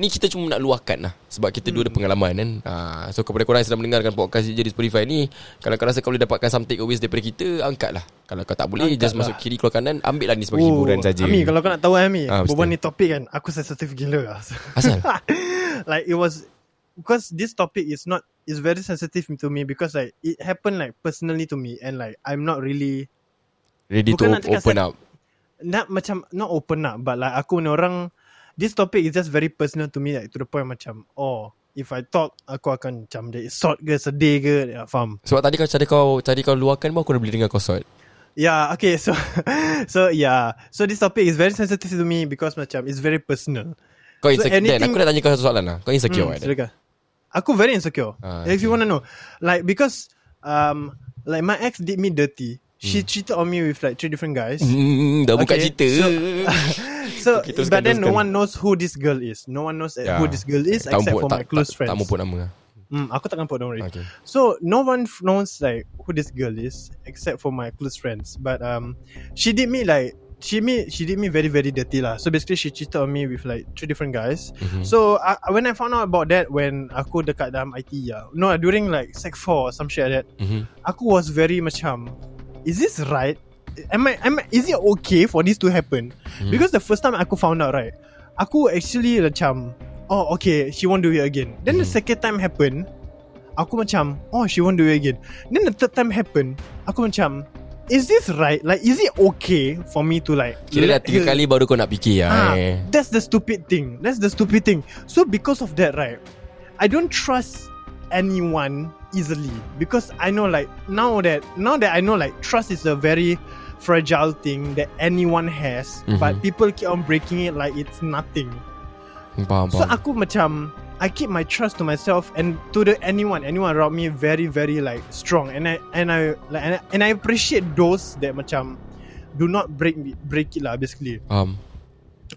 Speaker 5: Ni kita cuma nak luahkan lah Sebab kita hmm. dua ada pengalaman kan ha, So kepada korang yang sedang mendengarkan podcast je di Spotify ni Kalau kau rasa kau boleh dapatkan some takeaways daripada kita Angkat lah Kalau kau tak boleh
Speaker 4: Angkat
Speaker 5: Just
Speaker 4: lah.
Speaker 5: masuk kiri keluar kanan Ambil lah ni sebagai oh, hiburan saja.
Speaker 4: Ami, kalau kau nak tahu Ami, ah,
Speaker 5: Ah, betul.
Speaker 4: berbual ni topik kan, aku sensitif gila lah.
Speaker 5: Asal?
Speaker 4: like it was because this topic is not is very sensitive to me because like it happened like personally to me and like I'm not really
Speaker 5: Ready to
Speaker 4: Bukan nak
Speaker 5: op-
Speaker 4: cakap
Speaker 5: open
Speaker 4: saya-
Speaker 5: up
Speaker 4: not macam not open up but like aku ni orang this topic is just very personal to me like to the point macam oh if I talk aku akan macam dia sort ke sedih ke ya, faham
Speaker 5: Sebab tadi kau cari kau Cari kau luahkan pun Aku dah boleh dengar kau sort
Speaker 4: yeah Ya, okay so so yeah so this topic is very sensitive to me because macam it's very personal
Speaker 5: Kau
Speaker 4: So,
Speaker 5: insecure Dan
Speaker 4: anything-
Speaker 5: aku nak tanya kau satu soalan lah Kau insecure
Speaker 4: Hmm,
Speaker 5: kan
Speaker 4: silakan. Aku very insecure.
Speaker 5: Ah,
Speaker 4: if you want to know, like because um like my ex did me dirty. She cheated on me with like three different guys.
Speaker 5: Hmm, dah buka
Speaker 4: Okay,
Speaker 5: cerita
Speaker 4: So
Speaker 5: Okay, teruskan,
Speaker 4: but then no
Speaker 5: teruskan.
Speaker 4: one knows who this girl is. No one knows uh,
Speaker 5: Ya.
Speaker 4: who this girl is
Speaker 5: Tak
Speaker 4: except
Speaker 5: mampuk-
Speaker 4: for
Speaker 5: tak-
Speaker 4: my close
Speaker 5: tak-
Speaker 4: friends.
Speaker 5: Tak mampuk nama lah.
Speaker 4: Hmm, aku takkan put don't worry.
Speaker 5: Okay.
Speaker 4: So no one f- knows like who this girl is except for my close friends. But um, she did me like she me she did me very very dirty lah. So basically she cheated on me with like three different guys.
Speaker 5: Mhm.
Speaker 4: So I, I- when I found out about that when aku dekat dalam IT ya, no during like sec four or some shit like that,
Speaker 5: Mhm.
Speaker 4: aku was very macam, is this right? Am I am I, is it okay for this to happen?
Speaker 5: Mhm.
Speaker 4: Because the first time aku found out right, aku actually macam oh okay she won't do it again. Then the
Speaker 5: Mhm.
Speaker 4: second time happen, aku macam oh she won't do it again. Then the third time happen, aku macam is this right? Like is it okay for me to like
Speaker 5: Kira dah
Speaker 4: let
Speaker 5: tiga
Speaker 4: her-
Speaker 5: kali baru kau nak fikir lah
Speaker 4: Ah,
Speaker 5: eh.
Speaker 4: that's the stupid thing. That's the stupid thing. So because of that, right? I don't trust anyone easily because I know like now that now that I know like trust is a very fragile thing that anyone has
Speaker 5: Mhm.
Speaker 4: but people keep on breaking it like it's nothing
Speaker 5: Faham
Speaker 4: so
Speaker 5: faham
Speaker 4: aku macam I keep my trust to myself and to the anyone anyone around me very very like strong and I and I like and I, and I appreciate those that macam do not break me- break it lah basically
Speaker 5: Faham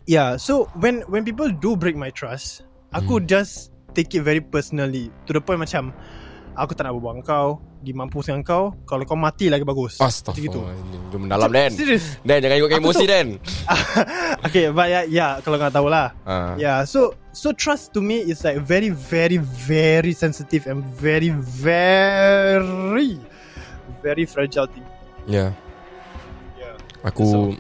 Speaker 4: Yeah, so when when people do break my trust,
Speaker 5: Hmm.
Speaker 4: aku just take it very personally. To the point macam aku tak nak berbual dengan kau, pergi mampus dengan kau, kalau kau mati lagi bagus.
Speaker 5: Astaghfirullah Dia mendalam Dan
Speaker 4: Serius.
Speaker 5: Dan jangan ikutkan
Speaker 4: Aku
Speaker 5: emosi
Speaker 4: tu-
Speaker 5: Dan
Speaker 4: okay, but yeah, yeah kalau kau nak tahu lah.
Speaker 5: Ah.
Speaker 4: Yeah, so so trust to me is like very very very sensitive and very very very fragile thing.
Speaker 5: Ya
Speaker 4: Yeah.
Speaker 5: Aku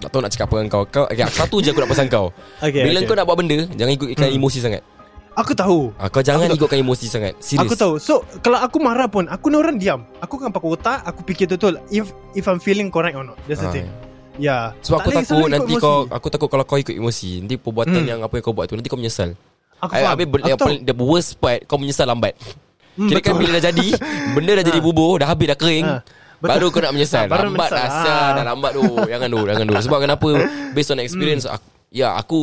Speaker 5: Tak tahu nak cakap apa dengan kau Kau okay, Satu je aku nak pasang kau
Speaker 4: Okay.
Speaker 5: Bila
Speaker 4: okay.
Speaker 5: kau nak buat benda Jangan ikutkan emosi sangat
Speaker 4: aku tahu.
Speaker 5: Ah, Kau jangan
Speaker 4: Hmm. Aku tahu.
Speaker 5: ikutkan emosi sangat Serius
Speaker 4: Aku tahu. So kalau aku marah pun aku ni orang diam. Aku kan pakai otak, aku fikir betul if if I'm feeling correct or not. That's the
Speaker 5: Ah,
Speaker 4: thing. Yeah.
Speaker 5: Sebab aku
Speaker 4: boleh
Speaker 5: takut
Speaker 4: selalu
Speaker 5: nanti
Speaker 4: ikut
Speaker 5: kau
Speaker 4: emosi.
Speaker 5: Aku takut kalau kau ikut emosi Nanti perbuatan
Speaker 4: Hmm.
Speaker 5: yang apa yang kau buat tu Nanti kau menyesal
Speaker 4: aku
Speaker 5: Ay,
Speaker 4: faham.
Speaker 5: Habis ber- yang
Speaker 4: aku tahu.
Speaker 5: paling- the worst part Kau menyesal lambat
Speaker 4: Hmm,
Speaker 5: Kira kan
Speaker 4: betul.
Speaker 5: bila dah jadi Benda dah jadi bubur Dah habis dah kering
Speaker 4: Ah, betul.
Speaker 5: Baru kau nak menyesal
Speaker 4: Ah, baru
Speaker 5: Lambat
Speaker 4: menyesal.
Speaker 5: asal
Speaker 4: Ah. Hmm.
Speaker 5: Dah lambat tu Jangan tu Jangan tu Sebab kenapa Based on experience aku, Ya aku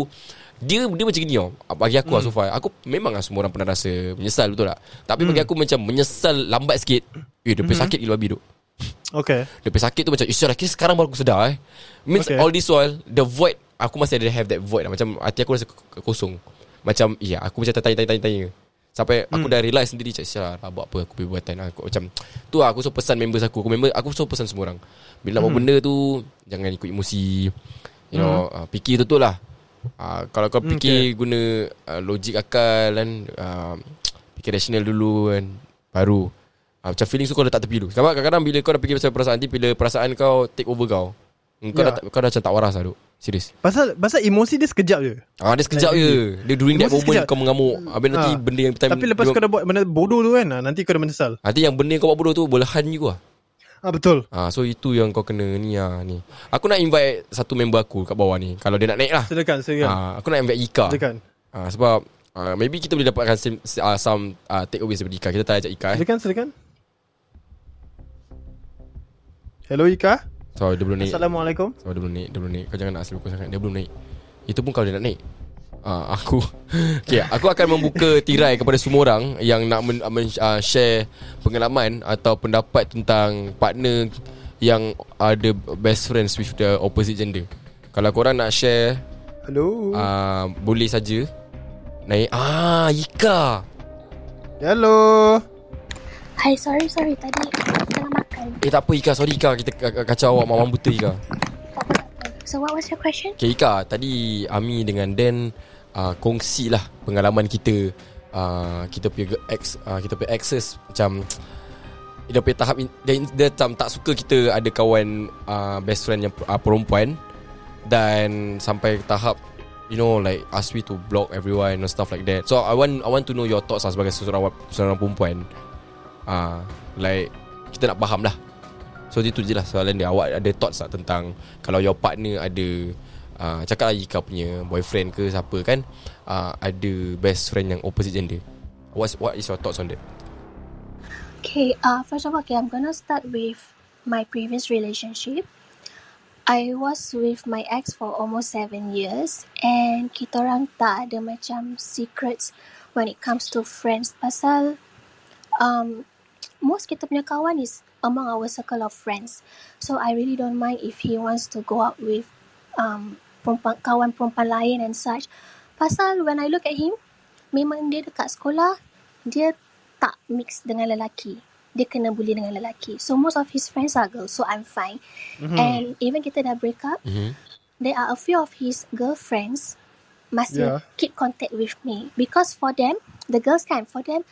Speaker 5: dia dia macam gini tau Bagi
Speaker 4: Hmm.
Speaker 5: aku lah so far Aku memang lah semua orang pernah rasa Menyesal betul tak Tapi
Speaker 4: Hmm.
Speaker 5: bagi aku macam Menyesal lambat sikit Eh dia punya sakit gila babi tu
Speaker 4: Okay.
Speaker 5: Dia punya sakit tu macam Isyar lah kira sekarang baru aku sedar eh Means
Speaker 4: Okay.
Speaker 5: all this while The void Aku masih ada have that void lah Macam hati aku rasa k- kosong Macam Ya aku macam tanya-tanya
Speaker 4: Hmm.
Speaker 5: Sampai aku dah realise sendiri Macam Isyar lah buat apa Aku punya buatan aku, Macam Tu lah aku so pesan members aku Aku member Aku so pesan semua orang
Speaker 4: Hmm.
Speaker 5: Bila nak buat benda tu Jangan ikut emosi You know uh, Fikir tu tu lah uh, Kalau kau
Speaker 4: Hmm,
Speaker 5: fikir Guna uh, logik akal kan uh, Fikir rasional dulu kan Baru uh, Macam feelings tu kau letak tepi dulu Sebab kadang-kadang bila kau dah fikir pasal perasaan Nanti bila perasaan kau take over kau Kau,
Speaker 4: Ya.
Speaker 5: dah, tak- kau dah macam tak waras lah duk Serius
Speaker 4: Pasal pasal emosi dia sekejap je.
Speaker 5: Ah, dia
Speaker 4: Like,
Speaker 5: sekejap je Dia during that
Speaker 4: Emosi
Speaker 5: moment
Speaker 4: sekejap.
Speaker 5: kau mengamuk Habis nanti
Speaker 4: Ah.
Speaker 5: benda yang time
Speaker 4: Tapi lepas
Speaker 5: dia-
Speaker 4: kau dah buat benda bodoh tu kan, ah, nanti kau dah menyesal.
Speaker 5: Nanti yang benda yang kau buat bodoh tu Boleh han you lah
Speaker 4: Ah betul.
Speaker 5: ah, So itu yang kau kena ni ah, ni Aku nak invite Satu member aku kat bawah ni Kalau dia nak naik lah
Speaker 4: Silakan, silakan.
Speaker 5: ah, Aku nak invite Ika
Speaker 4: Silakan.
Speaker 5: Ah, sebab uh, maybe kita boleh dapatkan sim, uh, some uh, takeaways daripada Ika. Kita tanya ajak Ika eh.
Speaker 4: Silakan, silakan. Hello
Speaker 5: Ya.
Speaker 4: Ika.
Speaker 5: So dia belum naik.
Speaker 4: Assalamualaikum.
Speaker 5: So dia belum naik, dia belum naik. Kau jangan nak asal aku sangat. Dia belum naik. Itu pun kalau dia nak naik. Uh, aku okay, aku akan membuka tirai kepada semua orang yang nak men, men, uh, share pengalaman atau pendapat tentang partner yang ada best friends with the opposite gender. Kalau korang nak share
Speaker 4: Hello.
Speaker 5: uh, boleh saja naik ah Ika.
Speaker 4: Hello.
Speaker 1: Hai, sorry, sorry. Tadi tengah makan.
Speaker 5: Eh tak apa Ika, sorry Ika kita k- kacau awak mamam buta Ika.
Speaker 1: Tak apa, tak apa. So, what was your question?
Speaker 5: Okay Ika Tadi Ami dengan Dan uh, Kongsi lah Pengalaman kita uh, Kita punya ex, uh, Kita punya exes Macam Dia punya tahap in- Dia, dia macam tak suka kita Ada kawan uh, Best friend yang uh, perempuan Dan Sampai tahap You know like Ask me to block everyone And stuff like that So I want I want to know your thoughts lah Sebagai seorang, seorang perempuan uh, Like Kita nak faham lah So itu je lah soalan dia Awak ada thoughts tak tentang Kalau your partner ada uh, Cakap lagi kau punya boyfriend ke siapa kan uh, Ada best friend yang opposite gender What's, What is your thoughts on that?
Speaker 1: Okay, uh, first of all, okay, I'm gonna start with my previous relationship. I was with my ex for almost seven years and kita orang tak ada macam secrets when it comes to friends pasal um, most kita punya kawan is among our circle of friends. So I really don't mind if he wants to go out with um, perempuan, kawan perempuan lain and such. Pasal when I look at him, memang dia dekat sekolah, dia tak mix dengan lelaki. Dia kena bully dengan lelaki. So most of his friends are girls, so I'm fine. Mm-hmm. And even kita dah break up,
Speaker 5: Mm-hmm.
Speaker 1: there are a few of his girlfriends masih
Speaker 4: Yeah.
Speaker 1: keep contact with me because for them the girls kan for them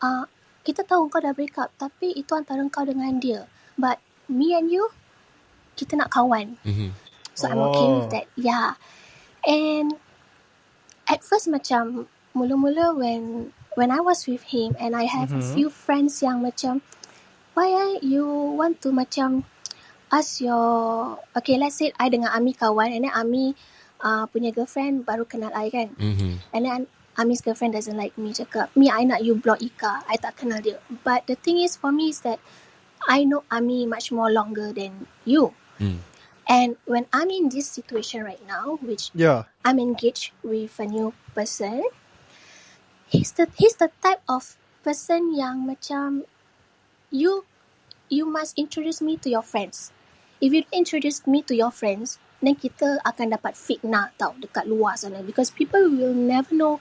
Speaker 1: uh, kita tahu kau dah break up tapi itu antara kau dengan dia but me and you kita nak kawan
Speaker 5: Mm-hmm.
Speaker 1: so I'm okay
Speaker 4: Oh.
Speaker 1: with that yeah and at first macam mula-mula when when I was with him and I have a
Speaker 4: Mhm.
Speaker 1: few friends yang macam why ah you want to macam ask your okay let's say I dengan Ami kawan and then Ami uh, punya girlfriend baru kenal I kan
Speaker 5: Mm-hmm.
Speaker 1: And then Ami's girlfriend doesn't like me cakap, me I nak you block Ika, I tak kenal dia. But the thing is for me is that I know Ami much more longer than you.
Speaker 5: Hmm.
Speaker 1: And when I'm in this situation right now, which
Speaker 4: Yeah.
Speaker 1: I'm engaged with a new person, he's the he's the type of person yang macam you you must introduce me to your friends. If you introduce me to your friends, then kita akan dapat fitnah tau dekat luar sana because people will never know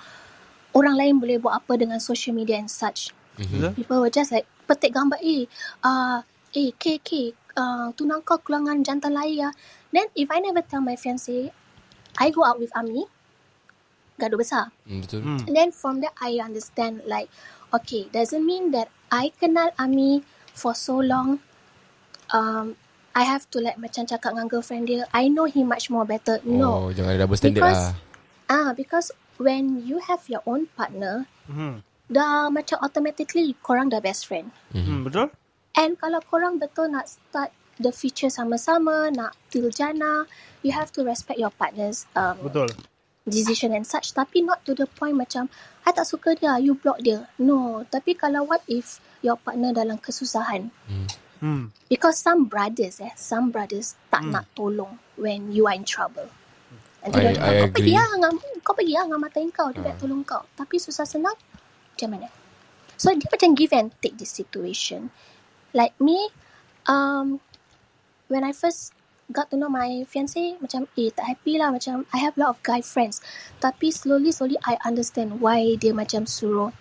Speaker 1: orang lain boleh buat apa dengan social media and such.
Speaker 4: Betul?
Speaker 1: People were just like petik gambar eh uh, eh KK uh, tunang kau keluangan jantan lain ya. Then if I never tell my "Eh, fiancé I go out with Ami gaduh besar.
Speaker 5: Hmm, Betul
Speaker 4: Hmm.
Speaker 1: And then from there I understand like okay doesn't mean that I kenal Ami for so long um I have to like macam cakap dengan girlfriend dia I know him much more better.
Speaker 5: Oh
Speaker 1: No.
Speaker 5: jangan ada double standard
Speaker 1: Because-
Speaker 5: lah
Speaker 1: Ah because when you have your own partner
Speaker 4: Hmm.
Speaker 1: dah macam automatically korang dah best friend.
Speaker 5: Mhm.
Speaker 4: Hmm, betul?
Speaker 1: And kalau korang betul nak start the future sama-sama, nak till jana, you have to respect your partner's um,
Speaker 4: Betul.
Speaker 1: decision and such. Tapi not to the point macam, I tak suka dia, you block dia. No, tapi kalau what if your partner dalam kesusahan?
Speaker 4: Hmm.
Speaker 1: Because some brothers eh, some brothers tak nak tolong when you are in trouble. Nanti
Speaker 5: I-
Speaker 1: dia cakap,
Speaker 5: I
Speaker 1: kau pergi
Speaker 5: agree. Ah.
Speaker 1: lah, dengan, kau pergi lah dengan matain kau, dia nak tolong kau. Tapi susah senang, macam mana? So dia macam give and take this situation. Like me, um, when I first got to know my fiancé, macam eh tak happy lah, macam I have a lot of guy friends. Tapi slowly slowly I understand why dia macam suruh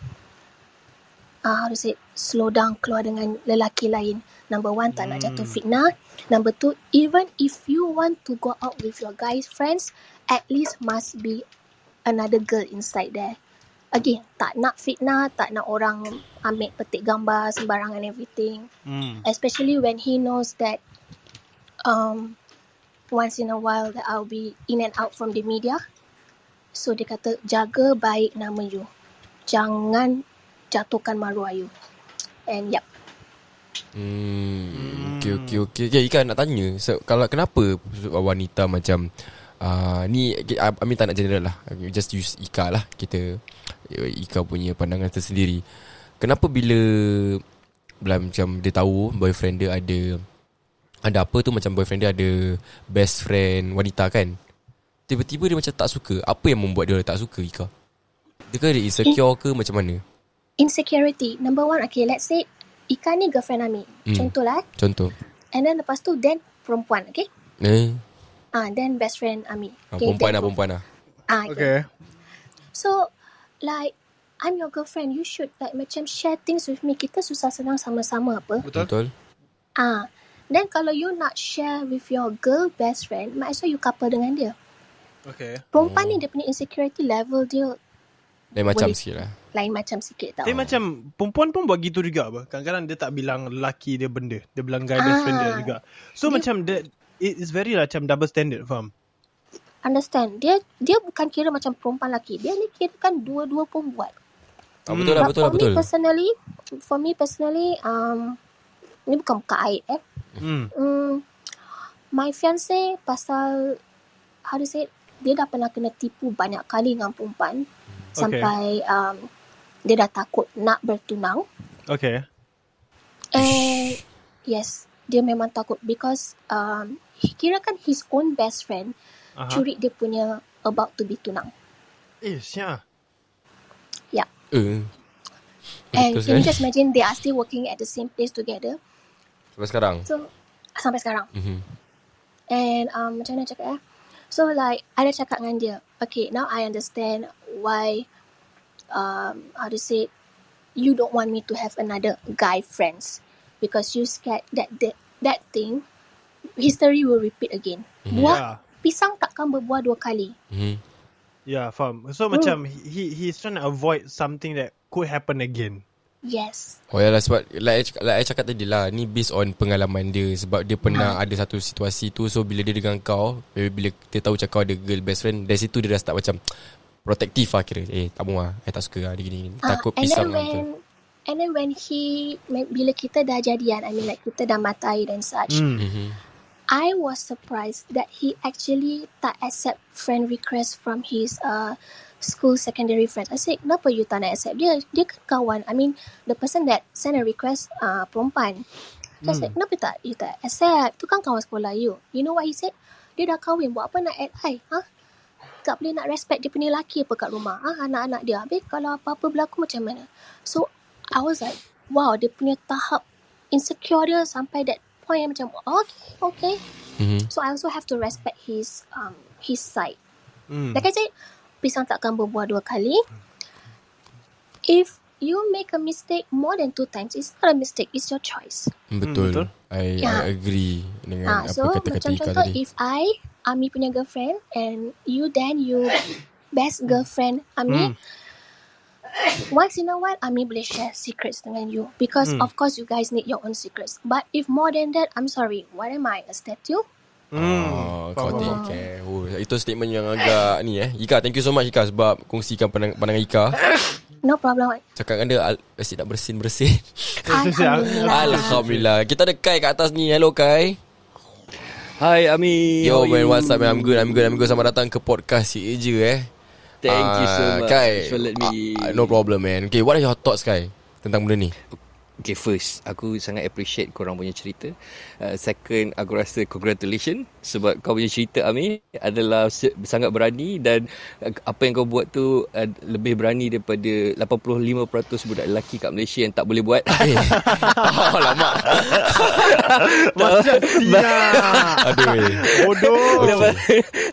Speaker 1: Ah, how to say, it, slow down keluar dengan lelaki lain. Number one, tak nak jatuh fitnah. Number two, even if you want to go out with your guy friends, at least must be another girl inside there. Again, tak nak fitnah, tak nak orang ambil petik gambar sembarang and everything.
Speaker 4: Hmm.
Speaker 1: Especially when he knows that um, once in a while that I'll be in and out from the media. So dia kata, jaga baik nama you. Jangan jatuhkan maruah you. And yup.
Speaker 5: Hmm. Okay, okay, okay. Okay, Ika nak tanya. So, kalau kenapa wanita macam uh, ni okay, I, I mean tak nak general lah. We Just use Ika lah. Kita eh, Ika punya pandangan tersendiri. Kenapa bila bila macam dia tahu boyfriend dia ada ada apa tu macam boyfriend dia ada best friend wanita kan? Tiba-tiba dia macam tak suka. Apa yang membuat dia tak suka Ika? Dia ke dia insecure ke macam mana?
Speaker 1: Insecurity. Number one, okay, let's say Ika ni girlfriend Ami.
Speaker 5: Hmm.
Speaker 1: Contohlah. eh.
Speaker 5: Contoh.
Speaker 1: And then lepas tu, then perempuan, okay?
Speaker 5: Eh,
Speaker 1: Ah, then best friend Ami.
Speaker 5: ah, perempuan
Speaker 1: then-
Speaker 5: lah, perempuan lah.
Speaker 1: Ah, okay.
Speaker 4: Okay.
Speaker 1: So, like, I'm your girlfriend. You should like macam share things with me. Kita susah senang sama-sama apa.
Speaker 4: Betul?
Speaker 5: Betul?
Speaker 1: Ah, then kalau you nak share with your girl best friend, might as well you couple dengan dia.
Speaker 4: Okay.
Speaker 1: Perempuan
Speaker 5: Oh.
Speaker 1: ni dia punya insecurity level dia
Speaker 5: Lain macam
Speaker 1: Boleh.
Speaker 5: sikit lah
Speaker 1: lain macam sikit tau.
Speaker 4: Tapi macam perempuan pun buat gitu juga apa. Kadang-kadang dia tak bilang lelaki dia benda. Dia bilang guy best friend dia
Speaker 1: Ah.
Speaker 4: juga. So
Speaker 1: Dia-
Speaker 4: macam dia it is very lah, macam double standard faham.
Speaker 1: Understand? Dia dia bukan kira macam perempuan lelaki. Dia ni kira kan dua-dua pun buat.
Speaker 5: ah, Betul lah
Speaker 1: But
Speaker 5: betul
Speaker 1: for
Speaker 5: lah betul
Speaker 1: me personally, for me personally, um, ni bukan buka aib eh.
Speaker 4: Hmm.
Speaker 1: Hmm, my fiancé pasal how to say it, dia dah pernah kena tipu banyak kali dengan
Speaker 5: Hmm.
Speaker 1: perempuan okay. sampai um, dia dah takut nak bertunang.
Speaker 4: Okay.
Speaker 1: And Eh, yes, dia memang takut because um, he- kira kan his own best friend
Speaker 4: Aha.
Speaker 1: curi dia punya about to be tunang.
Speaker 4: Eh, sia.
Speaker 5: Eh,
Speaker 1: And
Speaker 5: Terus,
Speaker 1: can
Speaker 5: eh?
Speaker 1: you just imagine they are still working at the same place together.
Speaker 5: Sampai sekarang
Speaker 1: So sampai sekarang.
Speaker 5: Mhm.
Speaker 1: And um, macam mana cakap eh? So like, I dah cakap dengan dia. Okay, now I understand why, um, how to say, it, you don't want me to have another guy friends. Because you scared that that, that thing, history will repeat again. Buah,
Speaker 4: Yeah.
Speaker 1: pisang takkan berbuah dua kali.
Speaker 5: Mhm.
Speaker 4: Yeah, faham. So
Speaker 1: Hmm.
Speaker 4: macam he he he's trying to avoid something that could happen again.
Speaker 1: Yes.
Speaker 5: Oh ya lah sebab like I, cakap, like I cakap tadi lah Ni based on pengalaman dia Sebab dia pernah ada satu situasi tu So bila dia dengan kau Bila, bila dia tahu macam kau ada girl best friend Dari situ dia dah start macam Protektif lah kira Eh tak mahu lah I tak suka lah dia gini, gini.
Speaker 1: Ah,
Speaker 5: Takut
Speaker 1: and
Speaker 5: pisang
Speaker 1: then
Speaker 5: lah
Speaker 1: when, and then when he, bila kita dah jadian, I mean like kita dah matai dan such,
Speaker 4: Hmm.
Speaker 5: mm-hmm.
Speaker 1: I was surprised that he actually tak accept friend request from his uh, school secondary friends. I said, kenapa you tak nak accept? Dia, dia kan kawan. I mean, the person that send a request, uh, perempuan. So I said,
Speaker 5: Hmm.
Speaker 1: kenapa tak? You tak accept. Tu kan kawan sekolah you. You know what he said? Dia dah kahwin. Buat apa nak add I? Ha? Tak boleh nak respect dia punya laki apa kat rumah. Ha? Anak-anak dia. Habis kalau apa-apa berlaku macam mana? So, I was like, wow, dia punya tahap insecure dia sampai that point macam, oh, okay, okay.
Speaker 5: Mm-hmm.
Speaker 1: So, I also have to respect his um his side.
Speaker 4: Mm.
Speaker 1: Like I said, pisang takkan berbuah dua kali. If you make a mistake more than two times, it's not a mistake, it's your choice.
Speaker 5: Hmm, Betul.
Speaker 4: betul.
Speaker 5: I,
Speaker 1: Ya.
Speaker 5: I agree dengan
Speaker 1: Ah,
Speaker 5: apa
Speaker 1: so
Speaker 5: kata-kata
Speaker 1: macam
Speaker 5: Ika
Speaker 1: contoh,
Speaker 5: tadi.
Speaker 1: if I Ami punya girlfriend and you then you best girlfriend
Speaker 5: Hmm.
Speaker 1: Ami, once in a while Ami boleh share secrets dengan you because
Speaker 4: Hmm.
Speaker 1: of course you guys need your own secrets. But if more than that, I'm sorry, what am I a statue?
Speaker 4: Mm. Faham,
Speaker 5: Oh, kau
Speaker 4: faham.
Speaker 5: take care. Oh, itu statement yang agak ni eh. Ika, thank you so much Ika sebab kongsikan pandang, pandangan Ika.
Speaker 1: No problem.
Speaker 5: Cakap dengan dia, al- eh, asyik nak bersin-bersin.
Speaker 1: Alhamdulillah.
Speaker 5: Alhamdulillah. Kita ada Kai kat atas ni. Hello Kai.
Speaker 6: Hi Ami
Speaker 5: Yo
Speaker 6: How are
Speaker 5: man,
Speaker 6: you?
Speaker 5: what's up man? I'm good, I'm good, I'm good. Selamat datang ke podcast si Eja eh.
Speaker 6: Thank you so
Speaker 5: Ah,
Speaker 6: much
Speaker 5: Kai,
Speaker 6: for let me
Speaker 5: ah, no problem man. Okay, what are your thoughts Kai tentang benda ni?
Speaker 6: Okay first Aku sangat appreciate korang punya cerita uh, Second Aku rasa congratulations Sebab kau punya cerita Ami Adalah se- sangat berani Dan uh, apa yang kau buat tu uh, Lebih berani daripada 85% budak lelaki kat Malaysia Yang tak boleh buat
Speaker 5: Eh, oh, lama.
Speaker 4: Macam siap.
Speaker 5: Aduh. eh.
Speaker 4: Bodoh.
Speaker 6: lepas,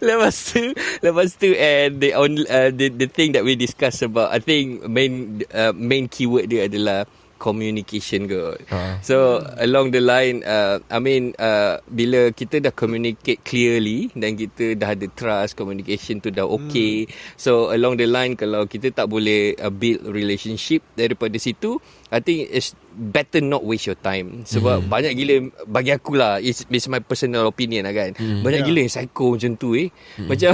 Speaker 6: lepas tu lepas tu and the on uh, the the thing that we discuss about I think main uh, main keyword dia adalah communication girl.
Speaker 5: Ha.
Speaker 6: So along the line uh, I mean uh, bila kita dah communicate clearly dan kita dah ada trust communication tu dah okay. So along the line kalau kita tak boleh uh, build relationship daripada situ I think it's better not waste your time sebab banyak gila bagi akulah it's, it's my personal opinion lah kan. Banyak gila yang psycho macam tu eh. Macam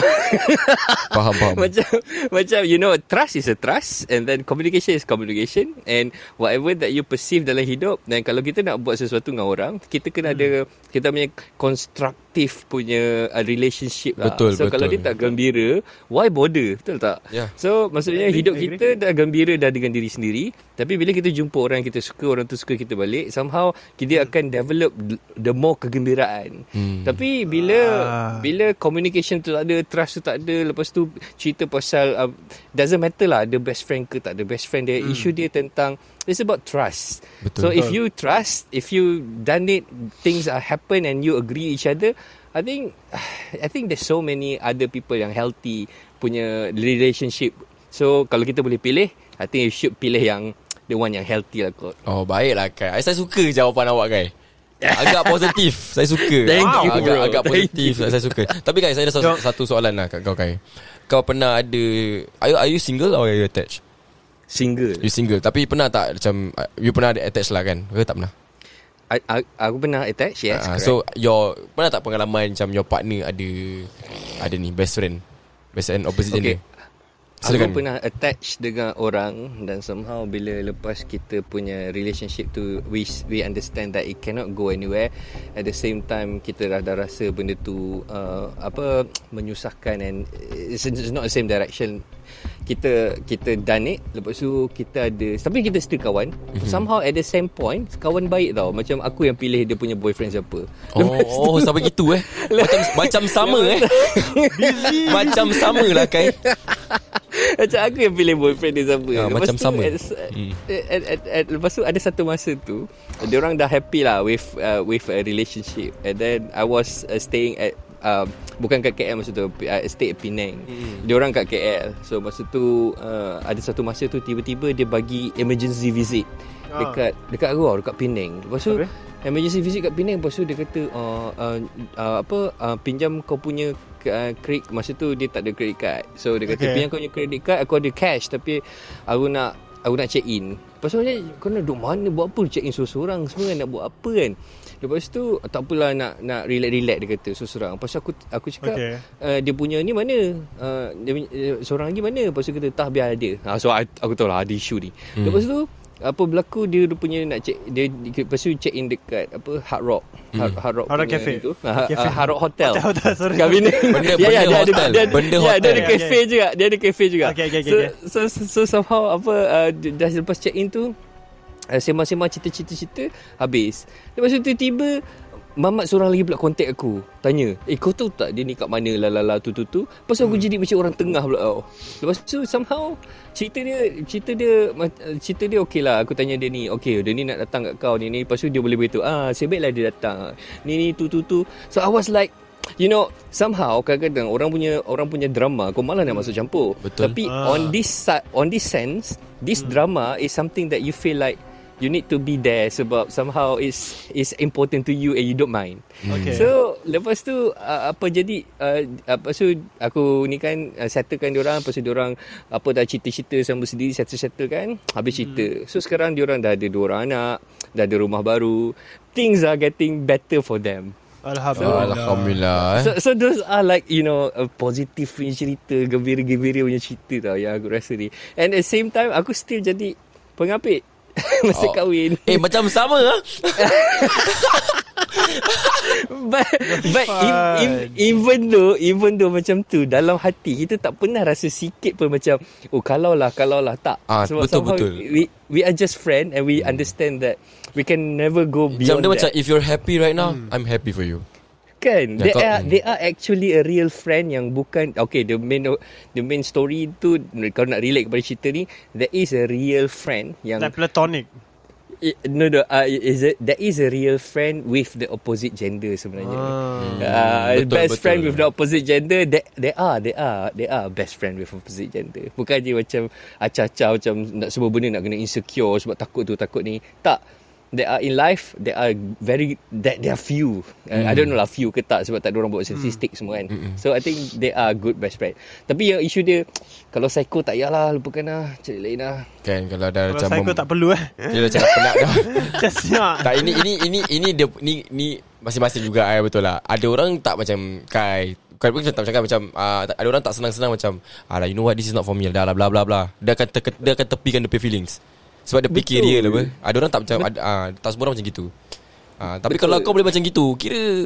Speaker 5: Faham, faham.
Speaker 6: macam macam you know trust is a trust and then communication is communication and whatever that you perceive dalam hidup dan kalau kita nak buat sesuatu dengan orang kita kena
Speaker 5: Hmm.
Speaker 6: ada kita punya constructive punya uh, relationship lah
Speaker 5: Betul,
Speaker 6: so
Speaker 5: betul. Ya.
Speaker 6: kalau dia tak gembira why bother betul tak
Speaker 5: Yeah.
Speaker 6: so maksudnya
Speaker 4: Agree,
Speaker 6: hidup
Speaker 4: agree.
Speaker 6: kita kita dah gembira dah dengan diri sendiri tapi bila kita jumpa orang yang kita suka orang tu suka kita balik somehow
Speaker 4: Hmm.
Speaker 6: kita akan develop the more kegembiraan
Speaker 5: Hmm.
Speaker 6: tapi bila
Speaker 4: Ah.
Speaker 6: bila communication tu tak ada trust tu tak ada lepas tu cerita pasal uh, doesn't matter lah ada best friend ke tak ada best friend dia issue dia tentang it's about trust
Speaker 5: Hmm. Betul.
Speaker 6: so if you trust if you done it things are happen and you agree each other I think I think there's so many other people yang healthy punya relationship. So kalau kita boleh pilih, I think you should pilih yang the one yang healthy lah kot.
Speaker 5: Oh, baiklah Kai. Saya suka jawapan awak Kai. Agak positif. Saya suka.
Speaker 6: Thank you,
Speaker 5: agak,
Speaker 6: bro.
Speaker 5: Agak
Speaker 6: Thank
Speaker 5: positif. Saya suka. Tapi Kai, saya ada satu,
Speaker 4: Jom.
Speaker 5: satu soalan lah kat kau Kai. Kau pernah ada... Are you, are you single or are you attached?
Speaker 6: Single.
Speaker 5: You single. Tapi pernah tak macam... uh, You pernah ada attached lah kan? Ke tak pernah?
Speaker 6: I, I, aku pernah attached, yes.
Speaker 5: Ah,
Speaker 6: correct.
Speaker 5: so your pernah tak pengalaman macam your partner ada ada ni best friend. Best friend opposite okay.
Speaker 6: Okay.
Speaker 5: gender. Silakan.
Speaker 6: Aku pernah attached dengan orang dan somehow bila lepas kita punya relationship tu we we understand that it cannot go anywhere at the same time kita dah, dah rasa benda tu uh, apa menyusahkan and it's, it's not the same direction kita kita done it lepas tu kita ada tapi kita still kawan somehow at the same point kawan baik tau macam aku yang pilih dia punya boyfriend siapa
Speaker 5: Oh, oh sampai gitu eh. Macam macam sama eh. macam sama lah Kai.
Speaker 6: Macam aku yang pilih boyfriend dia siapa
Speaker 5: Ah,
Speaker 6: Lepas
Speaker 5: macam
Speaker 6: tu,
Speaker 5: sama.
Speaker 6: at,
Speaker 5: Hmm.
Speaker 6: at, at, at, at, Lepas tu ada satu masa tu Dia orang dah happy lah With uh, with a relationship And then I was uh, staying at um, Bukan kat KL masa tu P- uh, Stay at Penang
Speaker 5: Hmm.
Speaker 6: Dia orang kat KL So masa tu uh, Ada satu masa tu Tiba-tiba dia bagi Emergency visit
Speaker 4: Ah.
Speaker 6: Dekat Dekat Arwah Dekat Penang Lepas tu
Speaker 4: Habis?
Speaker 6: Emergency visit kat Penang Lepas tu dia kata uh, uh, uh, Apa uh, Pinjam kau punya uh, Credit Masa tu dia tak ada credit card So dia kata
Speaker 4: Okay.
Speaker 6: okay. Pinjam kau punya credit card Aku ada cash Tapi Aku nak Aku nak check in Lepas tu macam Kau nak duduk mana Buat apa check in seorang-seorang Semua nak buat apa kan Lepas tu Tak apalah nak Nak relax-relax dia kata Seorang-seorang Lepas tu aku Aku cakap
Speaker 4: Okay.
Speaker 6: okay. uh, Dia punya ni mana uh, dia, punya- uh, Seorang lagi mana Lepas tu kita Tah biar ada ha, So I, aku tahu lah Ada isu ni hmm. Lepas tu apa berlaku dia dia punya nak check dia lepas tu check in dekat apa Hard Rock Hard, Hard Rock
Speaker 4: Hard Rock
Speaker 6: punya
Speaker 4: Cafe.
Speaker 6: itu ha,
Speaker 4: Cafe.
Speaker 5: Ah,
Speaker 6: ha, Hard Rock Hotel
Speaker 4: Hotel, hotel, sorry.
Speaker 6: Kat Penang.
Speaker 5: Benda- benda
Speaker 6: Ya, ya, dia ada-
Speaker 5: hotel.
Speaker 6: dia ada-
Speaker 5: Benda
Speaker 6: ya, dia ada
Speaker 5: hotel.
Speaker 6: cafe juga dia ada cafe juga
Speaker 4: Okay, okay, okay,
Speaker 6: so,
Speaker 4: okay.
Speaker 6: so, so, so somehow apa uh, dia- dah lepas check in tu uh, sembang-sembang cerita-cerita habis. Lepas tu tiba-tiba Mamat seorang lagi pula contact aku Tanya Eh kau tahu tak dia ni kat mana Lalala tu tu tu Lepas tu aku jadi macam orang tengah pula tau Lepas tu somehow Cerita dia Cerita dia ma- uh, Cerita dia okey lah Aku tanya dia ni Okay dia ni nak datang kat kau ni ni Lepas tu dia boleh beritahu Ah sebaiklah dia datang Ni ni tu tu tu So I was like You know Somehow kadang-kadang Orang punya Orang punya drama Kau malah nak masuk campur
Speaker 5: Betul.
Speaker 6: Tapi
Speaker 4: Ah. Hmm.
Speaker 6: on this si- on this sense This drama Is something that you feel like You need to be there Sebab somehow It's it's important to you And you don't mind
Speaker 4: Okay.
Speaker 6: So lepas tu uh, apa jadi uh, apa tu aku ni kan uh, settlekan dia orang lepas tu dia orang apa dah cerita-cerita sama sendiri settle-settle kan habis cerita.
Speaker 4: Hmm.
Speaker 6: So sekarang dia orang dah ada dua orang anak, dah ada rumah baru. Things are getting better for them.
Speaker 4: Alhamdulillah.
Speaker 5: Alhamdulillah eh.
Speaker 6: So, so those are like you know uh, positive punya cerita, gembira-gembira punya cerita tau yang aku rasa ni. And at the same time aku still jadi pengapit masa
Speaker 5: Oh.
Speaker 6: kahwin.
Speaker 5: Eh macam sama ah.
Speaker 6: But but if, if, even though even though macam tu dalam hati kita tak pernah rasa sikit pun macam oh kalau lah kalau lah tak.
Speaker 5: Ah, betul,
Speaker 6: somehow
Speaker 5: betul. Hmm.
Speaker 6: We we are just friend and we understand that we can never go
Speaker 5: Macam
Speaker 6: beyond
Speaker 5: dia macam
Speaker 6: that. Hmm.
Speaker 5: If you're happy right now I'm happy for you
Speaker 6: kan?
Speaker 5: Ya,
Speaker 6: They
Speaker 5: kau-
Speaker 6: are they are actually a real friend yang bukan okay the main the main story tu kalau nak relate kepada cerita ni there is a real friend yang
Speaker 4: Like platonic.
Speaker 6: It, no no uh, it is a, there is a real friend with the opposite gender sebenarnya.
Speaker 4: Ah.
Speaker 6: Uh,
Speaker 5: Betul,
Speaker 6: best
Speaker 5: betul.
Speaker 6: friend with the opposite gender there, there are there are there are best friend with opposite gender. Bukan je macam acah-acah macam nak semua benda nak kena insecure sebab takut tu takut ni. Tak. There are in life there are very that there are few. Uh, I don't know lah few ke tak sebab tak ada orang buat statistik semua
Speaker 5: Hmm,
Speaker 6: kan. So I think they are good best friend. Tapi yang isu dia kalau psycho tak yalah lupakan lah cari lain lah.
Speaker 5: Kan kalau dah
Speaker 4: Kalau
Speaker 5: macam
Speaker 4: psycho
Speaker 5: mem-
Speaker 4: tak perlu eh.
Speaker 5: Dia dah cakap penat dah
Speaker 4: Just nak.
Speaker 5: Tak ini ini ini ini dia ni ni masing-masing juga eh betul lah. Ada orang tak macam Kai Bukan bukan tak macam Kai, macam uh, ada orang tak senang-senang macam alah you know what this is not for me dah lah bla bla bla. Dia akan ter, dia akan tepikan dia punya feelings. Sebab dia fikir
Speaker 6: Betul.
Speaker 5: real apa. Ada orang tak macam ada, uh, tak semua orang macam gitu. Uh, tapi
Speaker 6: Betul.
Speaker 5: kalau kau boleh macam gitu Kira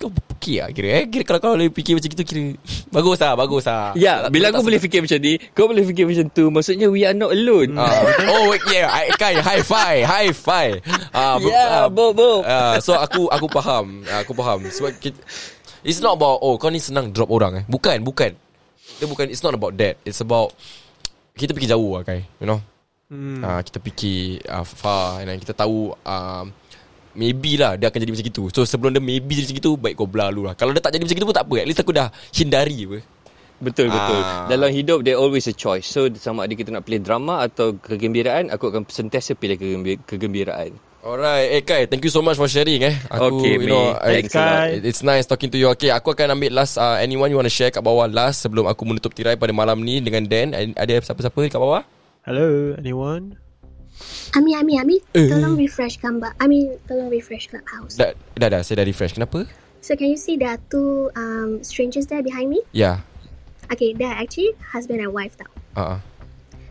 Speaker 5: Kau fikir lah kira eh Kira kalau kau boleh fikir macam gitu Kira Bagus lah Bagus lah
Speaker 6: Ya,
Speaker 5: Tak-
Speaker 6: bila
Speaker 5: tak-
Speaker 6: aku boleh fikir macam ni, kau boleh fikir macam tu. Maksudnya we are not alone.
Speaker 5: Ah, oh wait, yeah, I, Kai, high five, high five. Ah, bu-
Speaker 6: Yeah,
Speaker 5: ah,
Speaker 6: bo- bo.
Speaker 5: ah, so aku aku faham, Ah, aku faham. Sebab kita, it's not about oh kau ni senang drop orang eh. Bukan, bukan. Dia bukan. It's not about that. It's about kita fikir jauh lah Kai, you know. Hmm. Ah, kita fikir ah, far and then kita tahu ah, Maybe lah Dia akan jadi macam itu So sebelum dia maybe jadi macam itu Baik kau belah dulu lah Kalau dia tak jadi macam itu pun tak apa At least aku dah hindari apa
Speaker 6: Betul betul.
Speaker 5: Ah.
Speaker 6: Dalam hidup there always a choice. So sama ada kita nak pilih drama atau kegembiraan, aku akan sentiasa pilih kegembi- kegembiraan.
Speaker 5: Alright, eh Kai, thank you so much for sharing eh. Aku,
Speaker 6: Okay,
Speaker 5: you know,
Speaker 6: mate.
Speaker 5: I-
Speaker 6: Thanks
Speaker 4: a lot.
Speaker 5: it- It's nice talking to you. Okay, aku akan ambil last uh, anyone you want to share kat bawah last sebelum aku menutup tirai pada malam ni dengan Dan. Ad- Ada siapa-siapa kat bawah?
Speaker 4: Hello, anyone?
Speaker 1: Ami, Ami, Ami,
Speaker 5: Eh.
Speaker 1: tolong refresh gambar. I mean, tolong refresh clubhouse.
Speaker 5: Dah, dah, dah saya dah refresh. Kenapa?
Speaker 1: So can you see there are two um, strangers there behind me?
Speaker 5: Ya.
Speaker 1: Okay, they're actually husband and wife tau.
Speaker 5: Yeah. Uh-uh.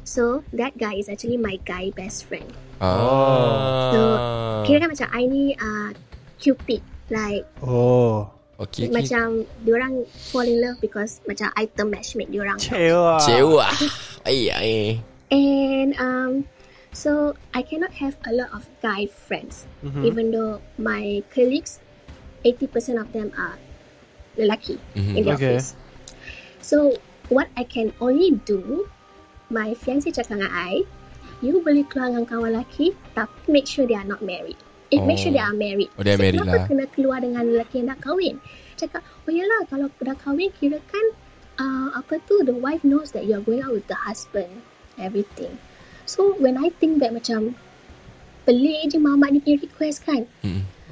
Speaker 1: So that guy is actually my guy best friend. Oh. So
Speaker 5: Ah.
Speaker 1: kira kan macam I ni uh, Cupid. Like
Speaker 4: Oh.
Speaker 5: Okay. okay.
Speaker 1: macam diorang fall in love because macam I term matchmake diorang.
Speaker 4: Cewa.
Speaker 5: Cewa. Ai ai.
Speaker 1: And um, so I cannot have a lot of guy friends.
Speaker 4: Mhm.
Speaker 1: Even though my colleagues, 80% of them are lelaki. in
Speaker 5: Mhm.
Speaker 1: the
Speaker 4: Okay.
Speaker 1: office. So what I can only do, my fiancé cakap dengan I, you boleh keluar dengan kawan lelaki tapi make sure they are not married. It make sure they are married.
Speaker 5: Oh, they are
Speaker 1: so,
Speaker 5: married
Speaker 1: kenapa
Speaker 5: lah.
Speaker 1: kena keluar dengan lelaki yang dah kahwin? Cakap, oh yalah kalau dah kahwin kira kan uh, apa tu the wife knows that you are going out with the husband everything. So when I think back macam pelik je mamak ni punya request kan.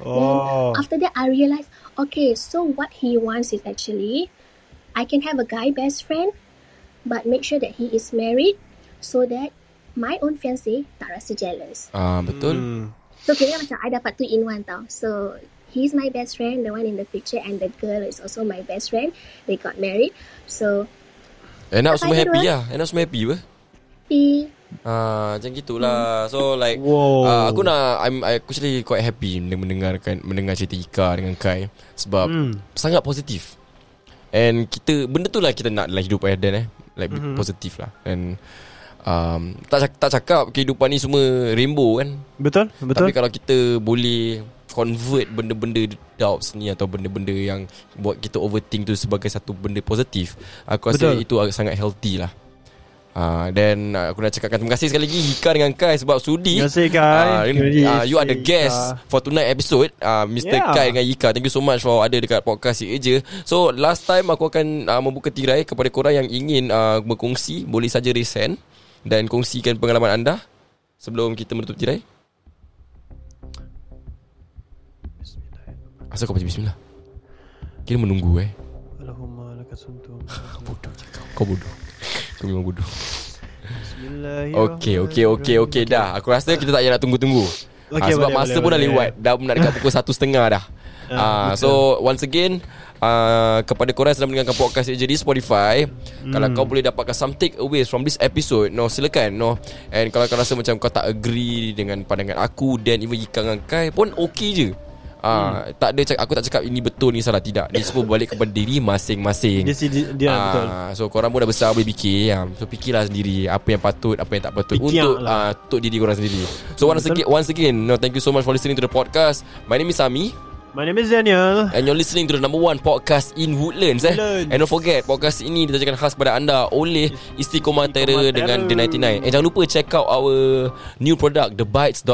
Speaker 4: Oh.
Speaker 5: Ah.
Speaker 1: After that, I realized, okay, so what he wants is actually, I can have a guy best friend, but make sure that he is married, so that my own fiancé tak rasa jealous.
Speaker 5: Ah, betul.
Speaker 4: Hmm.
Speaker 1: So kira macam I dapat two in one tau. So he's my best friend, the one in the picture, and the girl is also my best friend. They got married, so
Speaker 5: Enak semua
Speaker 1: Apa
Speaker 5: happy
Speaker 1: dia?
Speaker 5: lah. Enak semua happy apa?
Speaker 1: he
Speaker 5: Ah, macam gitulah. So like
Speaker 4: Wow.
Speaker 5: Uh, aku nak I'm I aku actually quite happy men- mendengarkan mendengar cerita Ika dengan Kai sebab
Speaker 4: Hmm.
Speaker 5: sangat positif.
Speaker 4: Mhm.
Speaker 5: And kita benda tu lah kita nak dalam hidup eh Dan eh. Like mm-hmm. positif lah. And um, tak, cak- tak cakap kehidupan ni semua rainbow kan
Speaker 4: Betul? Betul?
Speaker 5: Tapi kalau kita boleh convert benda-benda doubts ni atau benda-benda yang buat kita overthink tu sebagai satu benda positif, aku rasa
Speaker 4: Betul.
Speaker 5: Betul. itu agak sangat healthy lah. Ah, then uh, aku nak cakapkan terima kasih sekali lagi Hika dengan Kai sebab sudi.
Speaker 4: Terima kasih, Kai.
Speaker 5: Ah,
Speaker 4: Terima kasih,
Speaker 5: ah, you are the
Speaker 4: Hika.
Speaker 5: guest for tonight episode. Ah, Mr
Speaker 4: Yeah.
Speaker 5: yeah. Kai dengan Hika. Thank you so much for ada dekat podcast si Eja. So last time aku akan uh, membuka tirai kepada korang yang ingin uh, berkongsi boleh saja resend dan kongsikan pengalaman anda sebelum kita menutup tirai. Asal kau baca bismillah Kira menunggu eh
Speaker 4: Allahumma lakas untung.
Speaker 5: Bodoh cakap Kau bodoh Kau memang bodoh
Speaker 4: Bismillahirrahmanirrahim.
Speaker 5: Okay okay okay okay dah Aku rasa kita tak payah nak tunggu-tunggu okay,
Speaker 4: Okay,
Speaker 5: ha, Sebab
Speaker 4: boleh,
Speaker 5: masa
Speaker 4: boleh,
Speaker 5: pun dah
Speaker 4: boleh.
Speaker 5: lewat Dah nak dekat pukul 1.30 dah
Speaker 4: Ah,
Speaker 5: Ah, So once again uh, Kepada korang yang sedang mendengarkan podcast Eja di Spotify
Speaker 4: Hmm.
Speaker 5: Kalau kau boleh dapatkan some takeaways from this episode No silakan no And kalau kau rasa macam kau tak agree dengan pandangan aku Dan even Ika dengan Kai pun okay je Ah, hmm. tak ada cak, aku tak cakap ini betul ni salah tidak. Ni semua balik kepada diri masing-masing.
Speaker 4: Dia si dia, dia
Speaker 5: Ah,
Speaker 4: Ya, betul.
Speaker 5: So korang pun dah besar Boleh fikir ya. So fikirlah sendiri Apa yang patut Apa yang tak patut
Speaker 4: Fikir
Speaker 5: Untuk
Speaker 4: lah.
Speaker 5: uh, untuk diri korang sendiri So once
Speaker 4: Betul.
Speaker 5: again, once again no, Thank you so much For listening to the podcast My name is Sami
Speaker 4: My name is Daniel.
Speaker 5: And you're listening to the number one podcast In Woodlands eh?
Speaker 4: Woodlands.
Speaker 5: And don't forget Podcast ini ditajakan khas kepada anda Oleh Istiqomah Terror
Speaker 4: Terror.
Speaker 5: Dengan The 99 And jangan lupa check out Our new product TheBites.sg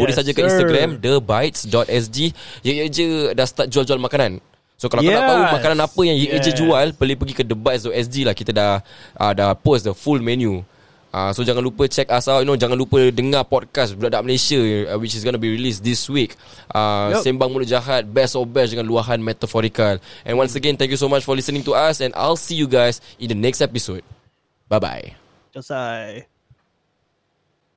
Speaker 5: yes, Boleh
Speaker 4: Yes,
Speaker 5: saja ke
Speaker 4: sir.
Speaker 5: Instagram TheBites.sg Ya ya je Dah start jual-jual makanan So kalau yes. kau nak
Speaker 4: Yes.
Speaker 5: tahu makanan apa yang Ye yes.
Speaker 4: Yes.
Speaker 5: jual Boleh pergi ke TheBites.sg lah Kita dah uh, Dah post the full menu Uh, so jangan lupa check us out You know Jangan lupa dengar podcast Budak-budak Malaysia uh, Which is going to be released this week uh,
Speaker 4: Yup.
Speaker 5: Sembang Mulut Jahat Best of best Dengan luahan metaforikal And once again Thank you so much for listening to us And I'll see you guys In the next episode Bye-bye
Speaker 4: Just I.